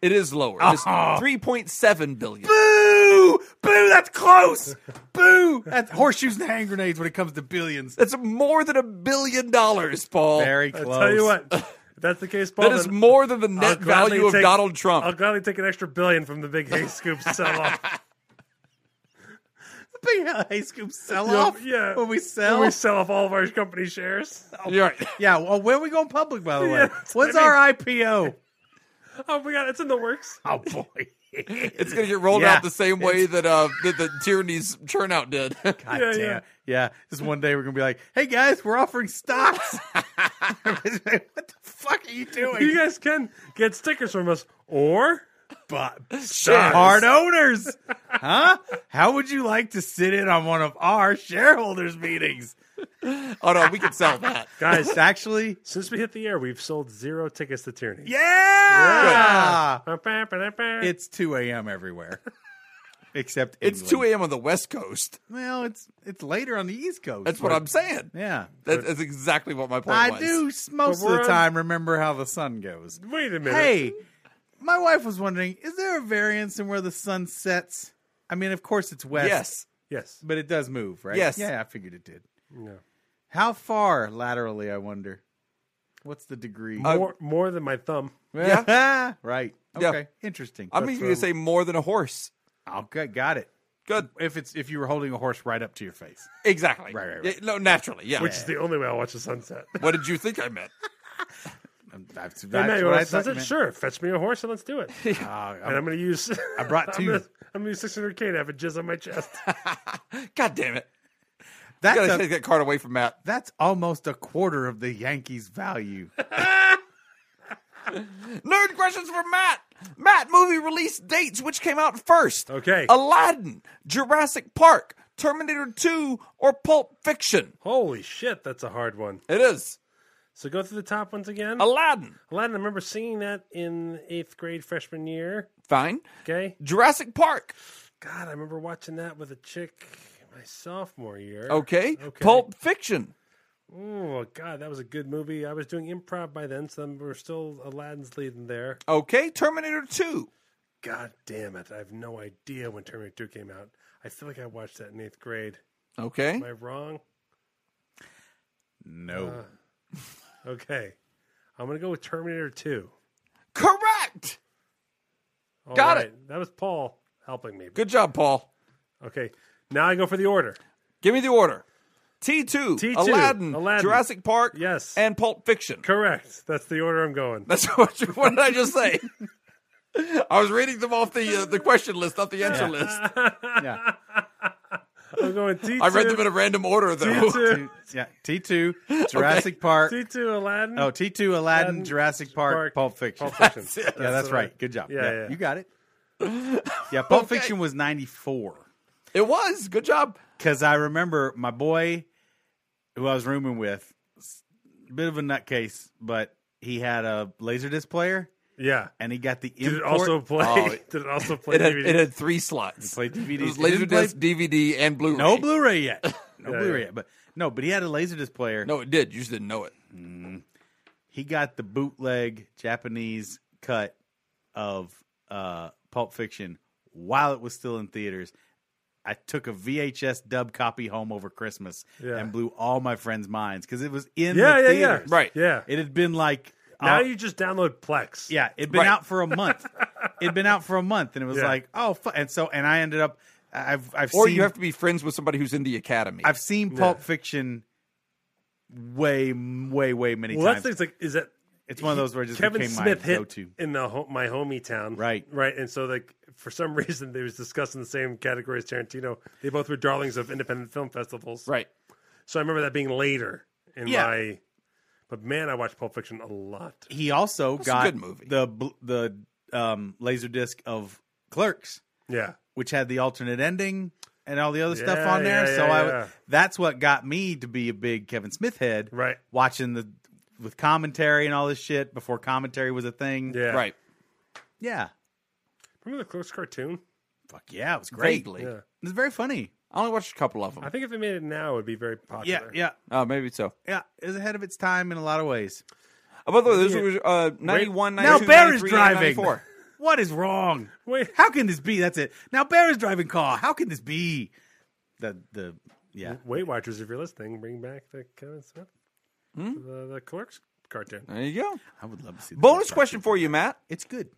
[SPEAKER 3] It is lower. It's three point seven billion.
[SPEAKER 2] Oh. Boo! Boo! That's close. Boo! That's horseshoes and hand grenades when it comes to billions.
[SPEAKER 3] *laughs* That's more than a billion dollars, Paul.
[SPEAKER 2] Very
[SPEAKER 1] I
[SPEAKER 2] close.
[SPEAKER 1] tell
[SPEAKER 2] *laughs*
[SPEAKER 1] you what,
[SPEAKER 3] *laughs*
[SPEAKER 1] if that's the case, Paul.
[SPEAKER 3] that is
[SPEAKER 1] then
[SPEAKER 3] more than the
[SPEAKER 1] I'll
[SPEAKER 3] net
[SPEAKER 1] gladly
[SPEAKER 3] value of
[SPEAKER 1] take-
[SPEAKER 3] Donald
[SPEAKER 1] I'll
[SPEAKER 3] Trump.
[SPEAKER 1] gladly take an extra billion from the big hay scoop sell off.
[SPEAKER 3] *laughs*
[SPEAKER 2] Big hell, hey, scoop sell
[SPEAKER 1] Yeah,
[SPEAKER 2] off.
[SPEAKER 1] Yeah.
[SPEAKER 2] when we sell.
[SPEAKER 1] When we sell off all of our company shares.
[SPEAKER 3] You're right.
[SPEAKER 2] yeah. Well, when we going public, by the way?
[SPEAKER 1] Yeah, that's
[SPEAKER 2] When's
[SPEAKER 1] what I mean.
[SPEAKER 2] our IPO?
[SPEAKER 1] Oh my god, it's in the works.
[SPEAKER 2] *laughs* Oh boy.
[SPEAKER 3] It's going to get rolled
[SPEAKER 2] Yeah.
[SPEAKER 3] out the same way that uh that the tyranny's churnout did.
[SPEAKER 2] *laughs* God
[SPEAKER 1] Yeah,
[SPEAKER 2] damn.
[SPEAKER 1] yeah.
[SPEAKER 2] Yeah. Just one day we're gonna be like, hey guys, we're offering stocks. *laughs* what the fuck are you doing?
[SPEAKER 1] You guys can get stickers from us or
[SPEAKER 2] Bu-
[SPEAKER 3] Shares.
[SPEAKER 2] hard owners, huh? How would you like to sit in on one of our shareholders meetings?
[SPEAKER 3] *laughs* Oh no, we could sell that. *laughs*
[SPEAKER 1] Guys,
[SPEAKER 2] Actually,
[SPEAKER 1] since we hit the air, we've sold zero tickets to Tierney.
[SPEAKER 2] yeah.
[SPEAKER 1] It's
[SPEAKER 2] Ah, It's 2 a.m. everywhere. Except
[SPEAKER 3] It's two
[SPEAKER 2] England.
[SPEAKER 3] a.m. on the West Coast.
[SPEAKER 2] Well, it's it's later on the East Coast.
[SPEAKER 3] That's what I'm saying.
[SPEAKER 2] Yeah.
[SPEAKER 3] That, that's exactly what my point
[SPEAKER 2] I
[SPEAKER 3] was.
[SPEAKER 2] do s- most of
[SPEAKER 1] we're
[SPEAKER 2] the
[SPEAKER 1] on-
[SPEAKER 2] time remember how the sun goes.
[SPEAKER 1] wait a minute.
[SPEAKER 2] Hey, my wife was wondering, is there a variance in where the sun sets? I mean, of course it's west,
[SPEAKER 3] Yes.
[SPEAKER 1] yes,
[SPEAKER 2] but it does move, right?
[SPEAKER 3] Yes.
[SPEAKER 2] Yeah, I figured it did.
[SPEAKER 1] no.
[SPEAKER 2] How far laterally, I wonder? What's the degree?
[SPEAKER 1] more more than my thumb.
[SPEAKER 2] *laughs* yeah. right.
[SPEAKER 3] Uh, Yeah.
[SPEAKER 2] Okay. Interesting.
[SPEAKER 3] I'm even going to say more than a horse.
[SPEAKER 2] Okay, got it.
[SPEAKER 3] Good.
[SPEAKER 2] If it's if you were holding a horse right up to your face.
[SPEAKER 3] Exactly.
[SPEAKER 2] Right, right, right.
[SPEAKER 3] Yeah, no, naturally. Yeah.
[SPEAKER 1] Which is the only way I'll watch the sunset. *laughs*
[SPEAKER 3] what did you think I meant? *laughs*
[SPEAKER 2] I'm- Um, That's,
[SPEAKER 1] Hey, man,
[SPEAKER 2] that's
[SPEAKER 1] you
[SPEAKER 2] what
[SPEAKER 1] wanna
[SPEAKER 2] I thought you
[SPEAKER 1] sunset?
[SPEAKER 2] meant.
[SPEAKER 1] Sure, fetch me a horse and let's do
[SPEAKER 3] *laughs*
[SPEAKER 1] it. and
[SPEAKER 2] Ah, I'm-
[SPEAKER 1] *laughs* I'm going to use. I
[SPEAKER 2] brought two.
[SPEAKER 1] I'm going I'm to use 600k to have a jizz on my chest.
[SPEAKER 3] God damn it!
[SPEAKER 2] that's,
[SPEAKER 3] Got to
[SPEAKER 2] a-
[SPEAKER 3] take that card away from Matt.
[SPEAKER 2] that's almost a quarter of the Yankees' value.
[SPEAKER 3] Nerd questions for Matt. Matt, movie release dates. Which came out first?
[SPEAKER 1] Okay.
[SPEAKER 3] Aladdin, Jurassic Park, Terminator 2, or Pulp Fiction?
[SPEAKER 1] Holy shit, that's a hard one.
[SPEAKER 3] It is
[SPEAKER 1] So go through the top ones again.
[SPEAKER 3] Aladdin.
[SPEAKER 1] Aladdin, I remember singing that in eighth grade freshman year.
[SPEAKER 3] Fine.
[SPEAKER 1] Okay.
[SPEAKER 3] Jurassic Park.
[SPEAKER 1] God, I remember watching that with a chick my sophomore year.
[SPEAKER 3] Okay.
[SPEAKER 1] Okay.
[SPEAKER 3] Pulp Fiction.
[SPEAKER 1] Oh, God, that was a good movie. I was doing improv by then, so we're still Aladdin's leading there.
[SPEAKER 3] Okay. Terminator 2.
[SPEAKER 1] God damn it. I have no idea when Terminator 2 came out. I feel like I watched that in eighth grade.
[SPEAKER 3] Okay.
[SPEAKER 1] Am I wrong?
[SPEAKER 2] No.
[SPEAKER 1] Okay. I'm going to go with Terminator 2.
[SPEAKER 3] Correct.
[SPEAKER 1] All
[SPEAKER 3] Got
[SPEAKER 1] That was Paul helping me.
[SPEAKER 3] Good job, Paul.
[SPEAKER 1] Okay. Now I go for the order.
[SPEAKER 3] Give me the order. T2,
[SPEAKER 1] T2,
[SPEAKER 3] Aladdin,
[SPEAKER 1] Aladdin.
[SPEAKER 3] Jurassic Park,
[SPEAKER 1] Yes.
[SPEAKER 3] and Pulp Fiction.
[SPEAKER 1] Correct. That's the order I'm going.
[SPEAKER 3] That's *laughs* what. You, what did I just say? *laughs* I was reading them off the uh, the question list, not the
[SPEAKER 2] *laughs*
[SPEAKER 3] answer list.
[SPEAKER 2] Yeah.
[SPEAKER 1] I'm going T2.
[SPEAKER 3] I read them in a random order, though.
[SPEAKER 1] Uh.
[SPEAKER 2] T- yeah.
[SPEAKER 3] *laughs*
[SPEAKER 2] T2, Jurassic Park.
[SPEAKER 1] T2 Aladdin.
[SPEAKER 2] Oh, T2, Aladdin,
[SPEAKER 1] Aladdin,
[SPEAKER 2] Jurassic Park,
[SPEAKER 1] Park,
[SPEAKER 2] Pulp Fiction. *laughs*
[SPEAKER 1] Pulp Fiction.
[SPEAKER 2] yeah, that's
[SPEAKER 1] the-
[SPEAKER 2] right. Good job.
[SPEAKER 1] Yeah, yeah.
[SPEAKER 2] You got it.
[SPEAKER 1] *laughs*
[SPEAKER 2] Yeah, Pulp
[SPEAKER 3] Okay.
[SPEAKER 2] Fiction was 94.
[SPEAKER 3] *laughs* It was good job.
[SPEAKER 2] Because I remember my boy, who I was rooming with, s- bit of a nutcase, but he had a Laserdisc player
[SPEAKER 1] Yeah.
[SPEAKER 2] and he got the import.
[SPEAKER 1] Did it also play?
[SPEAKER 3] Oh,
[SPEAKER 1] *laughs*
[SPEAKER 3] it-
[SPEAKER 1] did it also play?
[SPEAKER 3] It had,
[SPEAKER 1] DVD?
[SPEAKER 3] it had three slots.
[SPEAKER 2] played
[SPEAKER 3] It
[SPEAKER 2] DVDs.
[SPEAKER 3] was
[SPEAKER 2] He didn't play-
[SPEAKER 3] Laserdisc, DVD, and Blu-ray.
[SPEAKER 2] No Blu-ray
[SPEAKER 1] *laughs*
[SPEAKER 2] yet. No
[SPEAKER 1] Yeah,
[SPEAKER 2] Blu-ray
[SPEAKER 1] yeah.
[SPEAKER 2] yet. But no, but he had a Laserdisc player.
[SPEAKER 3] no, it did. You just didn't know it.
[SPEAKER 2] he got the bootleg Japanese cut of uh, Pulp Fiction while it was still in theaters. I took a VHS dub copy home over Christmas
[SPEAKER 1] Yeah.
[SPEAKER 2] and blew all my friends' minds because it was in
[SPEAKER 1] yeah,
[SPEAKER 2] the
[SPEAKER 1] yeah, yeah.
[SPEAKER 2] theaters.
[SPEAKER 3] Right.
[SPEAKER 1] Yeah.
[SPEAKER 2] It had been like
[SPEAKER 1] now
[SPEAKER 2] uh,
[SPEAKER 1] you just download Plex.
[SPEAKER 2] yeah, it'd been
[SPEAKER 3] Right.
[SPEAKER 2] out for a
[SPEAKER 1] *laughs*
[SPEAKER 2] month. it'd been out for a month, and it was
[SPEAKER 1] Yeah.
[SPEAKER 2] like oh, fu-. and so and I ended up I've I've
[SPEAKER 3] Or
[SPEAKER 2] seen
[SPEAKER 3] you have to be friends with somebody who's in the academy.
[SPEAKER 2] I've seen Pulp Fiction way way way many
[SPEAKER 1] Well, that's
[SPEAKER 2] times.
[SPEAKER 1] things like is that
[SPEAKER 2] it's one of those where it just
[SPEAKER 1] Kevin
[SPEAKER 2] became
[SPEAKER 1] Smith
[SPEAKER 2] my
[SPEAKER 1] hit
[SPEAKER 2] go-to.
[SPEAKER 1] in the ho- my homie town,
[SPEAKER 2] Right.
[SPEAKER 1] Right, and so like for some *laughs* reason they was discussing the same category as Tarantino. They both were darlings of independent film festivals,
[SPEAKER 3] right.
[SPEAKER 1] So I remember that being later in
[SPEAKER 2] Yeah.
[SPEAKER 1] my. But man, I watched Pulp Fiction a lot.
[SPEAKER 2] he also
[SPEAKER 3] a
[SPEAKER 2] got
[SPEAKER 3] good movie.
[SPEAKER 2] the bl- the um, laser disc of Clerks,
[SPEAKER 1] Yeah,
[SPEAKER 2] which had the alternate ending and all the other stuff
[SPEAKER 1] Yeah,
[SPEAKER 2] on there.
[SPEAKER 1] yeah,
[SPEAKER 2] so
[SPEAKER 1] yeah,
[SPEAKER 2] I
[SPEAKER 1] yeah.
[SPEAKER 2] that's what got me to be a big Kevin Smith head,
[SPEAKER 1] Right.
[SPEAKER 2] Watching the with commentary and all this shit before commentary was a thing.
[SPEAKER 1] yeah,
[SPEAKER 3] Right.
[SPEAKER 2] yeah,
[SPEAKER 1] Remember the Clerks cartoon?
[SPEAKER 2] fuck yeah, it was great.
[SPEAKER 3] Vaguely.
[SPEAKER 1] Yeah.
[SPEAKER 2] It was very funny.
[SPEAKER 3] I only watched a couple of them.
[SPEAKER 1] I think if they made it now, it would be very
[SPEAKER 2] Yeah,
[SPEAKER 1] popular.
[SPEAKER 2] yeah,
[SPEAKER 3] Oh, maybe so.
[SPEAKER 2] yeah. It was ahead of its time in a lot of ways.
[SPEAKER 3] Oh, by the way, this was uh, 91,
[SPEAKER 2] Now
[SPEAKER 3] 92,
[SPEAKER 2] Bear is
[SPEAKER 3] 93,
[SPEAKER 2] driving.
[SPEAKER 3] 94.
[SPEAKER 2] What is wrong?
[SPEAKER 1] Wait.
[SPEAKER 2] how can this be? That's it. Now Bear is driving car. How can this be? The the yeah.
[SPEAKER 1] Weight Watchers, if you're listening, bring back the Kevin Smith,
[SPEAKER 2] Hmm?
[SPEAKER 1] the, the Clerks cartoon.
[SPEAKER 3] *laughs* There you go.
[SPEAKER 2] I would love to see. the
[SPEAKER 3] Bonus
[SPEAKER 2] Bear
[SPEAKER 3] question
[SPEAKER 2] cartoon.
[SPEAKER 3] for you, Matt.
[SPEAKER 2] It's good.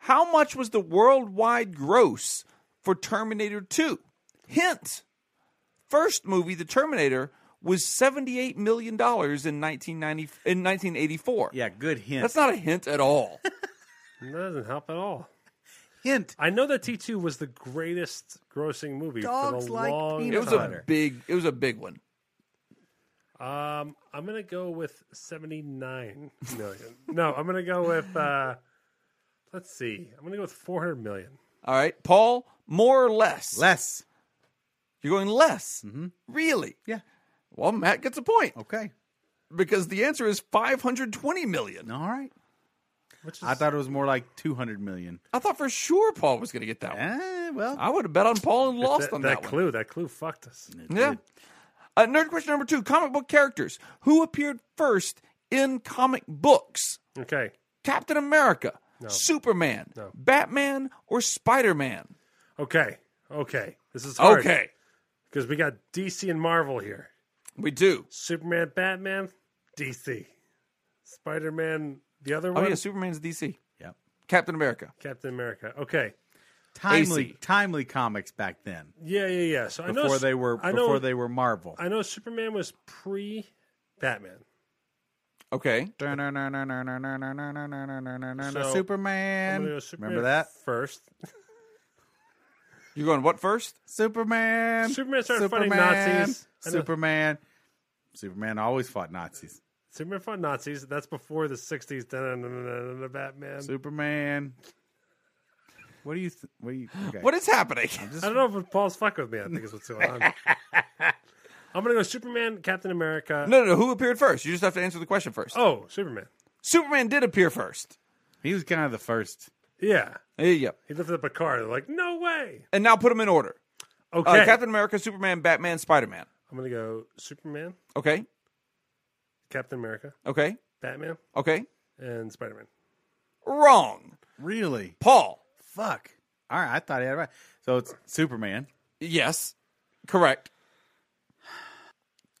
[SPEAKER 3] How much was the worldwide gross for Terminator 2? Hint. First movie, The Terminator, was $78 million in, 1990, in 1984.
[SPEAKER 2] Yeah, good hint.
[SPEAKER 3] That's not a hint at *laughs* all.
[SPEAKER 1] That doesn't help at all.
[SPEAKER 2] hint.
[SPEAKER 1] I know that T two was the greatest grossing movie
[SPEAKER 2] Dogs
[SPEAKER 1] for the
[SPEAKER 2] like
[SPEAKER 1] long
[SPEAKER 2] peanut
[SPEAKER 3] It was
[SPEAKER 1] time.
[SPEAKER 3] a
[SPEAKER 2] Butter.
[SPEAKER 3] big it was a big one.
[SPEAKER 1] Um, I'm gonna go with seventy nine million. no, I'm gonna go with. Uh, let's see. I'm gonna go with four hundred million.
[SPEAKER 3] All right. Paul, more or less.
[SPEAKER 2] Less.
[SPEAKER 1] Mm-hmm.
[SPEAKER 3] You're going less. Really?
[SPEAKER 2] Yeah.
[SPEAKER 3] Well, Matt gets a point
[SPEAKER 2] Okay.
[SPEAKER 3] because the answer is 520 million.
[SPEAKER 2] All right.
[SPEAKER 1] Which is,
[SPEAKER 2] I thought it was more like 200 million.
[SPEAKER 3] I thought for sure Paul was going to get that one.
[SPEAKER 2] Eh, well,
[SPEAKER 3] I would have bet on Paul and lost
[SPEAKER 1] that,
[SPEAKER 3] on
[SPEAKER 1] that
[SPEAKER 3] that, one.
[SPEAKER 1] clue. That clue fucked us.
[SPEAKER 3] Yeah. Uh, nerd question number two: comic book characters who appeared first in comic books.
[SPEAKER 1] Okay,
[SPEAKER 3] Captain America, Superman, Batman, or Spider Man?
[SPEAKER 1] okay, okay. This is hard
[SPEAKER 3] Okay,
[SPEAKER 1] because we got DC and Marvel here.
[SPEAKER 3] we do.
[SPEAKER 1] Superman, Batman, DC, Spider Man, the other
[SPEAKER 3] Oh
[SPEAKER 1] one,
[SPEAKER 3] yeah, Superman's DC.
[SPEAKER 2] Yep.
[SPEAKER 3] Captain America.
[SPEAKER 1] Captain America. Okay,
[SPEAKER 2] timely,
[SPEAKER 3] AC.
[SPEAKER 2] timely comics back then
[SPEAKER 1] yeah, yeah, yeah. So I know
[SPEAKER 2] before
[SPEAKER 1] s-
[SPEAKER 2] they were
[SPEAKER 1] I know,
[SPEAKER 2] before they were Marvel.
[SPEAKER 1] I know Superman was pre Batman.
[SPEAKER 3] Okay,
[SPEAKER 2] So, Superman. Remember that?
[SPEAKER 1] first.
[SPEAKER 3] you're going what first?
[SPEAKER 2] Superman.
[SPEAKER 1] Superman started fighting Nazis. I know-
[SPEAKER 2] Superman. Superman always fought Nazis.
[SPEAKER 1] Superman fought Nazis. That's before the '60s. da- da- da- da- da- da- Batman.
[SPEAKER 2] Superman. What do you? Th- what do you? Okay.
[SPEAKER 3] What is happening?
[SPEAKER 1] I don't know if Paul's fucking with me. I think is
[SPEAKER 2] *laughs*
[SPEAKER 1] what's going on. I'm gonna go Superman, Captain America.
[SPEAKER 3] *laughs* No, no, no. Who appeared first? You just have to answer the question first.
[SPEAKER 1] Oh, Superman.
[SPEAKER 3] Superman did appear first.
[SPEAKER 2] He was kind of the first.
[SPEAKER 1] Yeah,
[SPEAKER 3] There you go.
[SPEAKER 1] he lifted up a car. They're like, no way.
[SPEAKER 3] And now put them in order. Uh,
[SPEAKER 1] Okay,
[SPEAKER 3] Captain America, Superman, Batman, Spider Man.
[SPEAKER 1] I'm gonna go Superman,
[SPEAKER 3] Okay,
[SPEAKER 1] Captain America,
[SPEAKER 3] okay,
[SPEAKER 1] Batman,
[SPEAKER 3] okay.
[SPEAKER 1] and Spider Man.
[SPEAKER 3] Wrong.
[SPEAKER 2] Really?
[SPEAKER 3] Paul.
[SPEAKER 2] Fuck. All right. I thought he had it right. So it's Superman,
[SPEAKER 3] Yes, correct.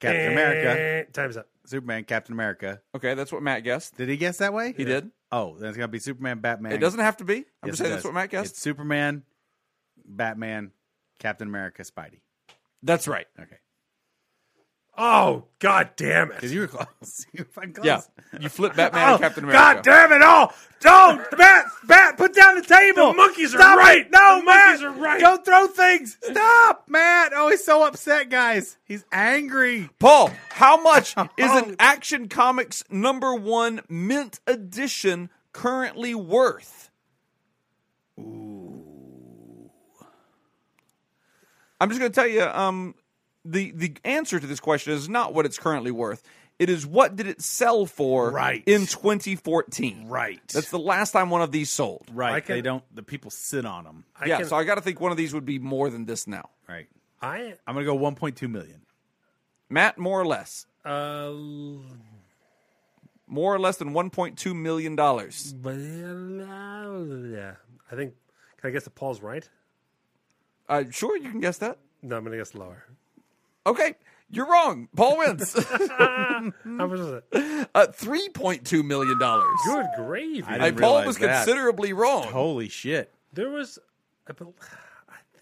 [SPEAKER 3] Eh.
[SPEAKER 2] Captain America,
[SPEAKER 1] Time's up.
[SPEAKER 2] Superman, Captain America.
[SPEAKER 3] Okay, that's what Matt guessed.
[SPEAKER 2] Did he guess that way?
[SPEAKER 3] He did.
[SPEAKER 2] Oh, then it's gonna be Superman, Batman.
[SPEAKER 3] It doesn't have to be. I'm
[SPEAKER 2] Yes,
[SPEAKER 3] just
[SPEAKER 2] it
[SPEAKER 3] saying that's
[SPEAKER 2] does.
[SPEAKER 3] what Matt guessed.
[SPEAKER 2] It's Superman, Batman, Captain America, Spidey.
[SPEAKER 3] That's right.
[SPEAKER 2] Okay.
[SPEAKER 1] Oh God damn it!
[SPEAKER 2] Because you were *laughs* close. you were fucking close.
[SPEAKER 3] Yeah, you flip
[SPEAKER 2] *laughs*
[SPEAKER 3] Batman
[SPEAKER 1] Oh,
[SPEAKER 3] and Captain America.
[SPEAKER 1] God damn it all! Don't bat bat put down the table. The monkeys are right. No, the monkeys are right.
[SPEAKER 2] Don't throw things. Stop, Matt. Oh, he's so upset, guys. He's angry.
[SPEAKER 3] Paul, how
[SPEAKER 2] *laughs*
[SPEAKER 3] much is
[SPEAKER 2] Oh.
[SPEAKER 3] an Action Comics number one mint edition currently worth? Ooh. I'm just going to tell you um, the, the answer to this question is not what it's currently worth. It is what did it sell for
[SPEAKER 2] Right.
[SPEAKER 3] in 2014?
[SPEAKER 2] Right.
[SPEAKER 3] That's the last time one of these sold.
[SPEAKER 2] right.
[SPEAKER 1] can-
[SPEAKER 2] they don't. The people sit on them.
[SPEAKER 1] I
[SPEAKER 3] yeah,
[SPEAKER 1] can-
[SPEAKER 3] so I got to think one of these would be more than this now.
[SPEAKER 2] Right.
[SPEAKER 1] I
[SPEAKER 2] I'm gonna go 1.2 million.
[SPEAKER 3] Matt, more or less?
[SPEAKER 1] uh
[SPEAKER 3] More or less than $1.2 million.
[SPEAKER 1] yeah. I think can I guess the Paul's right?
[SPEAKER 3] Uh, sure, you can guess that.
[SPEAKER 1] No, I'm gonna guess lower.
[SPEAKER 3] Okay, you're wrong. Paul wins.
[SPEAKER 2] *laughs*
[SPEAKER 1] How much was it?
[SPEAKER 3] uh, Three point two million dollars.
[SPEAKER 1] Good gravy.
[SPEAKER 2] I
[SPEAKER 3] Hey,
[SPEAKER 2] didn't
[SPEAKER 3] Paul
[SPEAKER 2] realize
[SPEAKER 3] was
[SPEAKER 2] that.
[SPEAKER 3] considerably wrong.
[SPEAKER 2] Holy shit.
[SPEAKER 1] there was I bel-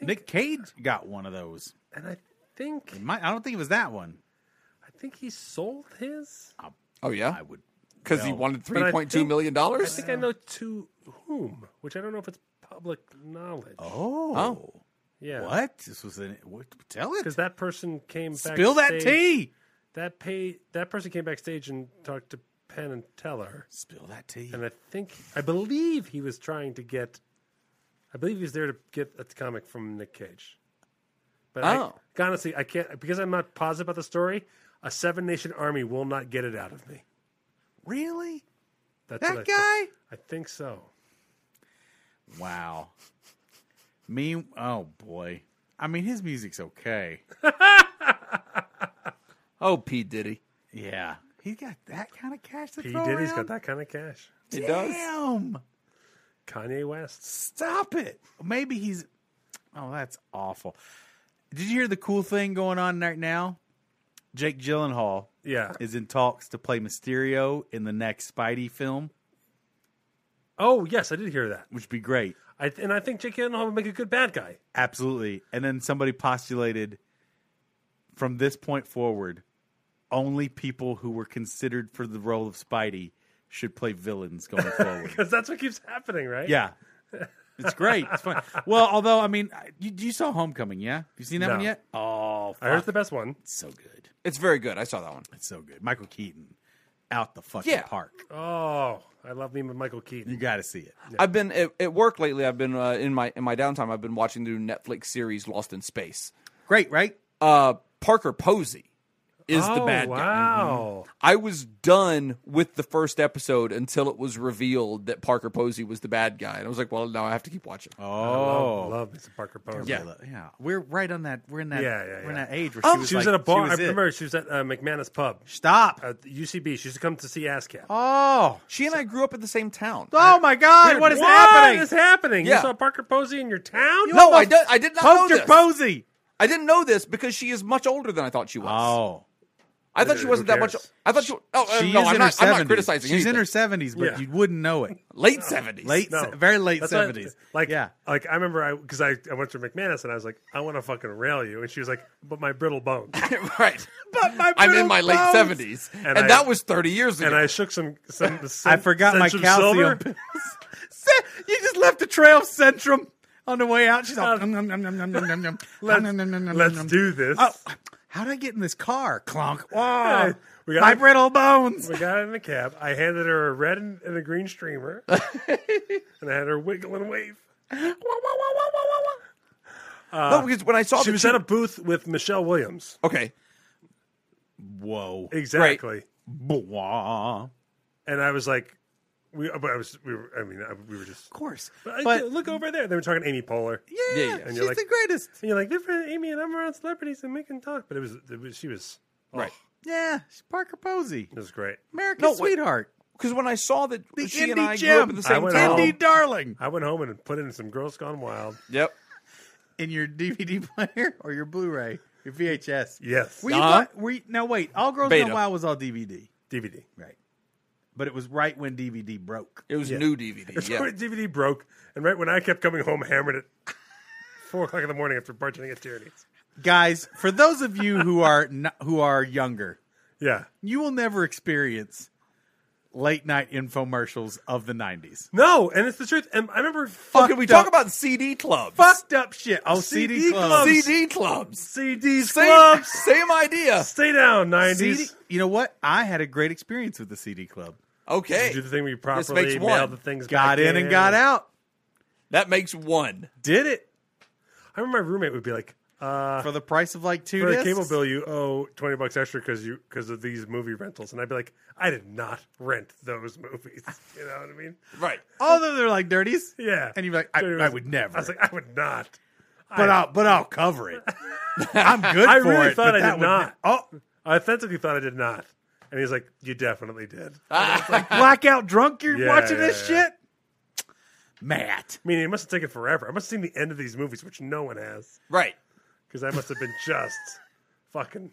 [SPEAKER 2] Nick Cage got one of those.
[SPEAKER 1] and I think
[SPEAKER 2] My, I don't think it was that one.
[SPEAKER 1] I think he sold his.
[SPEAKER 3] Oh
[SPEAKER 2] I
[SPEAKER 3] yeah,
[SPEAKER 2] would.
[SPEAKER 3] because he
[SPEAKER 2] no.
[SPEAKER 3] wanted
[SPEAKER 1] I
[SPEAKER 3] three point two
[SPEAKER 1] think-
[SPEAKER 3] million
[SPEAKER 1] I
[SPEAKER 3] dollars.
[SPEAKER 1] think I know to whom, which I don't know if it's public knowledge.
[SPEAKER 2] Oh.
[SPEAKER 1] yeah.
[SPEAKER 2] What? This was an. What, tell
[SPEAKER 1] Because
[SPEAKER 2] it.
[SPEAKER 1] that person came
[SPEAKER 2] Spill that
[SPEAKER 1] backstage-
[SPEAKER 2] tea.
[SPEAKER 1] That pay that person came backstage and talked to Penn and Teller.
[SPEAKER 2] Spill that tea.
[SPEAKER 1] and I think I believe he was trying to get. I believe he was there to get a comic from Nick Cage. But
[SPEAKER 3] Oh.
[SPEAKER 1] I, honestly, I can't because I'm not positive about the story. A Seven Nation Army will not get it out of me.
[SPEAKER 2] Really?
[SPEAKER 1] That's
[SPEAKER 2] That
[SPEAKER 1] what I
[SPEAKER 2] guy?
[SPEAKER 1] Think. I think so.
[SPEAKER 2] Wow. Me, oh boy. I mean, his music's okay.
[SPEAKER 3] Oh, P Diddy.
[SPEAKER 2] Yeah, he got that kind of cash to
[SPEAKER 1] He
[SPEAKER 2] throw
[SPEAKER 1] did. He's
[SPEAKER 2] around?
[SPEAKER 1] got that kind of cash.
[SPEAKER 3] He does.
[SPEAKER 2] Damn!
[SPEAKER 1] Kanye West.
[SPEAKER 2] Stop it. Maybe he's. Oh, that's awful. Did you hear the cool thing going on right now? Jake Gyllenhaal
[SPEAKER 1] Yeah.
[SPEAKER 2] is in talks to play Mysterio in the next Spidey film,
[SPEAKER 1] Oh yes, I did hear that.
[SPEAKER 2] which would be great.
[SPEAKER 1] I th- and I think Jake Gyllenhaal would make a good bad guy.
[SPEAKER 2] Absolutely. And then somebody postulated from this point forward, only people who were considered for the role of Spidey should play villains
[SPEAKER 1] *laughs*
[SPEAKER 2] going forward.
[SPEAKER 1] Because that's what keeps happening, right?
[SPEAKER 2] yeah. It's great. It's fun. Well, although, I mean, you, you saw Homecoming, yeah? You seen that
[SPEAKER 1] No.
[SPEAKER 2] one yet? Oh,
[SPEAKER 1] I heard it's the best one.
[SPEAKER 2] it's so good.
[SPEAKER 3] It's very good. I saw that one.
[SPEAKER 2] It's so good. Michael Keaton out the fucking
[SPEAKER 3] Yeah.
[SPEAKER 2] park.
[SPEAKER 1] Oh, I love me with Michael
[SPEAKER 2] You
[SPEAKER 1] Keaton.
[SPEAKER 2] got to see it.
[SPEAKER 3] I've been at, at work lately. I've been uh, in my in my downtime. I've been watching the new Netflix series Lost in Space.
[SPEAKER 2] Great, right?
[SPEAKER 3] Uh, Parker Posey is the
[SPEAKER 1] Oh,
[SPEAKER 3] bad guy. Mm-hmm.
[SPEAKER 1] Wow.
[SPEAKER 3] I was done with the first episode until it was revealed that Parker Posey was the bad guy, and I was like, well, now I have to keep watching.
[SPEAKER 2] Oh,
[SPEAKER 1] Love Mr. Parker Posey.
[SPEAKER 3] Yeah.
[SPEAKER 2] yeah. We're right on that. We're in that.
[SPEAKER 1] Yeah, yeah,
[SPEAKER 2] We're in
[SPEAKER 1] yeah. Oh,
[SPEAKER 2] that age where she was,
[SPEAKER 1] She was
[SPEAKER 2] like-
[SPEAKER 1] at a
[SPEAKER 2] she
[SPEAKER 1] bar. I
[SPEAKER 2] was it.
[SPEAKER 1] remember she was at uh, McManus Pub
[SPEAKER 2] Stop.
[SPEAKER 1] at UCB. She used to come to see ASCAP.
[SPEAKER 2] Oh,
[SPEAKER 3] She and I grew up in the same town.
[SPEAKER 2] oh my God! What is
[SPEAKER 1] what
[SPEAKER 2] happening?
[SPEAKER 1] is happening?
[SPEAKER 3] Yeah.
[SPEAKER 1] You saw Parker Posey in your town?
[SPEAKER 3] no, I, did, I did not know
[SPEAKER 2] Poster
[SPEAKER 3] this.
[SPEAKER 2] Posey.
[SPEAKER 3] I didn't know this because she is much older than I thought she was.
[SPEAKER 2] Oh,
[SPEAKER 3] I thought she
[SPEAKER 1] Who
[SPEAKER 3] wasn't that much.
[SPEAKER 1] cares?
[SPEAKER 3] I thought she. Oh, uh,
[SPEAKER 2] she
[SPEAKER 3] no,
[SPEAKER 2] is in
[SPEAKER 3] I'm
[SPEAKER 2] her
[SPEAKER 3] not. I'm
[SPEAKER 2] seventies.
[SPEAKER 3] not criticizing.
[SPEAKER 2] She's in her
[SPEAKER 3] anything.
[SPEAKER 2] seventies, but
[SPEAKER 1] Yeah.
[SPEAKER 2] you wouldn't know it.
[SPEAKER 3] late seventies.
[SPEAKER 2] Late,
[SPEAKER 1] No.
[SPEAKER 2] se- very late
[SPEAKER 1] That's why-
[SPEAKER 2] seventies.
[SPEAKER 1] Like,
[SPEAKER 2] yeah.
[SPEAKER 1] like I remember I because I, I went to McManus and I was like, I want to fucking rail you, and she was like, but my brittle bones,
[SPEAKER 3] *laughs*
[SPEAKER 2] *laughs*
[SPEAKER 3] right.
[SPEAKER 2] But my
[SPEAKER 3] I'm in
[SPEAKER 2] brittle
[SPEAKER 3] my late
[SPEAKER 2] bones.
[SPEAKER 3] seventies, and,
[SPEAKER 1] And I-
[SPEAKER 3] that was thirty years ago.
[SPEAKER 1] and I shook some some.
[SPEAKER 2] I forgot my calcium. pills. you just left a trail of Centrum on the way out. She's all. "Nom, nom, nom, nom, nom, nom, nom, nom,
[SPEAKER 1] Let's,
[SPEAKER 2] nom, nom, *laughs* nom, nom,
[SPEAKER 1] *laughs* let's
[SPEAKER 2] nom."
[SPEAKER 1] do this.
[SPEAKER 2] Oh, how did I get in this car? Clunk. Wow.
[SPEAKER 1] We got-
[SPEAKER 2] my brittle bones.
[SPEAKER 1] We got in the cab. I handed her a red and, and a green
[SPEAKER 2] *laughs*
[SPEAKER 1] streamer, and I had her wiggle and wave.
[SPEAKER 3] no, because when I saw
[SPEAKER 2] Oh,
[SPEAKER 1] She
[SPEAKER 3] the
[SPEAKER 1] was
[SPEAKER 3] two-
[SPEAKER 1] at a booth with Michelle Williams.
[SPEAKER 3] okay,
[SPEAKER 2] Whoa.
[SPEAKER 1] Exactly.
[SPEAKER 2] Blah.
[SPEAKER 1] And I was like, we, but I was, we were, I mean, I, we were just,
[SPEAKER 2] Of course.
[SPEAKER 1] but,
[SPEAKER 2] But
[SPEAKER 1] look over there. They were talking Amy Poehler.
[SPEAKER 2] yeah,
[SPEAKER 3] Yeah, yeah. And
[SPEAKER 2] she's
[SPEAKER 1] you're like-
[SPEAKER 2] the greatest.
[SPEAKER 1] And you're like, different Amy and I'm around celebrities and we can talk. But it was, it was she was,
[SPEAKER 3] right?
[SPEAKER 2] Yeah, she's Parker Posey,
[SPEAKER 1] it was great.
[SPEAKER 2] American
[SPEAKER 3] No, wait.
[SPEAKER 2] sweetheart,
[SPEAKER 3] Because when I saw that
[SPEAKER 2] the
[SPEAKER 3] she and
[SPEAKER 2] indie
[SPEAKER 3] I grew
[SPEAKER 2] gem,
[SPEAKER 3] up in the
[SPEAKER 1] I
[SPEAKER 3] same
[SPEAKER 1] went
[SPEAKER 3] town.
[SPEAKER 1] home.
[SPEAKER 2] indie darling,
[SPEAKER 1] I went home and put in some Girls Gone Wild.
[SPEAKER 3] Yep.
[SPEAKER 2] in your DVD player or your Blu-ray, your VHS.
[SPEAKER 1] Yes.
[SPEAKER 2] Were you, bu- were you, now wait, All Girls
[SPEAKER 3] Beta.
[SPEAKER 2] No Wild was all DVD,
[SPEAKER 1] DVD.
[SPEAKER 2] right? But it was right when DVD broke.
[SPEAKER 3] It was new DVD.
[SPEAKER 1] It's *laughs*
[SPEAKER 3] Yeah.
[SPEAKER 1] when DVD broke. And right when I kept coming home, hammered at *laughs* four o'clock in the morning after bartending at Tierney's.
[SPEAKER 2] Guys, for those of you who are not, who are younger,
[SPEAKER 1] Yeah.
[SPEAKER 2] you will never experience late night infomercials of the '90s.
[SPEAKER 1] No, and it's the truth. And I remember
[SPEAKER 3] Oh, can we
[SPEAKER 2] fucked
[SPEAKER 3] talk
[SPEAKER 2] up.
[SPEAKER 3] about CD clubs?
[SPEAKER 2] Fucked up shit. Oh, CD,
[SPEAKER 1] CD
[SPEAKER 2] clubs.
[SPEAKER 3] CD clubs.
[SPEAKER 1] CDs
[SPEAKER 3] Same, *laughs*
[SPEAKER 1] clubs.
[SPEAKER 3] same idea.
[SPEAKER 1] Stay down, nineties.
[SPEAKER 2] CD you know what? I had a great experience with the CD club.
[SPEAKER 3] Okay,
[SPEAKER 1] Do the thing where you properly
[SPEAKER 3] makes one.
[SPEAKER 1] mail the things.
[SPEAKER 2] Got
[SPEAKER 1] back
[SPEAKER 2] in and got out.
[SPEAKER 3] that makes one.
[SPEAKER 2] Did it
[SPEAKER 1] I remember my roommate would be like, uh,
[SPEAKER 2] for the price of like two
[SPEAKER 1] "For the
[SPEAKER 2] discs.
[SPEAKER 1] cable bill, you owe twenty bucks extra because you because of these movie rentals," and I'd be like, "I did not rent those movies." *laughs* You know what I mean?
[SPEAKER 3] Right.
[SPEAKER 2] Although they're like dirties,
[SPEAKER 1] Yeah.
[SPEAKER 2] And you're like, I,
[SPEAKER 1] Dude, it
[SPEAKER 2] I
[SPEAKER 1] was-
[SPEAKER 2] would never.
[SPEAKER 1] I was like, "I would not."
[SPEAKER 2] *laughs* but I'll but I'll cover *laughs* it. I'm good.
[SPEAKER 1] I
[SPEAKER 2] for
[SPEAKER 1] really
[SPEAKER 2] it,
[SPEAKER 1] thought
[SPEAKER 2] but
[SPEAKER 1] I
[SPEAKER 2] that
[SPEAKER 1] did
[SPEAKER 2] would
[SPEAKER 1] not.
[SPEAKER 2] ne- oh,
[SPEAKER 1] I authentically thought I did not, and he's like, "You definitely did."
[SPEAKER 2] Oh, blackout drunk. You're
[SPEAKER 1] Yeah,
[SPEAKER 2] watching
[SPEAKER 1] yeah,
[SPEAKER 2] this
[SPEAKER 1] yeah.
[SPEAKER 2] shit, Matt.
[SPEAKER 1] I mean, it must have taken forever. I must have seen the end of these movies, which no one has,
[SPEAKER 3] Right.
[SPEAKER 1] because I must have been *laughs* just fucking.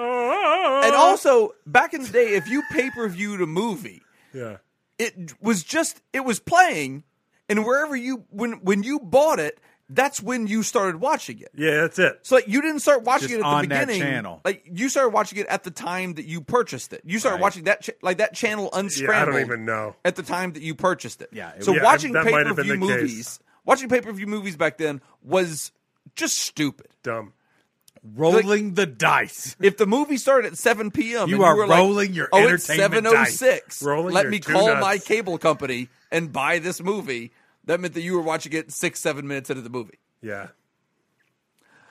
[SPEAKER 3] And
[SPEAKER 1] Uh-huh.
[SPEAKER 3] also, back in the day, if you pay per viewed a movie,
[SPEAKER 1] yeah.
[SPEAKER 3] it was just it was playing, and wherever you when when you bought it, that's when you started watching it.
[SPEAKER 1] Yeah, that's it.
[SPEAKER 3] So like, you didn't start watching
[SPEAKER 2] Just
[SPEAKER 3] it at
[SPEAKER 2] on
[SPEAKER 3] the
[SPEAKER 2] that
[SPEAKER 3] beginning.
[SPEAKER 2] channel.
[SPEAKER 3] Like you started watching it at the time that you purchased it. You started
[SPEAKER 2] Right.
[SPEAKER 3] watching that cha- like that channel
[SPEAKER 1] Yeah, I
[SPEAKER 3] unscrambled.
[SPEAKER 1] don't even know.
[SPEAKER 3] at the time that you purchased it.
[SPEAKER 2] Yeah, it
[SPEAKER 3] so
[SPEAKER 2] was-
[SPEAKER 1] Yeah,
[SPEAKER 3] watching
[SPEAKER 1] that
[SPEAKER 3] pay
[SPEAKER 1] might
[SPEAKER 3] per
[SPEAKER 1] have been
[SPEAKER 3] view
[SPEAKER 1] the case.
[SPEAKER 3] movies, watching pay per view movies back then was just stupid.
[SPEAKER 1] Dumb.
[SPEAKER 2] Rolling the dice.
[SPEAKER 3] If the movie started at 7 p.m.,
[SPEAKER 2] You
[SPEAKER 3] and
[SPEAKER 2] are
[SPEAKER 3] you were like,
[SPEAKER 2] rolling your
[SPEAKER 3] oh, it's
[SPEAKER 2] entertainment dice."
[SPEAKER 3] 706.
[SPEAKER 1] Rolling
[SPEAKER 3] Let
[SPEAKER 1] your
[SPEAKER 3] me
[SPEAKER 1] two
[SPEAKER 3] call my
[SPEAKER 1] nuts."
[SPEAKER 3] cable company and buy this movie. That meant that you were watching it six, seven minutes into the movie.
[SPEAKER 1] Yeah.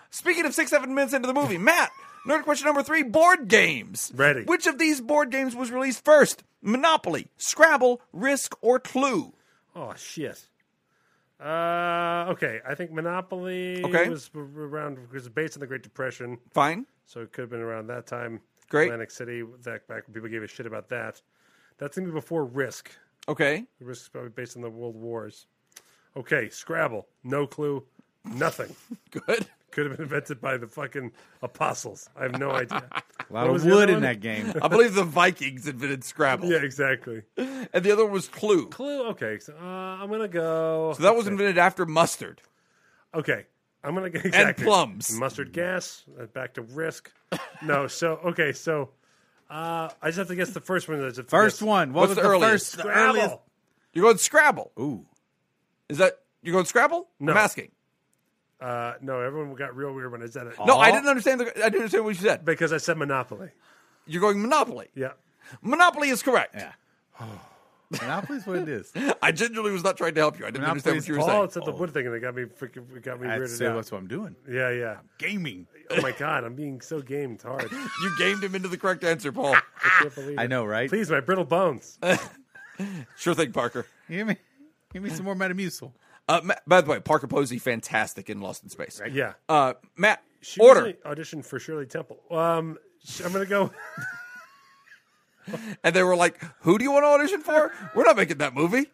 [SPEAKER 3] Speaking of six, seven minutes into the
[SPEAKER 2] *laughs*
[SPEAKER 3] movie, Matt, nerd question number three board games.
[SPEAKER 1] Ready.
[SPEAKER 3] Which of these board games was released first? Monopoly, Scrabble, Risk, or Clue?
[SPEAKER 1] Oh shit. Uh, okay. I think Monopoly
[SPEAKER 3] Okay.
[SPEAKER 1] was r- around it was based on the Great Depression,
[SPEAKER 3] Fine.
[SPEAKER 1] so it could have been around that time.
[SPEAKER 3] Great.
[SPEAKER 1] Atlantic City that back when people gave a shit about that. That's gonna be before Risk.
[SPEAKER 3] Okay.
[SPEAKER 1] Risk is probably based on the World Wars. Okay, Scrabble. No clue. Nothing. *laughs*
[SPEAKER 3] Good. *laughs*
[SPEAKER 1] could have been invented by the fucking apostles. I have no
[SPEAKER 3] *laughs*
[SPEAKER 1] idea.
[SPEAKER 2] A lot
[SPEAKER 1] What
[SPEAKER 2] of
[SPEAKER 1] was the
[SPEAKER 2] wood
[SPEAKER 1] other
[SPEAKER 2] in
[SPEAKER 1] one?
[SPEAKER 2] that game.
[SPEAKER 3] I believe the Vikings invented Scrabble.
[SPEAKER 1] yeah, exactly.
[SPEAKER 3] And the other one was Clue.
[SPEAKER 1] Clue. Okay, so uh, I'm gonna go.
[SPEAKER 3] So that was invented after mustard.
[SPEAKER 1] Okay. I'm gonna get exactly.
[SPEAKER 3] plums.
[SPEAKER 1] mustard gas. uh, Back to risk.
[SPEAKER 2] *laughs*
[SPEAKER 1] No, so okay, so uh, I just have to guess the first one. That's
[SPEAKER 2] First one. What
[SPEAKER 3] What's
[SPEAKER 2] was
[SPEAKER 3] the
[SPEAKER 2] the,
[SPEAKER 3] earliest?
[SPEAKER 2] first? The earliest.
[SPEAKER 3] You're going Scrabble.
[SPEAKER 2] Ooh.
[SPEAKER 3] Is that you're going Scrabble?
[SPEAKER 1] No.
[SPEAKER 3] I'm asking.
[SPEAKER 1] Uh, no, everyone got real weird when I said it
[SPEAKER 3] No, I
[SPEAKER 2] Oh.
[SPEAKER 3] didn't understand. The, I didn't understand what you said.
[SPEAKER 1] because I said monopoly.
[SPEAKER 3] You're going Monopoly.
[SPEAKER 1] Yeah.
[SPEAKER 3] Monopoly is correct.
[SPEAKER 2] Yeah. Monopoly's what it *laughs* is.
[SPEAKER 3] I genuinely was not trying to help you. I didn't
[SPEAKER 2] Now
[SPEAKER 3] understand
[SPEAKER 2] please
[SPEAKER 3] what you were
[SPEAKER 1] Paul
[SPEAKER 3] saying.
[SPEAKER 1] said the
[SPEAKER 2] Oh.
[SPEAKER 1] wood thing and it got me freaking it got me
[SPEAKER 2] I'd
[SPEAKER 1] weirded
[SPEAKER 2] say
[SPEAKER 1] out.
[SPEAKER 2] that's what I'm doing.
[SPEAKER 1] Yeah, yeah.
[SPEAKER 2] Gaming.
[SPEAKER 1] Oh my god, I'm being so
[SPEAKER 2] *laughs*
[SPEAKER 1] gamed hard.
[SPEAKER 3] You gamed him into the correct answer, Paul.
[SPEAKER 1] I can't believe
[SPEAKER 2] I
[SPEAKER 1] it.
[SPEAKER 2] know, right?
[SPEAKER 1] Please, my brittle bones.
[SPEAKER 3] sure thing, Parker.
[SPEAKER 2] Give me, give me some more Metamucil.
[SPEAKER 3] Uh, Ma- by the way, Parker Posey, fantastic in Lost in Space.
[SPEAKER 1] Yeah.
[SPEAKER 3] Uh, Matt,
[SPEAKER 1] She
[SPEAKER 3] order.
[SPEAKER 1] really auditioned for Shirley Temple. Um, sh- I'm gonna go. *laughs*
[SPEAKER 3] And they were like, "Who do you want to audition for? We're not making that movie."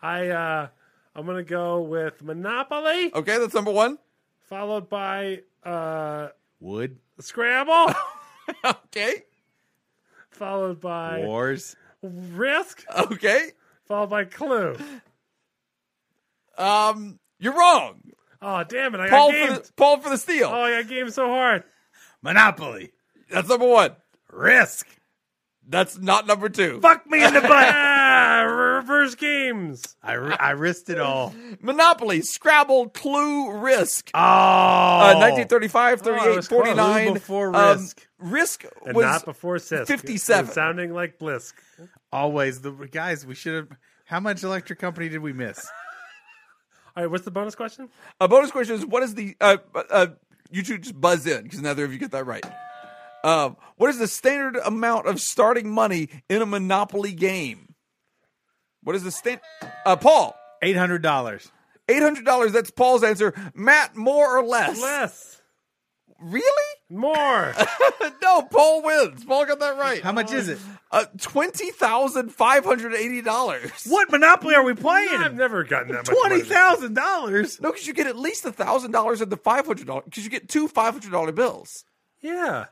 [SPEAKER 1] I uh, I'm gonna go with Monopoly,
[SPEAKER 3] Okay, that's number one. *laughs*
[SPEAKER 1] followed by uh,
[SPEAKER 2] Wood,
[SPEAKER 1] Scramble, *laughs*
[SPEAKER 3] Okay,
[SPEAKER 1] followed by
[SPEAKER 2] wars.
[SPEAKER 1] Risk,
[SPEAKER 3] okay.
[SPEAKER 1] followed by Clue.
[SPEAKER 3] Um, you're wrong,
[SPEAKER 1] Oh damn it! I
[SPEAKER 3] Paul.
[SPEAKER 1] got
[SPEAKER 3] For
[SPEAKER 1] gamed.
[SPEAKER 3] the, Paul for the steal.
[SPEAKER 1] Oh, I got gamed so hard.
[SPEAKER 2] Monopoly.
[SPEAKER 3] That's number one.
[SPEAKER 2] Risk.
[SPEAKER 3] That's not number two.
[SPEAKER 1] Fuck me *laughs* in the butt. ah, reverse games.
[SPEAKER 2] I, ri- I risked it all.
[SPEAKER 3] Monopoly, Scrabble, Clue, Risk.
[SPEAKER 2] Oh.
[SPEAKER 3] Uh, 1935, 38,
[SPEAKER 1] was close.
[SPEAKER 3] 49.
[SPEAKER 2] Clue before
[SPEAKER 3] Um,
[SPEAKER 2] Risk.
[SPEAKER 3] Risk
[SPEAKER 1] And
[SPEAKER 3] was
[SPEAKER 1] not before Sisk.
[SPEAKER 3] 57.
[SPEAKER 1] It's Sounding like Blisk.
[SPEAKER 2] Always. the Guys, we should have. How much electric company did we miss?
[SPEAKER 1] All right, what's the bonus question?
[SPEAKER 3] a bonus question. Is what is the uh, uh, you two just buzz in because neither of you get that right. Um, what is the standard amount of starting money in a Monopoly game? What is the stand? Uh, Paul,
[SPEAKER 2] $800.
[SPEAKER 3] eight hundred dollars. That's Paul's answer. Matt, more or less?
[SPEAKER 1] Less.
[SPEAKER 3] Really? *laughs*
[SPEAKER 1] More.
[SPEAKER 3] No, Paul wins. Paul got that right.
[SPEAKER 2] How much is it?
[SPEAKER 3] Uh, twenty thousand five hundred eighty dollars.
[SPEAKER 2] What Monopoly are we
[SPEAKER 1] I've
[SPEAKER 2] playing?
[SPEAKER 1] never gotten that much. money.
[SPEAKER 2] $20,000.
[SPEAKER 3] No, because you get at least thousand dollars and the five hundred dollars because you get two five hundred dollar bills.
[SPEAKER 1] Yeah.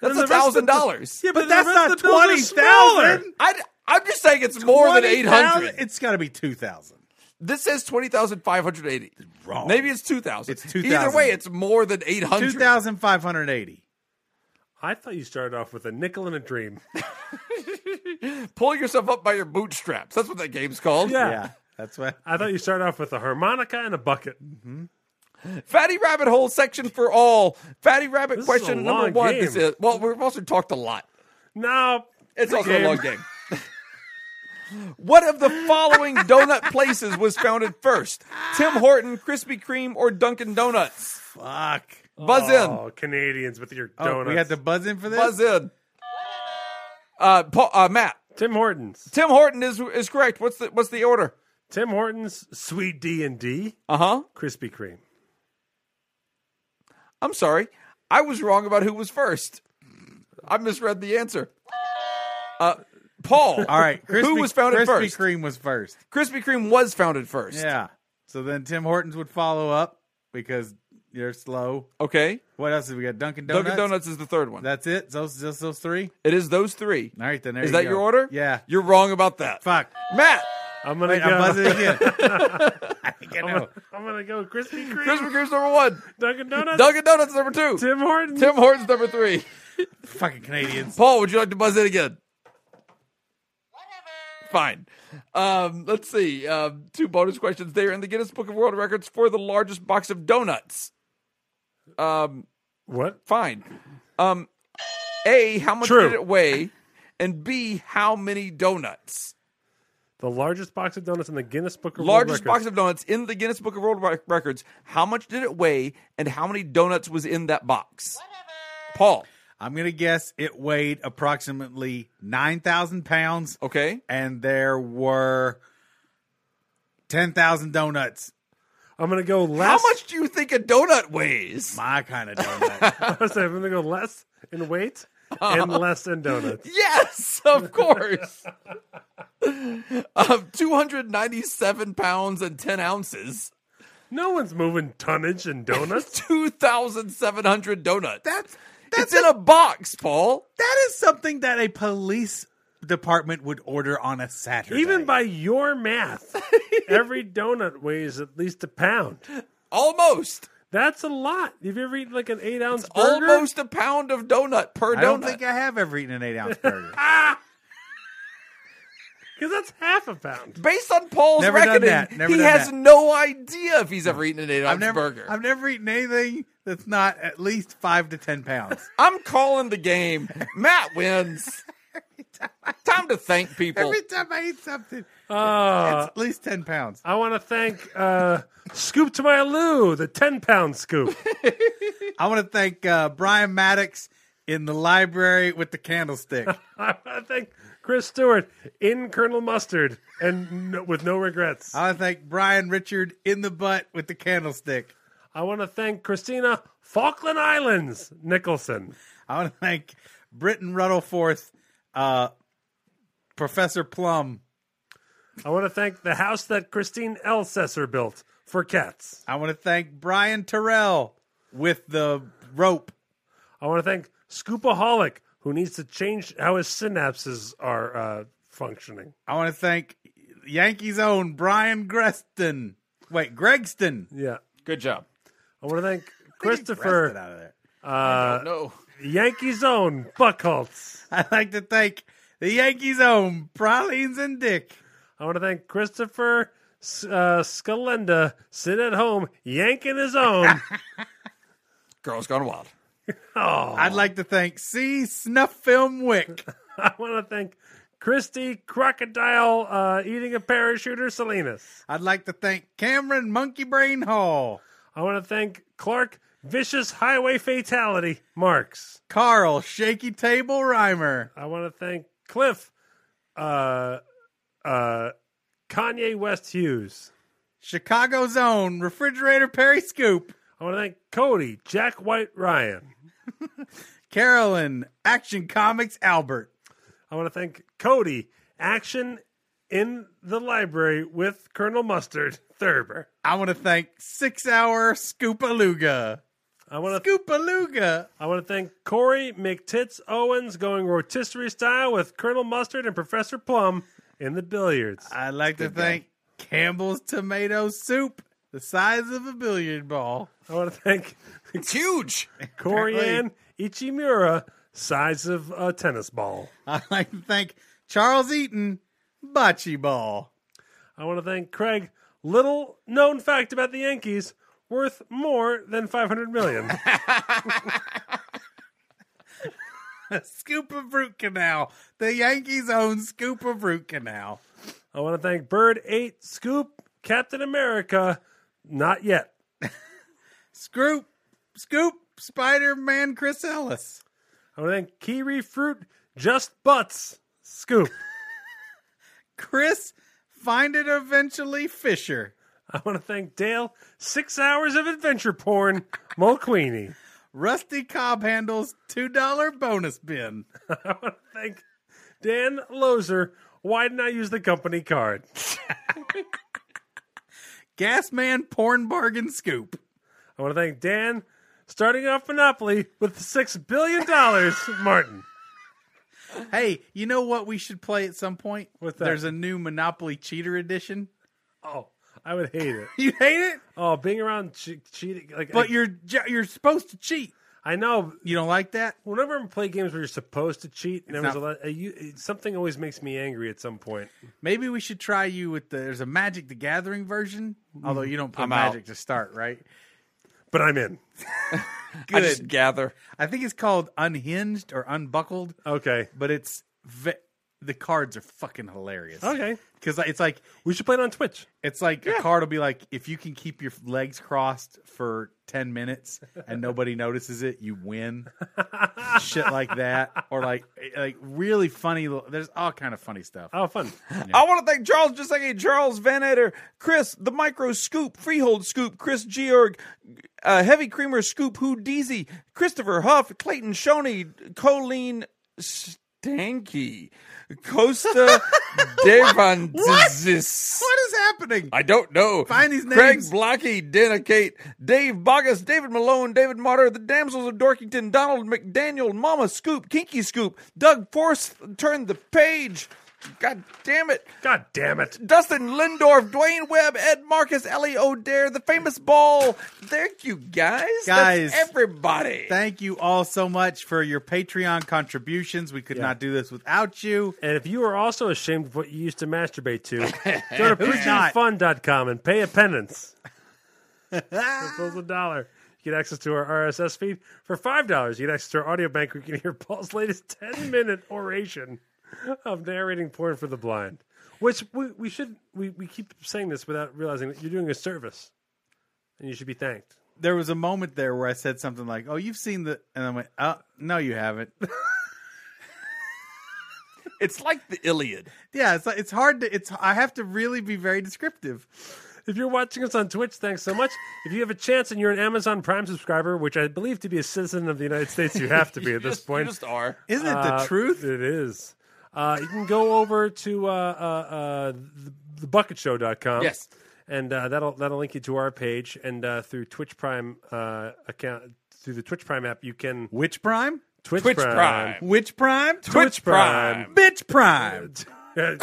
[SPEAKER 3] That's
[SPEAKER 1] And the rest of the-
[SPEAKER 3] $1,000.
[SPEAKER 1] Yeah,
[SPEAKER 2] But
[SPEAKER 1] the
[SPEAKER 2] that's
[SPEAKER 1] rest
[SPEAKER 2] not
[SPEAKER 1] of the bills are smaller.
[SPEAKER 2] 20,000.
[SPEAKER 3] I I'm just saying it's more than eight
[SPEAKER 2] $20,000?
[SPEAKER 3] hundred.
[SPEAKER 2] It's got to be 2000
[SPEAKER 3] This says twenty thousand five hundred eighty.
[SPEAKER 2] Wrong.
[SPEAKER 3] Maybe it's two thousand.
[SPEAKER 2] It's 2,000.
[SPEAKER 3] Either way, it's more than eight hundred.
[SPEAKER 2] 2580
[SPEAKER 1] I thought you started off with a nickel and a dream.
[SPEAKER 3] Pull yourself up by your bootstraps. That's what that game's called.
[SPEAKER 1] Yeah.
[SPEAKER 2] Yeah, that's what.
[SPEAKER 1] I thought you started off with a harmonica and a bucket.
[SPEAKER 3] Fatty Rabbit Hole section for all. Fatty Rabbit
[SPEAKER 1] This is
[SPEAKER 3] question
[SPEAKER 1] a
[SPEAKER 3] number
[SPEAKER 1] long
[SPEAKER 3] one.
[SPEAKER 1] game.
[SPEAKER 3] This is well, we've also talked a lot.
[SPEAKER 1] No.
[SPEAKER 3] It's also
[SPEAKER 1] Game.
[SPEAKER 3] a long game. what of the following donut places was founded first? Tim Horton, Krispy Kreme, or Dunkin' Donuts?
[SPEAKER 2] Fuck.
[SPEAKER 3] Buzz in.
[SPEAKER 1] Oh, Canadians with your
[SPEAKER 2] Oh,
[SPEAKER 1] donuts.
[SPEAKER 2] we had to buzz in for this?
[SPEAKER 3] Buzz in. Uh, Paul, uh, Matt.
[SPEAKER 1] Tim Hortons.
[SPEAKER 3] Tim Horton is is correct. What's the what's the order?
[SPEAKER 1] Tim Hortons, Sweet D and D,
[SPEAKER 3] Uh huh.
[SPEAKER 1] Krispy Kreme.
[SPEAKER 3] I'm sorry, I was wrong about who was first. I misread the answer. Uh, Paul.
[SPEAKER 2] *laughs* All right. Krispy,
[SPEAKER 3] who was founded
[SPEAKER 2] Krispy
[SPEAKER 3] first?
[SPEAKER 2] Kreme was first.
[SPEAKER 3] Krispy Kreme was founded first.
[SPEAKER 2] Yeah. So then Tim Hortons would follow up because you're slow.
[SPEAKER 3] Okay.
[SPEAKER 2] What else have we got? Dunkin' Donuts.
[SPEAKER 3] Dunkin' Donuts is the third one.
[SPEAKER 2] That's it. Those just those three.
[SPEAKER 3] it is those three.
[SPEAKER 2] All right, then. There
[SPEAKER 3] Is
[SPEAKER 2] you
[SPEAKER 3] that
[SPEAKER 2] go.
[SPEAKER 3] your order?
[SPEAKER 2] Yeah.
[SPEAKER 3] You're wrong about that.
[SPEAKER 2] Fuck.
[SPEAKER 3] Matt,
[SPEAKER 1] I'm gonna
[SPEAKER 2] Wait,
[SPEAKER 1] go.
[SPEAKER 2] I'm
[SPEAKER 1] *laughs*
[SPEAKER 2] buzzing *laughs* again. I think I
[SPEAKER 1] I'm,
[SPEAKER 2] know.
[SPEAKER 1] gonna, I'm gonna go Krispy Kreme,
[SPEAKER 3] Krispy Kreme's number one.
[SPEAKER 1] Dunkin' Donuts,
[SPEAKER 3] Dunkin' Donuts number two.
[SPEAKER 1] Tim Hortons.
[SPEAKER 3] Tim Hortons number three.
[SPEAKER 2] Fucking Canadians.
[SPEAKER 3] Paul, would you like to buzz in again? Fine. Um, let's see. Um, two bonus questions there in the Guinness Book of World Records for the largest box of donuts.
[SPEAKER 1] What?
[SPEAKER 3] Fine. Um, A, how much
[SPEAKER 1] True.
[SPEAKER 3] did it weigh? And B, how many donuts?
[SPEAKER 1] The largest box of donuts in the Guinness Book of
[SPEAKER 3] largest
[SPEAKER 1] World Records.
[SPEAKER 3] box of donuts in the Guinness Book of World Rec- Records. How much did it weigh, and how many donuts was in that box? Paul.
[SPEAKER 2] I'm gonna guess it weighed approximately nine thousand pounds,
[SPEAKER 3] Okay.
[SPEAKER 2] and there were ten thousand donuts.
[SPEAKER 1] I'm gonna go
[SPEAKER 3] How
[SPEAKER 1] less.
[SPEAKER 3] much do you think a donut weighs?
[SPEAKER 2] My kind of *laughs* donut.
[SPEAKER 1] much? *laughs* I'm gonna go less in weight
[SPEAKER 3] *laughs*
[SPEAKER 1] and less in donuts.
[SPEAKER 3] Yes, of course. *laughs* um, two hundred ninety-seven pounds and ten ounces.
[SPEAKER 1] No one's moving tonnage in donuts.
[SPEAKER 3] Two thousand seven hundred donuts.
[SPEAKER 2] that's
[SPEAKER 3] it's in a box, Paul.
[SPEAKER 2] that is something that a police department would order on a Saturday.
[SPEAKER 1] Even by your math, every donut weighs at least a pound.
[SPEAKER 3] Almost,
[SPEAKER 1] That's a lot. Have you ever eaten like an eight ounce burger?
[SPEAKER 3] almost a pound of donut per
[SPEAKER 2] I
[SPEAKER 3] donut.
[SPEAKER 2] don't think I have ever eaten an eight *laughs* ounce burger.
[SPEAKER 1] Because that's half a
[SPEAKER 3] *laughs*
[SPEAKER 1] pound.
[SPEAKER 3] Based on Paul's
[SPEAKER 2] Never done
[SPEAKER 3] reckoning,
[SPEAKER 2] that. Never
[SPEAKER 3] he
[SPEAKER 2] done
[SPEAKER 3] has
[SPEAKER 2] that.
[SPEAKER 3] no idea if he's ever eaten an eight ounce
[SPEAKER 2] I've never
[SPEAKER 3] burger.
[SPEAKER 2] I've never eaten anything that's not at least five to ten pounds. *laughs*
[SPEAKER 3] I'm calling the game. Matt wins. Time to thank people.
[SPEAKER 2] Every time I eat something,
[SPEAKER 1] Uh,
[SPEAKER 2] it's at least 10 pounds.
[SPEAKER 1] I want to thank uh, Scoop to my Lou, the 10 pound scoop.
[SPEAKER 2] I want to thank uh, Brian Maddox in the library with the candlestick.
[SPEAKER 1] I want to thank Chris Stewart in Colonel Mustard and no, with no regrets.
[SPEAKER 2] I want to thank Brian Richard in the butt with the candlestick.
[SPEAKER 1] I want to thank Christina Falkland Islands Nicholson.
[SPEAKER 2] I want to thank Britton Ruddleforth, uh, Professor Plum.
[SPEAKER 1] I want to thank the house that Christine Elsesser built for cats.
[SPEAKER 2] I want to thank Brian Terrell with the rope.
[SPEAKER 1] I want to thank Scoopaholic, who needs to change how his synapses are uh, functioning.
[SPEAKER 2] I want to thank Yankees' own Brian Greston. Wait, Gregston.
[SPEAKER 1] Yeah.
[SPEAKER 3] Good job.
[SPEAKER 1] I want to thank
[SPEAKER 2] Greston
[SPEAKER 1] Christopher,
[SPEAKER 2] out of there. Uh,
[SPEAKER 3] no.
[SPEAKER 1] Yankee's own Buckholtz.
[SPEAKER 2] I'd like to thank the Yankees' own Pralines and Dick.
[SPEAKER 1] I want to thank Christopher uh, Scalenda, sitting at home, yanking his own.
[SPEAKER 3] Girls Gone Wild.
[SPEAKER 1] Oh,
[SPEAKER 2] I'd like to thank C. Snuff Film Wick.
[SPEAKER 1] I want to thank Christy Crocodile uh, eating a parachuter Salinas.
[SPEAKER 2] I'd like to thank Cameron Monkey Brain Hall.
[SPEAKER 1] I want to thank Clark Vicious Highway Fatality Marks.
[SPEAKER 2] Carl Shaky Table Rhymer.
[SPEAKER 1] I want to thank Cliff uh, uh, Kanye West Hughes.
[SPEAKER 2] Chicago's own Refrigerator Perry Scoop.
[SPEAKER 1] I want to thank Cody Jack White Ryan.
[SPEAKER 2] Carolyn Action Comics Albert.
[SPEAKER 1] I want to thank Cody Action in the Library with Colonel Mustard Thurber.
[SPEAKER 2] I want to thank Six Hour Scoopaluga.
[SPEAKER 1] I want to
[SPEAKER 2] Scoopaluga.
[SPEAKER 1] I want to thank Corey McTits Owens going rotisserie style with Colonel Mustard and Professor Plum in the billiards.
[SPEAKER 2] I'd like to thank Campbell's Tomato Soup, the size of a billiard ball.
[SPEAKER 1] I want to thank
[SPEAKER 3] It's huge.
[SPEAKER 1] Corianne Ichimura, size of a tennis ball.
[SPEAKER 2] I'd like to thank Charles Eaton, Bocce Ball.
[SPEAKER 1] I want to thank Craig. Little known fact about the Yankees worth more than 500 million.
[SPEAKER 2] Scoop of Root Canal, the Yankees' own Scoop of Root Canal.
[SPEAKER 1] I want to thank Bird 8 Scoop Captain America. Not yet.
[SPEAKER 2] Scoop, Scoop, Spider Man Chris Ellis.
[SPEAKER 1] I want to thank Kiwi Fruit Just Butts Scoop.
[SPEAKER 2] Chris, find it eventually, Fisher.
[SPEAKER 1] I want to thank Dale, six hours of adventure porn, Mulqueenie.
[SPEAKER 2] Rusty Cobb handles $2 bonus bin.
[SPEAKER 1] I want to thank Dan Lozer. Why didn't I use the company card?
[SPEAKER 2] Gas Man porn bargain scoop.
[SPEAKER 1] I want to thank Dan, starting off Monopoly with six billion dollars, Martin.
[SPEAKER 2] Hey, you know what we should play at some point?
[SPEAKER 1] What's that?
[SPEAKER 2] There's a new Monopoly Cheater Edition. *laughs*
[SPEAKER 1] Oh, I would hate it.
[SPEAKER 2] You hate it,
[SPEAKER 1] Oh, being around che- cheating, like
[SPEAKER 2] but
[SPEAKER 1] I,
[SPEAKER 2] you're ju- you're supposed to cheat.
[SPEAKER 1] I know.
[SPEAKER 2] You don't like that?
[SPEAKER 1] Whenever I play games where you're supposed to cheat, and there was
[SPEAKER 2] not-
[SPEAKER 1] a lot, uh, you, it- something always makes me angry at some point.
[SPEAKER 2] Maybe we should try you with the. There's a Magic the Gathering version, although you don't play
[SPEAKER 3] I'm out.
[SPEAKER 2] Magic to start, right?
[SPEAKER 1] But I'm in.
[SPEAKER 3] I just gather.
[SPEAKER 2] I think it's called Unhinged or Unbuckled,
[SPEAKER 1] Okay,
[SPEAKER 2] but it's ve- the cards are fucking hilarious.
[SPEAKER 1] okay.
[SPEAKER 2] because it's like
[SPEAKER 1] We should play it on Twitch.
[SPEAKER 2] It's like a card will be like, if you can keep your legs crossed for 10 minutes and nobody notices it, you win. Shit like that. Or like, like really funny. li- There's all kind of funny stuff.
[SPEAKER 1] Oh, fun.
[SPEAKER 3] I want to thank Charles, just like a Charles Van Etter, Chris, the Micro Scoop, Freehold Scoop, Chris Georg, uh, Heavy Creamer Scoop, Who Deezy, Christopher Huff, Clayton Shoney, Colleen Stanky, Costa Devantizis.
[SPEAKER 2] What is happening?
[SPEAKER 3] I don't know.
[SPEAKER 2] Find these
[SPEAKER 3] Craig
[SPEAKER 2] names.
[SPEAKER 3] Blocky, Dana Kate, Dave Bogus, David Malone, David Martyr, the Damsels of Dorkington, Donald McDaniel, Mama Scoop, Kinky Scoop, Doug Force, Turn the Page. God damn it.
[SPEAKER 1] God damn it.
[SPEAKER 3] Dustin Lindorf, Dwayne Webb, Ed Marcus, Ellie O'Dare, the famous ball. Thank you, guys. That's
[SPEAKER 2] Guys.
[SPEAKER 3] everybody.
[SPEAKER 2] Thank you all so much for your Patreon contributions. We could not do this without you.
[SPEAKER 1] And if you are also ashamed of what you used to masturbate to, go to
[SPEAKER 2] not?
[SPEAKER 1] preachingfun.com and pay a penance. That's a dollar. You You get access to our RSS feed for five dollars. You get access to our audio bank. where you can hear Paul's latest ten-minute oration of narrating porn for the blind. Which we, we should we, we keep saying this without realizing that you're doing a service, and you should be thanked.
[SPEAKER 2] there was a moment there where I said something like, "Oh, you've seen the," and I went, "Oh, no, you haven't." *laughs*
[SPEAKER 3] It's like the Iliad.
[SPEAKER 2] yeah, it's like, it's hard to it's I have to really be very descriptive.
[SPEAKER 1] If you're watching us on Twitch, thanks so much. If you have a chance and you're an Amazon Prime subscriber, which I believe to be a citizen of the United States, you have to
[SPEAKER 3] *laughs*
[SPEAKER 1] be at
[SPEAKER 3] You
[SPEAKER 1] this
[SPEAKER 3] just-
[SPEAKER 1] point.
[SPEAKER 3] you just are.
[SPEAKER 2] Isn't it the
[SPEAKER 1] Uh,
[SPEAKER 2] truth?
[SPEAKER 1] It is. Uh, you can go over to uh, uh, uh, the, thebucketshow.com.
[SPEAKER 3] Yes.
[SPEAKER 1] And uh, that'll that'll link you to our page and uh, through Twitch Prime uh, account through the Twitch Prime app you can
[SPEAKER 2] Which prime?
[SPEAKER 1] Twitch, *laughs*
[SPEAKER 3] Twitch Prime.
[SPEAKER 2] Which prime?
[SPEAKER 3] Twitch Prime.
[SPEAKER 2] Bitch prime.
[SPEAKER 1] Prime.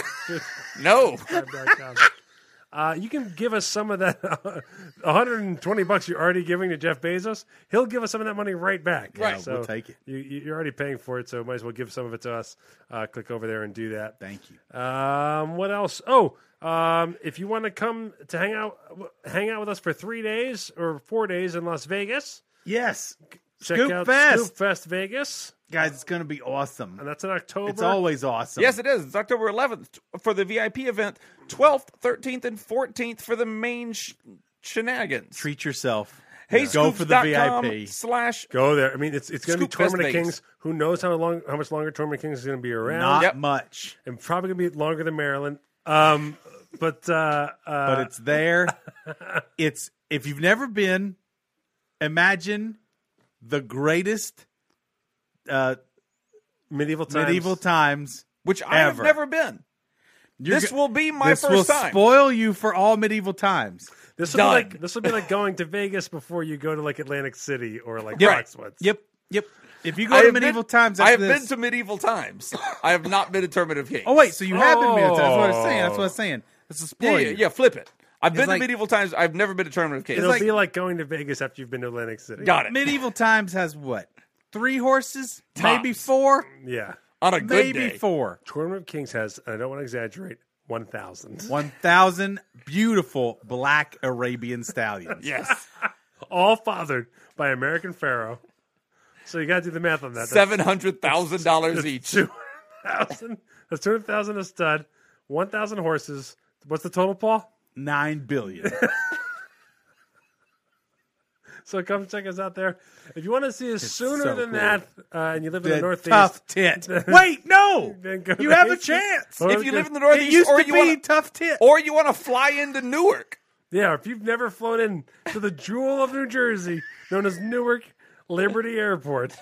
[SPEAKER 3] No.
[SPEAKER 1] Prime.com. Uh, you can give us some of that *laughs* 120 bucks you're already giving to Jeff Bezos. He'll give us some of that money right back.
[SPEAKER 2] Right. Yeah, we'll take it.
[SPEAKER 1] You, you- you're already paying for it, so might as well give some of it to us. Uh, click over there and do that.
[SPEAKER 2] Thank you.
[SPEAKER 1] Um, what else? Oh, um, if you want to come to hang out, hang out with us for three days or four days in Las Vegas,
[SPEAKER 2] Yes.
[SPEAKER 1] check
[SPEAKER 2] Scoop
[SPEAKER 1] out
[SPEAKER 2] Fest.
[SPEAKER 1] Scoop Fest Vegas,
[SPEAKER 2] Guys, it's going to be awesome.
[SPEAKER 1] and that's in October.
[SPEAKER 2] It's always awesome.
[SPEAKER 3] Yes, it is. It's October 11th t- for the VIP event, 12th, 13th, and 14th for the main sh- shenanigans.
[SPEAKER 2] Treat yourself.
[SPEAKER 3] hey,
[SPEAKER 2] Go for the
[SPEAKER 3] scoops.com
[SPEAKER 2] VIP.
[SPEAKER 3] Slash
[SPEAKER 1] Go there. I mean, it's it's going to be
[SPEAKER 3] Scoop Fest
[SPEAKER 1] Tormenta
[SPEAKER 3] Vegas.
[SPEAKER 1] Kings. Who knows how long, how much longer Tormenta Kings is going to be around?
[SPEAKER 2] Not
[SPEAKER 3] Yep.
[SPEAKER 2] much,
[SPEAKER 1] and probably going to be longer than Maryland. Um, but uh, uh,
[SPEAKER 2] but it's
[SPEAKER 3] *laughs*
[SPEAKER 2] there. it's if you've never been, imagine the greatest uh,
[SPEAKER 1] medieval times.
[SPEAKER 2] medieval times.
[SPEAKER 3] which I have
[SPEAKER 2] Ever.
[SPEAKER 3] never been.
[SPEAKER 2] You're
[SPEAKER 3] this
[SPEAKER 2] go-
[SPEAKER 3] will be my
[SPEAKER 2] this
[SPEAKER 3] first
[SPEAKER 2] will
[SPEAKER 3] time.
[SPEAKER 2] spoil you for all medieval times.
[SPEAKER 1] This will be
[SPEAKER 3] Done.
[SPEAKER 1] like this will be like going to Vegas before you go to like Atlantic City or like
[SPEAKER 3] Right.
[SPEAKER 1] Foxwoods.
[SPEAKER 2] Yep, yep. If you
[SPEAKER 3] I
[SPEAKER 2] go to
[SPEAKER 3] have
[SPEAKER 2] medieval
[SPEAKER 3] been-
[SPEAKER 2] times, after
[SPEAKER 3] I have
[SPEAKER 2] this,
[SPEAKER 3] been to medieval times. I have not been to Terminative Kings.
[SPEAKER 2] Oh wait, so you have been medieval times? That's what I'm
[SPEAKER 1] Oh.
[SPEAKER 2] saying. That's what I'm saying. That's a
[SPEAKER 3] yeah,
[SPEAKER 2] spoil.
[SPEAKER 3] yeah,
[SPEAKER 2] you.
[SPEAKER 3] yeah, flip it. I've been
[SPEAKER 2] like-
[SPEAKER 3] to medieval times. I've never been to Terminative Kings.
[SPEAKER 1] It'll
[SPEAKER 2] like-
[SPEAKER 1] be like going to Vegas after you've been to Atlantic City.
[SPEAKER 3] Got it.
[SPEAKER 2] Medieval times has what? Three horses? Maybe
[SPEAKER 3] Tops.
[SPEAKER 2] four?
[SPEAKER 1] Yeah.
[SPEAKER 3] On a good
[SPEAKER 2] Maybe
[SPEAKER 3] day.
[SPEAKER 2] four.
[SPEAKER 1] Tournament of Kings has, and I don't want to exaggerate, 1,000.
[SPEAKER 2] One thousand beautiful black Arabian
[SPEAKER 3] *laughs*
[SPEAKER 2] stallions. *laughs*
[SPEAKER 3] Yes.
[SPEAKER 1] All fathered by American Pharaoh. So you got to do the math on that.
[SPEAKER 2] *laughs*
[SPEAKER 3] $700,000
[SPEAKER 1] That's
[SPEAKER 3] each.
[SPEAKER 1] 200,000. That's 200,000 a stud, 1,000 horses. What's the total, Paul?
[SPEAKER 2] Nine billion.
[SPEAKER 1] So come check us out there. If you want to see us sooner
[SPEAKER 2] so
[SPEAKER 1] than
[SPEAKER 2] cool.
[SPEAKER 1] that, uh, and you live in the,
[SPEAKER 2] The
[SPEAKER 1] Northeast,
[SPEAKER 2] tough
[SPEAKER 1] *laughs*
[SPEAKER 2] tit. Wait, no.
[SPEAKER 1] Then go
[SPEAKER 2] You
[SPEAKER 1] to
[SPEAKER 2] have a
[SPEAKER 1] Hasty.
[SPEAKER 2] chance.
[SPEAKER 1] Or
[SPEAKER 3] If you live in the
[SPEAKER 2] It
[SPEAKER 3] Northeast
[SPEAKER 2] used
[SPEAKER 3] or
[SPEAKER 2] to
[SPEAKER 3] you
[SPEAKER 2] be
[SPEAKER 3] want
[SPEAKER 2] tough tit.
[SPEAKER 3] or you want to fly into Newark.
[SPEAKER 1] Yeah, if you've never flown in to the jewel of New Jersey, known as Newark Liberty Airport,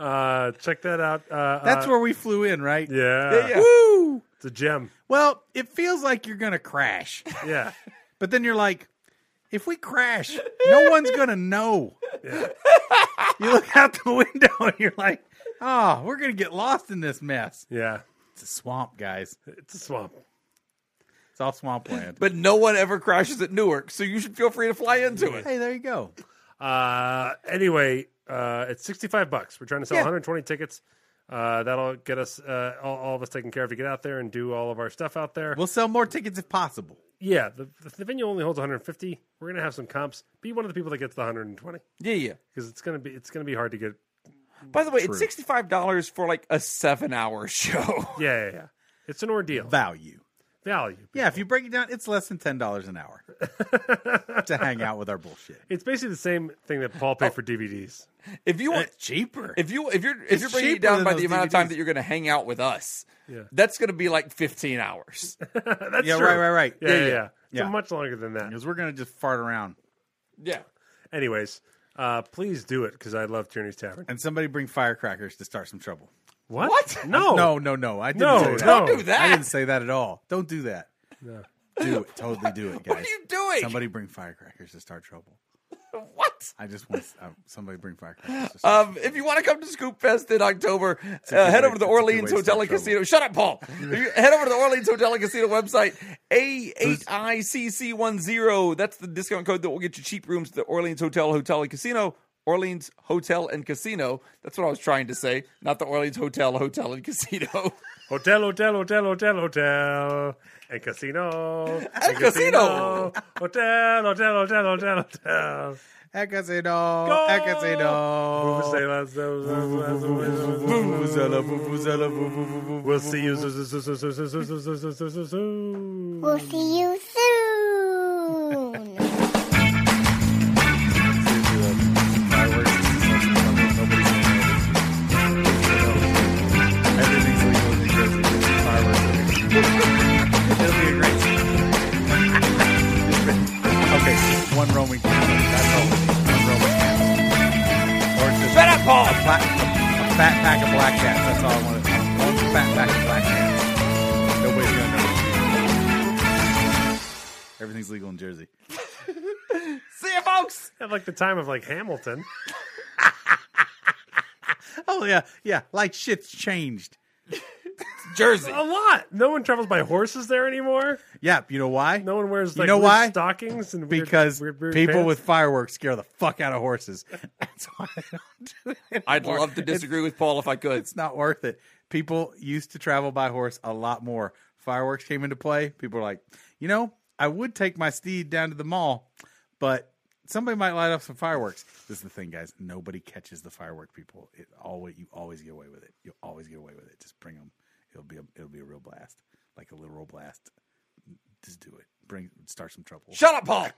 [SPEAKER 1] uh, check that out. Uh,
[SPEAKER 2] That's
[SPEAKER 1] uh,
[SPEAKER 2] where we flew in, right?
[SPEAKER 1] yeah,
[SPEAKER 3] yeah.
[SPEAKER 2] Woo!
[SPEAKER 1] it's a gem.
[SPEAKER 2] Well, it feels like you're gonna crash,
[SPEAKER 1] Yeah,
[SPEAKER 2] but then you're like, if we crash, no one's gonna know. you look out the window and you're like, oh, we're gonna get lost in this mess.
[SPEAKER 1] yeah,
[SPEAKER 2] It's a swamp, guys.
[SPEAKER 1] it's a swamp.
[SPEAKER 2] It's all swampland.
[SPEAKER 3] But no one ever crashes at Newark, so you should feel free to fly into it.
[SPEAKER 2] hey, there you go.
[SPEAKER 1] Uh, anyway, uh, it's sixty-five bucks. We're trying to sell one hundred twenty tickets. Uh, that'll get us uh, all, all of us taken care of to get out there and do all of our stuff out there.
[SPEAKER 2] We'll sell more tickets if possible.
[SPEAKER 1] Yeah, the, the venue only holds 150. We're gonna have some comps. Be one of the people that gets the 120
[SPEAKER 3] Yeah, yeah.
[SPEAKER 1] because it's gonna be it's gonna be hard to get.
[SPEAKER 3] By the way, it's sixty-five dollars for like a seven-hour *laughs* show.
[SPEAKER 1] Yeah, yeah, yeah. It's an ordeal.
[SPEAKER 2] Value.
[SPEAKER 1] Value.
[SPEAKER 2] Yeah, if you break it down, it's less than ten dollars an hour *laughs* to hang out with our bullshit.
[SPEAKER 1] It's basically the same thing that Paul paid for DVDs.
[SPEAKER 3] If you want,
[SPEAKER 2] It's cheaper.
[SPEAKER 3] if you if you're if you're bringing
[SPEAKER 2] cheaper
[SPEAKER 3] it down
[SPEAKER 2] than
[SPEAKER 3] by
[SPEAKER 2] those
[SPEAKER 3] the amount of time
[SPEAKER 2] DVDs.
[SPEAKER 3] that you're going to hang out with us, that's going to be like fifteen
[SPEAKER 2] *laughs*
[SPEAKER 3] hours.
[SPEAKER 1] That's
[SPEAKER 2] yeah,
[SPEAKER 1] true.
[SPEAKER 2] right, right, right.
[SPEAKER 1] Yeah, yeah, yeah. It's
[SPEAKER 2] Yeah.
[SPEAKER 1] much longer than that.
[SPEAKER 2] Because we're gonna just fart around
[SPEAKER 3] yeah.
[SPEAKER 1] Anyways, uh, please do it because I love Tierney's Tavern.
[SPEAKER 2] and somebody bring firecrackers to start some trouble.
[SPEAKER 1] What?
[SPEAKER 3] What?
[SPEAKER 1] No,
[SPEAKER 2] No, no, no. I didn't
[SPEAKER 1] No,
[SPEAKER 2] say that.
[SPEAKER 1] no.
[SPEAKER 3] Don't do
[SPEAKER 2] I
[SPEAKER 3] that.
[SPEAKER 2] didn't say that at all. Don't do that. Do it. Totally do it, guys.
[SPEAKER 3] What are you doing?
[SPEAKER 2] Somebody bring firecrackers to start trouble.
[SPEAKER 3] What?
[SPEAKER 2] I just want uh, somebody bring firecrackers. To start
[SPEAKER 3] Um, if you want to come to Scoop Fest in October,
[SPEAKER 2] a
[SPEAKER 3] uh,
[SPEAKER 2] good
[SPEAKER 3] head
[SPEAKER 2] way-
[SPEAKER 3] over to
[SPEAKER 2] it's a good
[SPEAKER 3] the
[SPEAKER 2] way
[SPEAKER 3] Orleans
[SPEAKER 2] to
[SPEAKER 3] Hotel
[SPEAKER 2] start
[SPEAKER 3] and Casino. Shut
[SPEAKER 2] *laughs*
[SPEAKER 3] up, Paul. If you head over to the Orleans Hotel and Casino website, A8ICC10. That's the discount code that will get you cheap rooms at the Orleans Hotel, Hotel and Casino. Orleans Hotel and Casino. That's what I was trying to say, not the Orleans Hotel, Hotel and Casino. *laughs*
[SPEAKER 1] Hotel, hotel, hotel, hotel, hotel, and casino. And
[SPEAKER 3] casino.
[SPEAKER 1] Hotel, hotel, hotel, hotel, hotel.
[SPEAKER 2] Casino,
[SPEAKER 1] Say last-
[SPEAKER 2] Casino.
[SPEAKER 1] We'll see you. soon.
[SPEAKER 7] We'll see you soon.
[SPEAKER 2] Okay, one roaming camel. That's all. One roaming camel. Or just
[SPEAKER 3] Shut up, Paul!
[SPEAKER 2] a, black, a fat pack of black cats. That's all I want. One fat pack of black cats. Nobody's gonna know. Everything's legal in Jersey.
[SPEAKER 3] See you, folks!
[SPEAKER 1] At like the time of like Hamilton.
[SPEAKER 2] Oh yeah, yeah. Like shit's changed.
[SPEAKER 3] Jersey.
[SPEAKER 1] A lot. No one travels by horses there anymore.
[SPEAKER 2] Yeah, you know why?
[SPEAKER 1] No one wears
[SPEAKER 2] You
[SPEAKER 1] like
[SPEAKER 2] know
[SPEAKER 1] weird
[SPEAKER 2] why?
[SPEAKER 1] stockings and weird-
[SPEAKER 2] because
[SPEAKER 1] weird, weird
[SPEAKER 2] people
[SPEAKER 1] pants.
[SPEAKER 2] with fireworks scare the fuck out of horses. *laughs* That's why they don't do it. anymore.
[SPEAKER 3] I'd love to
[SPEAKER 2] It's-
[SPEAKER 3] disagree with Paul if I could.
[SPEAKER 2] It's not worth it. People used to travel by horse a lot more. Fireworks came into play. People were like, you know, I would take my steed down to the mall, but somebody might light up some fireworks. This is the thing, guys. Nobody catches the firework people. It always you always get away with it. You'll always get away with it. Just bring them. It'll be a, it'll be a real blast, like a literal blast. Just do it. Bring start some trouble.
[SPEAKER 3] Shut up, Paul!